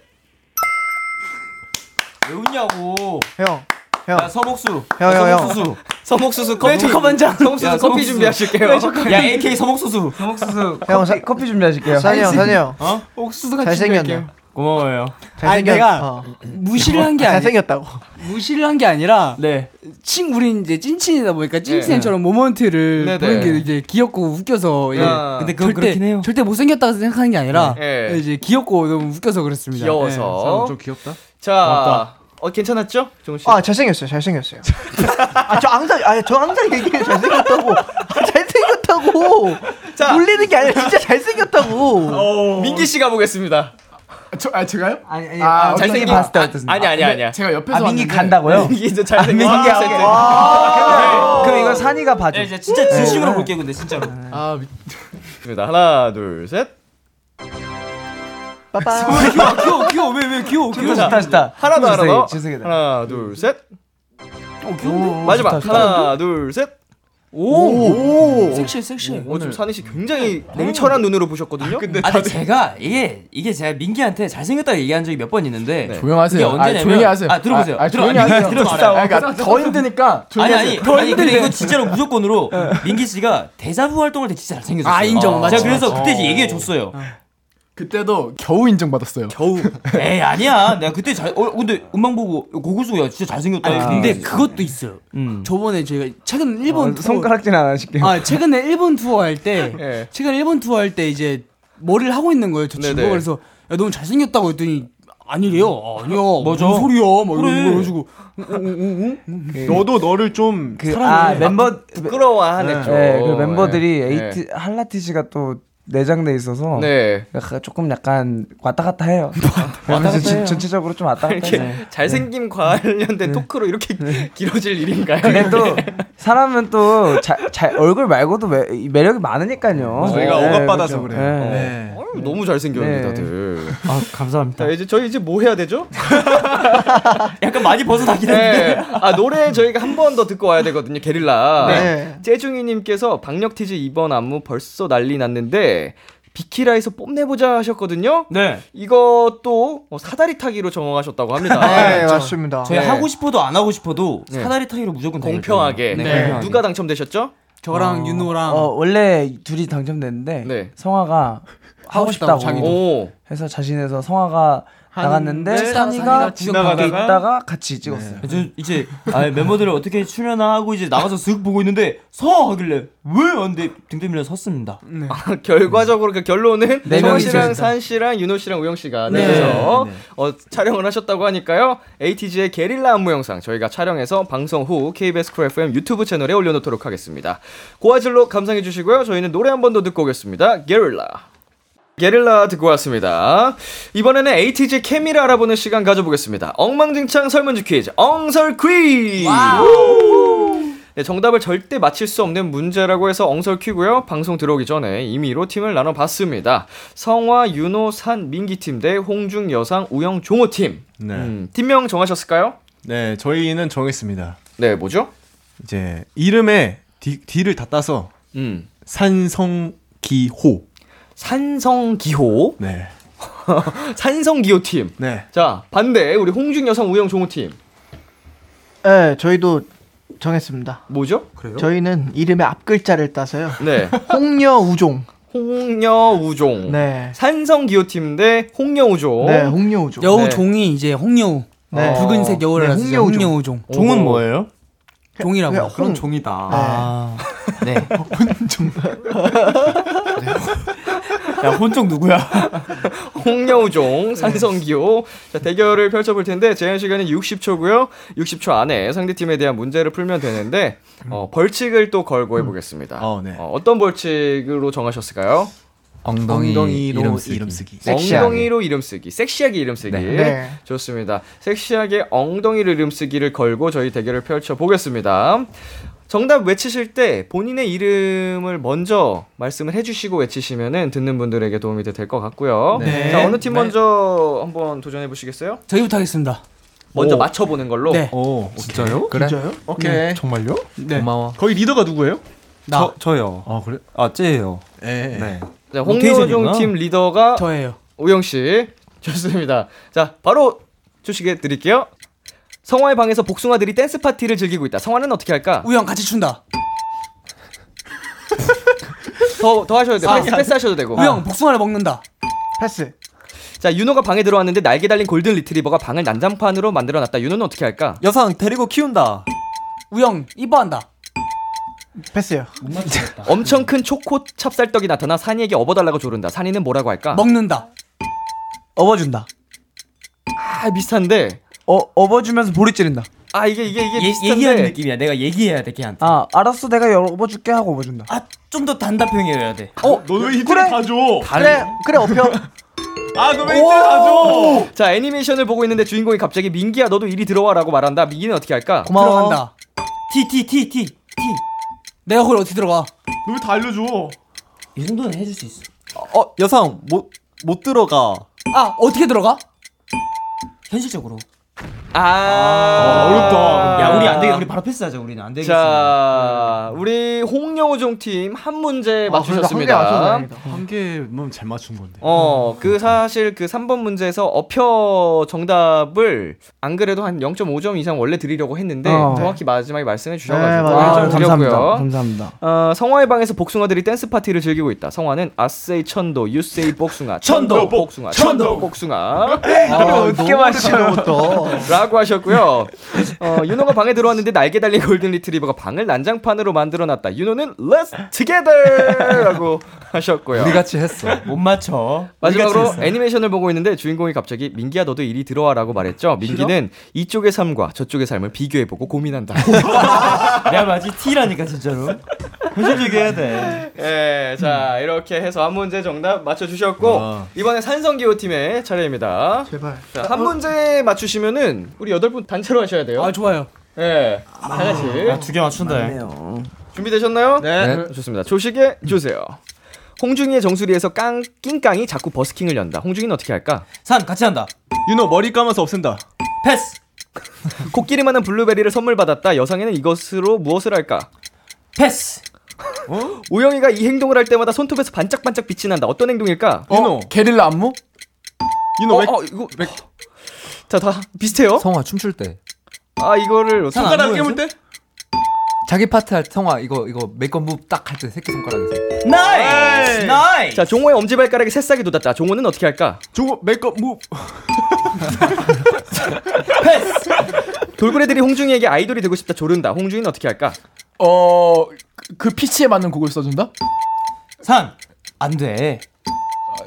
[SPEAKER 7] 왜 웃냐고.
[SPEAKER 6] 형.
[SPEAKER 7] 형. 야, 서목수.
[SPEAKER 6] 형, 형, 형.
[SPEAKER 7] 서목수수.
[SPEAKER 2] 서목수수
[SPEAKER 7] 커피.
[SPEAKER 2] 서목수수 커피 준비하실게요.
[SPEAKER 7] 야, AK 서목수수.
[SPEAKER 4] 서목수수. 형 사- 커피 준비하실게요.
[SPEAKER 6] 산이 형, 산이 형.
[SPEAKER 7] 어?
[SPEAKER 10] 옥수수가
[SPEAKER 6] 잘생겼네.
[SPEAKER 7] 고마워요.
[SPEAKER 10] 아니
[SPEAKER 6] 잘생겼-
[SPEAKER 10] 내가
[SPEAKER 6] 어.
[SPEAKER 10] 무시를 한 게 아니
[SPEAKER 6] 잘생겼다고.
[SPEAKER 10] 무시를 한 게 아니라
[SPEAKER 7] 네.
[SPEAKER 10] 친 우린 이제 찐친이다
[SPEAKER 4] 네.
[SPEAKER 10] 보니까
[SPEAKER 4] 예,
[SPEAKER 10] 찐친처럼 모먼트를
[SPEAKER 7] 네,
[SPEAKER 10] 보는
[SPEAKER 7] 네.
[SPEAKER 10] 게 이제 귀엽고 웃겨서 예.
[SPEAKER 7] 아, 근데 그건
[SPEAKER 10] 절대
[SPEAKER 7] 그렇긴 해요.
[SPEAKER 10] 절대 못생겼다고 생각하는 게 아니라
[SPEAKER 2] 뭐 네.
[SPEAKER 10] 예, 이제 귀엽고 너무 웃겨서 그렇습니다.
[SPEAKER 2] 귀여워서.
[SPEAKER 8] 귀엽다.
[SPEAKER 2] 자, 어 괜찮았죠, 종호 씨?
[SPEAKER 6] 아, 잘생겼어요. 잘생겼어요. 아, 저 항상, 아, 저 항상 얘기해. 잘생겼다고. 아, 잘생겼다고. 놀리는 게 아니라 진짜
[SPEAKER 5] 어.
[SPEAKER 6] 잘생겼다고.
[SPEAKER 2] 민기 씨가 보겠습니다.
[SPEAKER 9] 저, 아 제가요?
[SPEAKER 4] 아니 아니.
[SPEAKER 9] 아, 어떤
[SPEAKER 2] 잘생긴
[SPEAKER 9] 게 봤을 때
[SPEAKER 2] 아,
[SPEAKER 9] 어땠습니까?
[SPEAKER 2] 아니 아니
[SPEAKER 9] 아,
[SPEAKER 2] 아니야.
[SPEAKER 9] 제가 옆에서
[SPEAKER 4] 아, 민기
[SPEAKER 9] 왔는데-
[SPEAKER 4] 간다고요?
[SPEAKER 2] 이게 이제
[SPEAKER 4] 아, 민기
[SPEAKER 2] 잘생긴
[SPEAKER 4] 아,
[SPEAKER 2] 세트.
[SPEAKER 4] 아, 그럼 이거 산이가 봐줘. 네.
[SPEAKER 7] 야, 네, 이제 진짜 진심으로 볼게 근데 진짜로.
[SPEAKER 9] 아,
[SPEAKER 2] 좋습니다. 하나, 둘, 셋.
[SPEAKER 7] 귀여워, 귀여워, 귀여워. 왜, 왜 귀여워, 귀여워.
[SPEAKER 2] 좋다, 좋다. 하나 더, 하나 더. 하나, 둘, 셋. 마지막
[SPEAKER 7] 좋다, 좋다.
[SPEAKER 2] 하나, 둘, 셋.
[SPEAKER 7] 오,
[SPEAKER 2] 오.
[SPEAKER 7] 섹시해, 섹시해. 네.
[SPEAKER 2] 오, 지금 산희 씨 굉장히 냉철한 눈으로 보셨거든요.
[SPEAKER 7] 근데 아, 근데 제가 이게 이게 제가 민기한테 잘생겼다고 얘기한 적이 몇 번 있는데
[SPEAKER 9] 조용하세요.
[SPEAKER 7] 이게 언제냐면
[SPEAKER 9] 아, 조용히 하세요.
[SPEAKER 7] 아, 들어보세요.
[SPEAKER 9] 아, 아,
[SPEAKER 7] 들어,
[SPEAKER 9] 조용히
[SPEAKER 7] 아니,
[SPEAKER 9] 하세요.
[SPEAKER 7] 들어
[SPEAKER 9] 싸워.
[SPEAKER 7] 말아요.
[SPEAKER 9] 그러니까 더 힘드니까 조용히
[SPEAKER 7] 아니
[SPEAKER 9] 하세요.
[SPEAKER 7] 아니
[SPEAKER 9] 더
[SPEAKER 7] 아니 근데
[SPEAKER 9] 힘든데. 네.
[SPEAKER 7] 이거 진짜로 무조건으로 민기 씨가 대사부 활동할 때 진짜 잘생겼어요.
[SPEAKER 9] 아, 인정, 맞지,
[SPEAKER 7] 제가 그래서
[SPEAKER 9] 맞지.
[SPEAKER 7] 그때 이제
[SPEAKER 9] 어.
[SPEAKER 7] 얘기해 줬어요.
[SPEAKER 9] 그때도 겨우 인정받았어요.
[SPEAKER 7] 겨우. 에이 아니야. 내가 그때 잘. 어 근데 음방 보고 고고수 야 진짜 잘생겼다.
[SPEAKER 10] 아니,
[SPEAKER 7] 이렇게
[SPEAKER 10] 근데
[SPEAKER 7] 얘기했어요.
[SPEAKER 10] 그것도 있어요.
[SPEAKER 7] 음.
[SPEAKER 10] 저번에 저희가 최근 일본
[SPEAKER 4] 어,
[SPEAKER 10] 투어-
[SPEAKER 4] 손가락질 안 하실게요.
[SPEAKER 10] 음. 아 최근에 일본 투어 할 때 최근에 일본 투어 할 때 이제 머리를 하고 있는 거예요 저 친구가
[SPEAKER 4] 네네.
[SPEAKER 10] 그래서 야 너무 잘생겼다고 했더니 아니래요 어,
[SPEAKER 7] 음.
[SPEAKER 10] 아니야
[SPEAKER 8] 어,
[SPEAKER 7] 뭐
[SPEAKER 10] 뭔
[SPEAKER 4] 맞아.
[SPEAKER 10] 소리야 막
[SPEAKER 4] 그래.
[SPEAKER 10] 이런 거 해주고
[SPEAKER 8] 너도 너를 좀
[SPEAKER 4] 그, 아
[SPEAKER 8] 사랑해.
[SPEAKER 4] 멤버
[SPEAKER 2] 부끄러워하네, 좀.
[SPEAKER 4] 네, 그 멤버들이
[SPEAKER 2] 네.
[SPEAKER 4] 에이티 할라티 씨가 또 내장돼 있어서
[SPEAKER 2] 네.
[SPEAKER 4] 약간 조금 약간 왔다 갔다 해요.
[SPEAKER 7] 아,
[SPEAKER 4] 그래서
[SPEAKER 2] 왔다 갔다 네.
[SPEAKER 4] 지-
[SPEAKER 2] 해요.
[SPEAKER 4] 전체적으로 좀 왔다 갔다
[SPEAKER 2] 이렇게
[SPEAKER 7] 네.
[SPEAKER 4] 해요.
[SPEAKER 2] 잘생김 관련된 토크로 이렇게 길어질 일인가요?
[SPEAKER 4] 근데 또
[SPEAKER 7] 네.
[SPEAKER 4] 네. 사람은 또 잘 얼굴 말고도 매, 이 매력이 많으니까요.
[SPEAKER 2] 저희가
[SPEAKER 4] 네,
[SPEAKER 2] 억압받아서
[SPEAKER 4] 그렇죠.
[SPEAKER 2] 어, 그래요.
[SPEAKER 4] 네.
[SPEAKER 2] 어. 어휴, 너무 잘생겼네
[SPEAKER 4] 네.
[SPEAKER 2] 다들.
[SPEAKER 7] 아 감사합니다.
[SPEAKER 2] 자 이제 저희 이제 뭐 해야 되죠?
[SPEAKER 7] 약간 많이 벗어나긴
[SPEAKER 2] 했는데. 아 노래 저희가 한 번 더 듣고 와야 되거든요. 게릴라.
[SPEAKER 7] 네.
[SPEAKER 2] 재중이님께서 박력티즈 이번 안무 벌써 난리 났는데 비키라에서 뽐내보자 하셨거든요.
[SPEAKER 7] 네.
[SPEAKER 2] 이것도 어, 사다리 타기로 정하셨다고 합니다.
[SPEAKER 6] 네, 맞습니다.
[SPEAKER 7] 저희 하고 싶어도 안 하고 싶어도
[SPEAKER 2] 네.
[SPEAKER 7] 사다리 타기로 무조건
[SPEAKER 2] 공평하게.
[SPEAKER 7] 달려요.
[SPEAKER 2] 네. 누가 당첨되셨죠?
[SPEAKER 4] 어, 어, 원래 둘이 당첨됐는데 성화가 하고 싶다고
[SPEAKER 10] 자기도.
[SPEAKER 4] 오. 해서 자신에서 성화가
[SPEAKER 10] 뭐
[SPEAKER 4] 나갔는데
[SPEAKER 10] 하는데
[SPEAKER 4] 산이가
[SPEAKER 10] 산이가
[SPEAKER 4] 지금 밖에
[SPEAKER 7] 지나가다가
[SPEAKER 4] 있다가 같이 찍었어요.
[SPEAKER 10] 네.
[SPEAKER 7] 저 이제 아, 멤버들을 어떻게 출연하나 하고 이제 나가서 쓱 보고 있는데 서 하길래 왜 안돼 등등이랑 섰습니다.
[SPEAKER 10] 네.
[SPEAKER 2] 아, 결과적으로 그 결론은
[SPEAKER 7] 네
[SPEAKER 2] 정
[SPEAKER 7] 명이
[SPEAKER 2] 씨랑
[SPEAKER 7] 있습니다.
[SPEAKER 2] 산 씨랑 윤호 씨랑 우영 씨가
[SPEAKER 7] 네.
[SPEAKER 2] 내서 어, 촬영을 하셨다고 하니까요. ATG의 게릴라 안무 영상 저희가 촬영해서 방송 후 KBS 쿨 FM 유튜브 채널에 올려놓도록 하겠습니다. 고화질로 감상해 주시고요. 저희는 노래 한 번 더 듣고 오겠습니다. 게릴라. 게릴라 듣고 왔습니다. 이번에는 ATG 케미를 알아보는 시간 가져보겠습니다. 엉망진창 설문지 퀴즈, 엉설 퀴즈! 네, 정답을 절대 맞힐 수 없는 문제라고 해서 엉설 퀴고요. 방송 들어오기 전에 임의로 팀을 나눠봤습니다. 성화, 윤호, 산, 민기 팀 대 홍중, 여상, 우영, 종호 팀. 음,
[SPEAKER 8] 네.
[SPEAKER 2] 팀명 정하셨을까요?
[SPEAKER 8] 네, 저희는 정했습니다.
[SPEAKER 2] 네, 뭐죠?
[SPEAKER 8] 이제 이름에 D, D를 다 따서
[SPEAKER 2] 음.
[SPEAKER 8] 산성기호.
[SPEAKER 2] 산성기호.
[SPEAKER 8] 네.
[SPEAKER 2] 산성기호 팀.
[SPEAKER 8] 네.
[SPEAKER 2] 자, 반대 우리 홍중, 여상, 우영, 종호 팀.
[SPEAKER 6] 네, 저희도 정했습니다.
[SPEAKER 2] 뭐죠?
[SPEAKER 6] 저희는 이름의 앞 글자를 따서요.
[SPEAKER 2] 네.
[SPEAKER 6] 홍녀 우종.
[SPEAKER 2] 홍녀우종.
[SPEAKER 6] 네.
[SPEAKER 2] 산성기호 팀 대 홍녀우종.
[SPEAKER 6] 네, 홍녀우종.
[SPEAKER 10] 여우종이 이제 홍여우. 어,
[SPEAKER 2] 네.
[SPEAKER 10] 붉은색 여우를
[SPEAKER 2] 네,
[SPEAKER 10] 네, 홍여우
[SPEAKER 2] 홍여우종.
[SPEAKER 10] 홍여우종.
[SPEAKER 2] 종은 뭐예요?
[SPEAKER 10] 종이라고.
[SPEAKER 11] 그냥 그런 종이다.
[SPEAKER 10] 아.
[SPEAKER 7] 네. 혼종. 야 혼종 누구야?
[SPEAKER 5] 네.
[SPEAKER 2] 홍여우종, 산성기호. 자, 대결을 펼쳐볼 텐데, 제한 시간이 60초고요 60초 안에 상대팀에 대한 문제를 풀면 되는데, 어,
[SPEAKER 5] 음.
[SPEAKER 2] 벌칙을 또 걸고 해보겠습니다. 어, 떤 벌칙으로 정하셨을까요?
[SPEAKER 5] 네. 엉덩이
[SPEAKER 8] 엉덩이로
[SPEAKER 5] 이름 쓰기.
[SPEAKER 8] 이름 쓰기.
[SPEAKER 5] 섹시하게.
[SPEAKER 2] 엉덩이로 이름 쓰기. 섹시하게 이름 쓰기.
[SPEAKER 5] 네. 네.
[SPEAKER 2] 좋습니다. 섹시하게 엉덩이로 이름 쓰기를 걸고 저희 대결을 펼쳐보겠습니다. 정답 외치실 때 본인의 이름을 먼저 말씀을 해주시고 외치시면은 듣는 분들에게 도움이 될 것 같고요.
[SPEAKER 10] 네.
[SPEAKER 2] 자 어느 팀
[SPEAKER 10] 네.
[SPEAKER 2] 먼저 한번 도전해 보시겠어요?
[SPEAKER 10] 저희부터 하겠습니다.
[SPEAKER 2] 먼저
[SPEAKER 10] 오.
[SPEAKER 2] 맞춰보는 걸로.
[SPEAKER 10] 네.
[SPEAKER 2] 오,
[SPEAKER 11] 진짜요?
[SPEAKER 2] 그래.
[SPEAKER 8] 오케이.
[SPEAKER 11] 네. 정말요?
[SPEAKER 10] 네.
[SPEAKER 11] 고마워.
[SPEAKER 8] 음, 거기 리더가 누구예요?
[SPEAKER 10] 나.
[SPEAKER 11] 저, 저요. 아, 그래? 아, 쟤예요.
[SPEAKER 8] 예.
[SPEAKER 11] 네.
[SPEAKER 2] 자, 홍효종 팀 리더가
[SPEAKER 10] 저예요.
[SPEAKER 2] 우영 씨. 좋습니다. 자, 바로 주시게 드릴게요. 성화의 방에서 복숭아들이 댄스 파티를 즐기고 있다. 성화는 어떻게 할까?
[SPEAKER 10] 우영 같이 춘다.
[SPEAKER 2] 더, 더 하셔도 돼요.
[SPEAKER 10] 아,
[SPEAKER 2] 패스, 패스 하셔도 되고.
[SPEAKER 10] 우영 복숭아를 먹는다.
[SPEAKER 6] 패스.
[SPEAKER 2] 자, 윤호가 방에 들어왔는데 날개 달린 골든 리트리버가 방을 난장판으로 만들어 놨다. 윤호는 어떻게 할까?
[SPEAKER 11] 여상 데리고 키운다.
[SPEAKER 10] 우영 이뻐한다.
[SPEAKER 6] 패스요.
[SPEAKER 2] 엄청 큰 초코 찹쌀떡이 나타나 산이에게 업어달라고 조른다. 산이는 뭐라고
[SPEAKER 4] 아.
[SPEAKER 2] 할까?
[SPEAKER 10] 먹는다. 업어준다.
[SPEAKER 2] 아, 비슷한데.
[SPEAKER 4] 어, 업어주면서 볼이 찌른다.
[SPEAKER 2] 아 이게 이게 이게
[SPEAKER 7] 예, 얘기하는 느낌이야. 내가 얘기해야 돼 걔한테.
[SPEAKER 4] 아, 알았어. 내가 열어 업어줄게 하고 업어준다.
[SPEAKER 7] 아, 좀 더 단답형이어야 돼.
[SPEAKER 4] 어,
[SPEAKER 8] 너왜 이틀 그래. 다 줘?
[SPEAKER 6] 그래, 그래, 업혀.
[SPEAKER 8] 아, 너왜 이틀 다 줘?
[SPEAKER 2] 자 애니메이션을 보고 있는데 주인공이 갑자기 민기야 너도 이리 들어와라고 말한다. 민기는 어떻게 할까?
[SPEAKER 10] 들어간다. T T T T T. 내가 거기 어떻게 들어가?
[SPEAKER 8] 너 왜 다 알려줘?
[SPEAKER 7] 이 정도는 해줄 수 있어.
[SPEAKER 11] 어, 여상 못, 못 들어가.
[SPEAKER 10] 아 어떻게 들어가?
[SPEAKER 7] 현실적으로.
[SPEAKER 2] 아,
[SPEAKER 7] 어렵다. 야, 우리 안 되겠. 우리 바로 패스하자. 우리는 안 되겠어.
[SPEAKER 2] 자, 우리 홍영호종 팀 한 문제 맞추셨습니다.
[SPEAKER 8] 한개면 잘 맞춘 건데.
[SPEAKER 2] 어, 그 사실 그 3번 문제에서 어표 정답을 안 그래도 한 0.5점 이상 원래 드리려고 했는데
[SPEAKER 4] 어.
[SPEAKER 2] 정확히 마지막에 말씀해
[SPEAKER 4] 네,
[SPEAKER 2] 주셔가지고
[SPEAKER 4] 맞아요.
[SPEAKER 2] 점 드렸고요.
[SPEAKER 4] 감사합니다. 감사합니다.
[SPEAKER 2] 어, 성화의 방에서 복숭아들이 댄스 파티를 즐기고 있다. 성화는 아세이 천도, 유세이 복숭아, 천도 복숭아, 천도 복숭아.
[SPEAKER 4] 어떻게 맞춰요?
[SPEAKER 2] 라고 하셨고요. 어, 윤호가 방에 들어왔는데 날개 달린 골든 리트리버가 방을 난장판으로 만들어 놨다. 윤호는 Let's Together라고 하셨고요.
[SPEAKER 5] 우리 같이 했어.
[SPEAKER 7] 못 맞춰.
[SPEAKER 2] 마지막으로 애니메이션을 보고 있는데 주인공이 갑자기 민기야 너도 이리 들어와라고 말했죠. 민기는 이쪽의 삶과 저쪽의 삶을 비교해보고 고민한다.
[SPEAKER 7] 내가 맞지 T라니까 진짜로. 현실적이 해야 돼. 음.
[SPEAKER 2] 예, 자 이렇게 해서 한 문제 정답 맞춰주셨고 이번에 산성기호 팀의 차례입니다.
[SPEAKER 6] 제발.
[SPEAKER 2] 자, 한 문제 맞추시면은 우리 여덟 분 단체로 하셔야 돼요. 아
[SPEAKER 10] 좋아요.
[SPEAKER 2] 예, 다 같이.
[SPEAKER 7] 두개 맞춘다.
[SPEAKER 2] 준비되셨나요?
[SPEAKER 7] 네.
[SPEAKER 2] 좋습니다. 조식에 주세요. 홍중이의 정수리에서 깡 낑깡이 자꾸 버스킹을 연다. 홍중이는 어떻게 할까?
[SPEAKER 7] 산 같이 한다.
[SPEAKER 8] 윤호 머리 감아서 없앤다.
[SPEAKER 7] 패스.
[SPEAKER 2] 코끼리만한 블루베리를 선물 받았다. 여상에는 이것으로 무엇을 할까?
[SPEAKER 7] 패스.
[SPEAKER 8] 어?
[SPEAKER 2] 우영이가 이 행동을 할 때마다 손톱에서 반짝반짝 빛이 난다. 어떤 행동일까?
[SPEAKER 9] 윤호 게릴라 안무?
[SPEAKER 2] 어, 어, 이거 자, 다 비슷해요.
[SPEAKER 5] 성화 춤출 때.
[SPEAKER 2] 아, 이거를 어떻게-
[SPEAKER 7] 손가락 깨물
[SPEAKER 2] 때?
[SPEAKER 5] 자기 파트 할 통화 이거 이거 메이크업 딱 할 때 새끼 손가락에서.
[SPEAKER 9] 아, 예.
[SPEAKER 2] 나이스! 나이스! 자, 종호의 엄지발가락에 새싹이 돋았다. 종호는 어떻게 할까? 종호, 메이크업, 무. 패스! 돌고래들이 홍중이에게 아이돌이 되고 싶다 조른다. 홍중이는 어떻게 할까?
[SPEAKER 9] 어, 그- 그 피치에 맞는 곡을 써준다?
[SPEAKER 2] 산! 안 돼.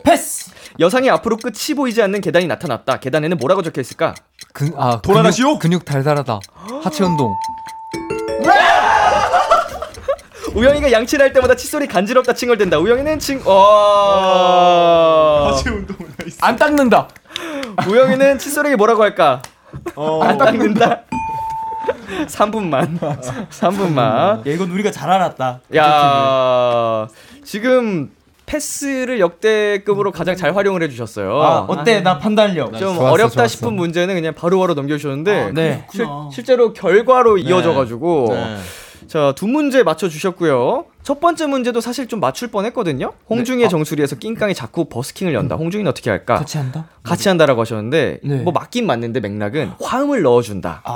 [SPEAKER 2] 패스! 여상이 앞으로 끝이 보이지 않는 계단이 나타났다. 계단에는 뭐라고 적혀 있을까?
[SPEAKER 5] 근, 아, 근육,
[SPEAKER 2] 돌아가시오?
[SPEAKER 5] 근육 달달하다. 하체 운동.
[SPEAKER 2] 우영이가 양치를 할 때마다 칫솔이 간지럽다 칭얼댄다. 우영이는 칭, 어.
[SPEAKER 8] 하체
[SPEAKER 2] 운동을 안 닦는다. 우영이는 칫솔에게 뭐라고 할까?
[SPEAKER 6] 어.
[SPEAKER 2] 안 닦는다. 3분만. 3분만. 야,
[SPEAKER 7] 이건 우리가 잘 알았다. 네.
[SPEAKER 2] 야, 지금 패스를 역대급으로 가장 잘 활용을 해주셨어요.
[SPEAKER 7] 아, 어때? 나 판단력.
[SPEAKER 2] 좀
[SPEAKER 7] 좋았어,
[SPEAKER 2] 어렵다
[SPEAKER 7] 좋았어.
[SPEAKER 2] 싶은 문제는 그냥 바로바로 넘겨주셨는데
[SPEAKER 7] 네.
[SPEAKER 2] 실, 실제로 결과로
[SPEAKER 7] 네.
[SPEAKER 2] 이어져가지고 자 두 문제 맞춰주셨고요 첫 번째 문제도 사실 좀 맞출 뻔했거든요
[SPEAKER 7] 네.
[SPEAKER 2] 홍중의
[SPEAKER 7] 어.
[SPEAKER 2] 정수리에서 낑깡이 자꾸 버스킹을 연다
[SPEAKER 7] 음.
[SPEAKER 2] 홍중이는 어떻게 할까 같이
[SPEAKER 7] 한다 네.
[SPEAKER 2] 같이 한다라고 하셨는데 뭐 맞긴 맞는데 맥락은 화음을 넣어준다
[SPEAKER 7] 아,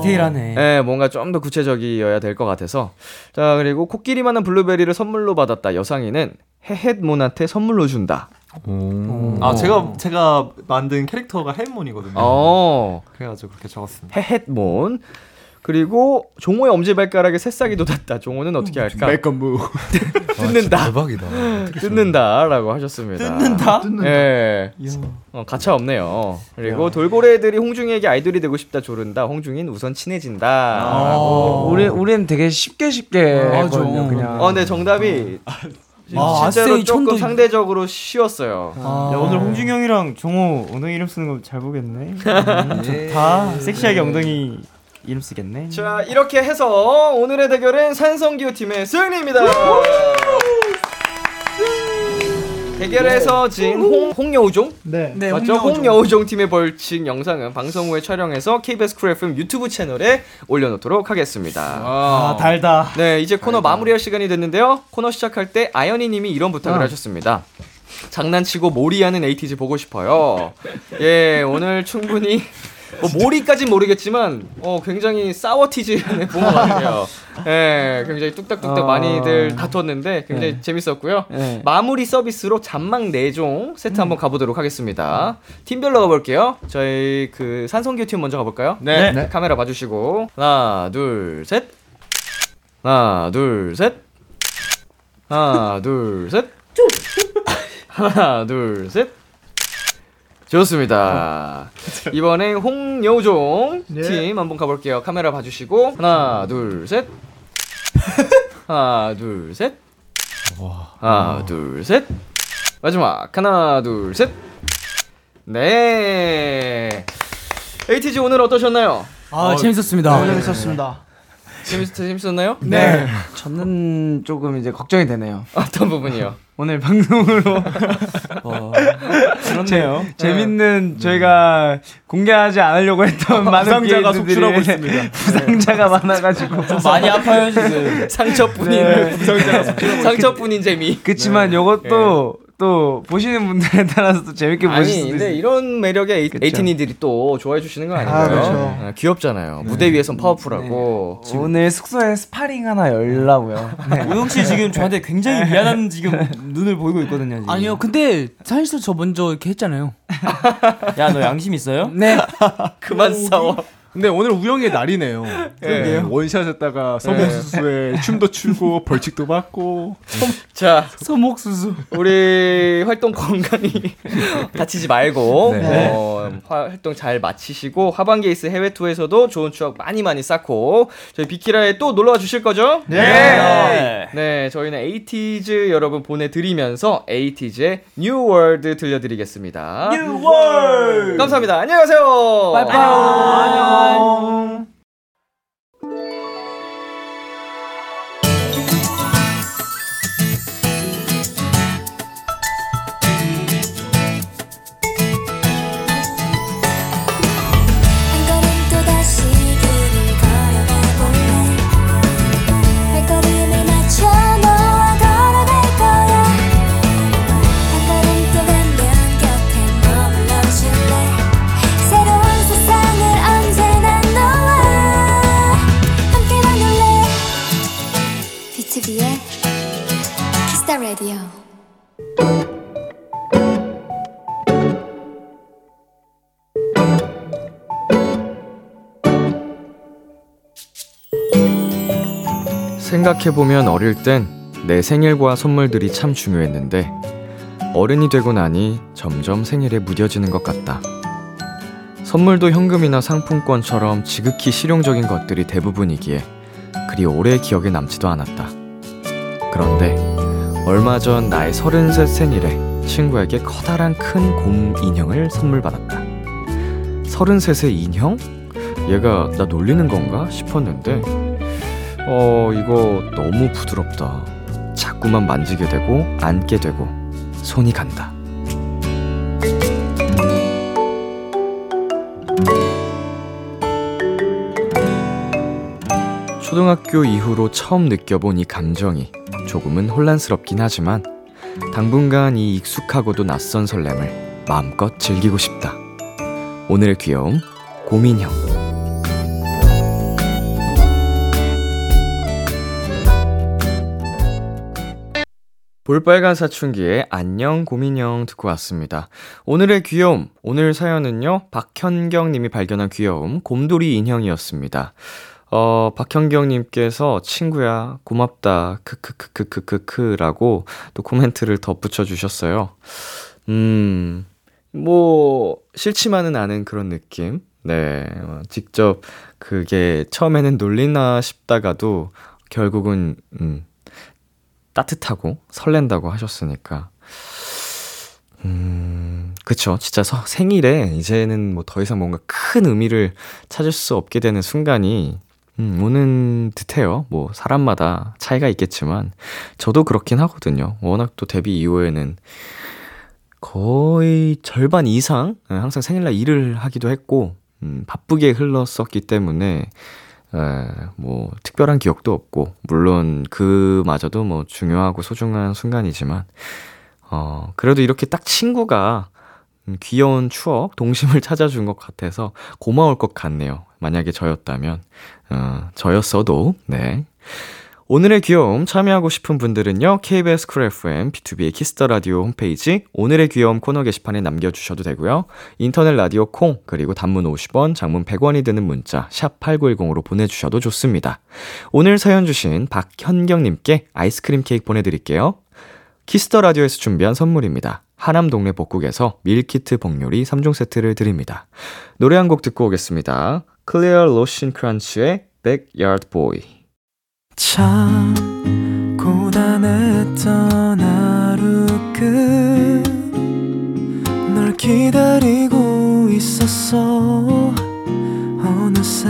[SPEAKER 5] 아.
[SPEAKER 7] 디테일하네.
[SPEAKER 2] 예, 뭔가 좀 더 구체적이어야 될 것 같아서. 자, 그리고 코끼리만한 블루베리를 선물로 받았다. 여상이는 헤헷몬한테 선물로 준다. 음.
[SPEAKER 11] 아 제가 제가 만든 캐릭터가 헬몬이거든요.
[SPEAKER 2] 어.
[SPEAKER 11] 그래가지고 그렇게 적었습니다.
[SPEAKER 2] 헤헷몬. 그리고 종호의 엄지발가락에 새싹이 돋았다. 종호는
[SPEAKER 7] 음,
[SPEAKER 2] 어떻게 할까?
[SPEAKER 11] 매건무.
[SPEAKER 7] 아,
[SPEAKER 2] 뜯는다.
[SPEAKER 5] 대박이다.
[SPEAKER 2] 뜯는다라고 하셨습니다.
[SPEAKER 7] 뜯는다?
[SPEAKER 2] 예. 어, 가차 없네요. 그리고 돌고래들이 홍중이에게 아이돌이 되고 싶다 조른다. 홍중인 우선 친해진다.
[SPEAKER 7] 아.
[SPEAKER 2] 라고.
[SPEAKER 4] 어, 우리 우리는 되게 쉽게 쉽게 했거든요. 그냥.
[SPEAKER 2] 어, 근데 정답이
[SPEAKER 7] 아,
[SPEAKER 2] 실제로
[SPEAKER 7] 아세이
[SPEAKER 2] 조금
[SPEAKER 7] 천도- 아.
[SPEAKER 2] 상대적으로 쉬웠어요.
[SPEAKER 10] 아.
[SPEAKER 7] 야, 오늘 홍중이 형이랑 정호 엉덩이 이름 쓰는 거 잘 보겠네. 음, 좋다.
[SPEAKER 10] 예.
[SPEAKER 7] 섹시하게 엉덩이 이름 쓰겠네.
[SPEAKER 2] 자, 이렇게 해서 오늘의 대결은 산성기호 팀의 승리입니다. 대결에서
[SPEAKER 7] 네.
[SPEAKER 2] 진 홍, 홍여우종?
[SPEAKER 6] 네.
[SPEAKER 2] 맞죠? 홍여우종 팀의 벌칙 영상은 방송 후에 촬영해서 KBS 쿨 FM 유튜브 채널에 올려놓도록 하겠습니다.
[SPEAKER 7] 아, 달다.
[SPEAKER 2] 네, 이제 코너 마무리할 시간이 됐는데요. 코너 시작할 때 아연이 님이 이런 부탁을
[SPEAKER 7] 응.
[SPEAKER 2] 하셨습니다. 장난치고 몰이하는 에이티즈 보고 싶어요. 예, 오늘 충분히 뭐 몰이까진 모르겠지만 어 굉장히 사워티즈를 본것 같아요. 예, 굉장히 뚝딱뚝딱
[SPEAKER 7] 아.
[SPEAKER 2] 많이들 다퉜는데 굉장히
[SPEAKER 7] 네.
[SPEAKER 2] 재밌었고요.
[SPEAKER 7] 네. 음.
[SPEAKER 2] 마무리 서비스로 잔망 4종 세트 한번 가보도록 하겠습니다. 팀별로 가볼게요. 저희 그 산성규 팀 먼저 가볼까요?
[SPEAKER 7] 네. 네.
[SPEAKER 2] 카메라 봐주시고 하나, 둘, 셋. 하나, 둘, 셋. 하나, 둘, 셋. 하나, 둘, 셋. 좋습니다. 이번에 홍여종 팀 한번 가볼게요. 카메라 봐주시고 하나, 둘, 셋. 하나, 둘, 셋. 하나, 둘, 셋. 마지막 하나, 둘, 셋. 네. ATG 오늘 어떠셨나요?
[SPEAKER 4] 아, 재밌었습니다.
[SPEAKER 2] 네.
[SPEAKER 4] 재밌었습니다.
[SPEAKER 2] 재밌, 재밌었나요?
[SPEAKER 4] 네. 저는 조금 이제 걱정이 되네요.
[SPEAKER 2] 어떤 부분이요?
[SPEAKER 4] 오늘 방송으로
[SPEAKER 7] 어, 그렇네요. 음.
[SPEAKER 4] 재- 재밌는 저희가 공개하지 않으려고 했던 많은
[SPEAKER 7] 부상자가
[SPEAKER 4] 케이스들이 네.
[SPEAKER 7] 속출하고 있습니다. 네.
[SPEAKER 4] 부상자가 많아가지고 네.
[SPEAKER 7] 좀 많이 아파요, 지금.
[SPEAKER 2] 상처뿐인 부상자가 속출하고 상처뿐인 재미.
[SPEAKER 4] 그치만 요것도
[SPEAKER 7] 예.
[SPEAKER 4] 또 보시는 분들에 따라서 또 재밌게 보실
[SPEAKER 2] 아니
[SPEAKER 4] 수도
[SPEAKER 2] 근데
[SPEAKER 4] 있어요.
[SPEAKER 2] 이런 매력에 에이- 에이티니들이 또 좋아해 주시는 거 아닌가요?
[SPEAKER 4] 그렇죠.
[SPEAKER 2] 아, 귀엽잖아요. 무대 위에선 파워풀하고.
[SPEAKER 4] 오늘 숙소에 스파링 하나 열라고요.
[SPEAKER 7] 네.
[SPEAKER 4] 네.
[SPEAKER 7] 우영 씨 지금 저한테 굉장히 미안한 지금 눈을 보이고 있거든요. 지금.
[SPEAKER 10] 아니요, 근데 사실 저 먼저 이렇게 했잖아요.
[SPEAKER 7] 야, 너 양심 있어요?
[SPEAKER 10] 네.
[SPEAKER 2] 그만 싸워.
[SPEAKER 8] 근데 오늘 우영의 날이네요.
[SPEAKER 2] 그러게요. 네.
[SPEAKER 8] 원샷 했다가 서봉수수에
[SPEAKER 11] 네.
[SPEAKER 8] 춤도 추고 벌칙도 받고.
[SPEAKER 2] 자,
[SPEAKER 10] 소목수수.
[SPEAKER 2] 우리 활동 건강히 다치지 말고
[SPEAKER 8] 네.
[SPEAKER 2] 어, 화- 활동 잘 마치시고 하반기 에이스 해외 투어에서도 좋은 추억 많이 많이 쌓고 저희 비키라에 또 놀러와 주실 거죠?
[SPEAKER 7] 네.
[SPEAKER 2] 네, 저희는 에이티즈 여러분 보내드리면서 에이티즈의 뉴 월드 들려드리겠습니다.
[SPEAKER 7] New World.
[SPEAKER 2] 감사합니다. 안녕히 가세요.
[SPEAKER 7] 빠이빠이. 안녕.
[SPEAKER 1] 한 걸음 또다시 길을 걸어가 볼래 발걸음을 맞춰 너와 걸어갈 거야 한 걸음 또 가면 곁에 머물러 줄래 새로운 세상을 언제나 너와
[SPEAKER 2] 생각해보면 어릴 땐 내 생일과 선물들이 참 중요했는데 어른이 되고 나니 점점 생일에 무뎌지는 것 같다. 선물도 현금이나 상품권처럼 지극히 실용적인 것들이 대부분이기에 그리 오래 기억에 남지도 않았다. 그런데 얼마 전 나의 33 생일에 친구에게 커다란 큰 곰 인형을 선물 받았다. 33의 인형? 얘가 나 놀리는 건가 싶었는데 어 이거 너무 부드럽다. 자꾸만 만지게 되고 안게 되고 손이 간다. 초등학교 이후로 처음 느껴본 이 감정이 조금은 혼란스럽긴 하지만 당분간 이 익숙하고도 낯선 설렘을 마음껏 즐기고 싶다. 오늘의 귀여움 고민형 볼빨간 사춘기의 안녕 고민형 듣고 왔습니다. 오늘의 귀여움 오늘 사연은요 박현경 님이 발견한 귀여움 곰돌이 인형이었습니다. 어, 박현경님께서 친구야, 고맙다, 크크크크크크크라고 또 코멘트를 덧붙여 주셨어요. 음, 뭐, 싫지만은 않은 그런 느낌. 네, 어, 직접 그게 처음에는 놀리나 싶다가도 결국은, 음, 따뜻하고 설렌다고 하셨으니까. 음, 그쵸. 진짜 서, 생일에 이제는 뭐 더 이상 뭔가 큰 의미를 찾을 수 없게 되는 순간이 음, 오는 듯해요. 뭐 사람마다 차이가 있겠지만 저도 그렇긴 하거든요. 워낙 또 데뷔 이후에는 거의 절반 이상 예, 항상 생일날 일을 하기도 했고 음, 바쁘게 흘렀었기 때문에 에, 뭐 특별한 기억도 없고 물론 그마저도 뭐 중요하고 소중한 순간이지만 어, 그래도 이렇게 딱 친구가 음, 귀여운 추억, 동심을 찾아준 것 같아서 고마울 것 같네요. 만약에 저였다면, 어, 저였어도, 네. 오늘의 귀여움 참여하고 싶은 분들은요, KBS 쿨 FM, B2B의 키스터 라디오 홈페이지, 오늘의 귀여움 코너 게시판에 남겨주셔도 되고요. 인터넷 라디오 콩, 그리고 단문 50원, 장문 100원이 드는 문자, 샵8910으로 보내주셔도 좋습니다. 오늘 사연 주신 박현경님께 아이스크림 케이크 보내드릴게요. 키스터 라디오에서 준비한 선물입니다. 하남 동네 복국에서 밀키트 복요리 3종 세트를 드립니다. 노래 한 곡 듣고 오겠습니다. 클리어 로션 크런치의 Backyard Boy.
[SPEAKER 17] 참 고단했던 하루 끝널 기다리고 있었어 어느새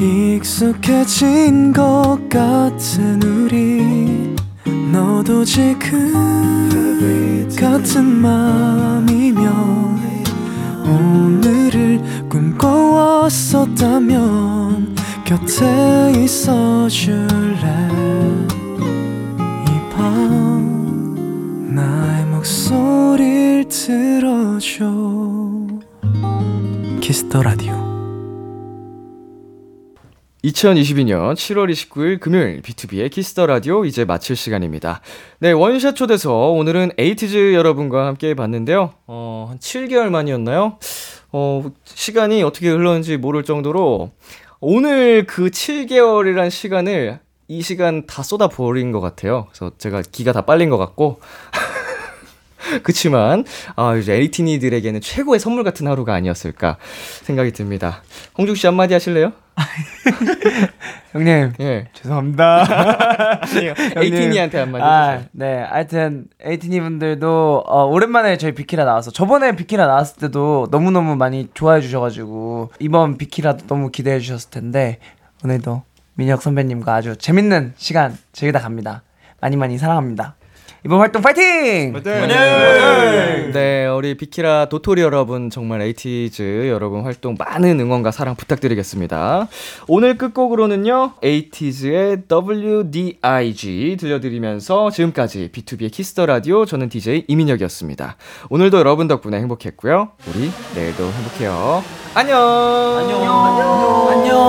[SPEAKER 17] 익숙해진 것 같은 우리 너도 지금 같은 맘이면 오늘을 꿈꿔왔었다면 곁에 있어줄래 이 밤 나의 목소리를 들어줘 키스터 라디오
[SPEAKER 2] 2022년 7월 29일 금요일 B2B의 키스터 라디오 이제 마칠 시간입니다. 네, 원샷 초대서 오늘은 에이티즈 여러분과 함께 봤는데요. 어, 한 7개월 만이었나요? 어, 시간이 어떻게 흘렀는지 모를 정도로 오늘 그 7개월이란 시간을 이 시간 다 쏟아버린 것 같아요. 그래서 제가 기가 다 빨린 것 같고. 그치만, 아, 이제 에이티니들에게는 최고의 선물 같은 하루가 아니었을까 생각이 듭니다. 홍중 씨 한마디 하실래요?
[SPEAKER 4] 형님,
[SPEAKER 2] 예.
[SPEAKER 4] 죄송합니다. 아니요, 형님.
[SPEAKER 2] 에이티니한테 한마디
[SPEAKER 4] 아,
[SPEAKER 2] 해주세요.
[SPEAKER 4] 네, 하여튼 에이티니 분들도 어, 오랜만에 저희 비키라 나와서 저번에 비키라 나왔을 때도 너무 너무 많이 좋아해 주셔가지고 이번 비키라도 너무 기대해 주셨을 텐데 오늘도 민혁 선배님과 아주 재밌는 시간 즐기다 갑니다. 많이 많이 사랑합니다. 이번 활동 파이팅!
[SPEAKER 2] 네, 우리 비키라 도토리 여러분 정말 에이티즈 여러분 활동 많은 응원과 사랑 부탁드리겠습니다. 오늘 끝곡으로는요 에이티즈의 WDIG 들려드리면서 지금까지 B2B의 키스터 라디오 저는 DJ 이민혁이었습니다. 오늘도 여러분 덕분에 행복했고요. 우리 내일도 행복해요. 안녕. 안녕. 안녕.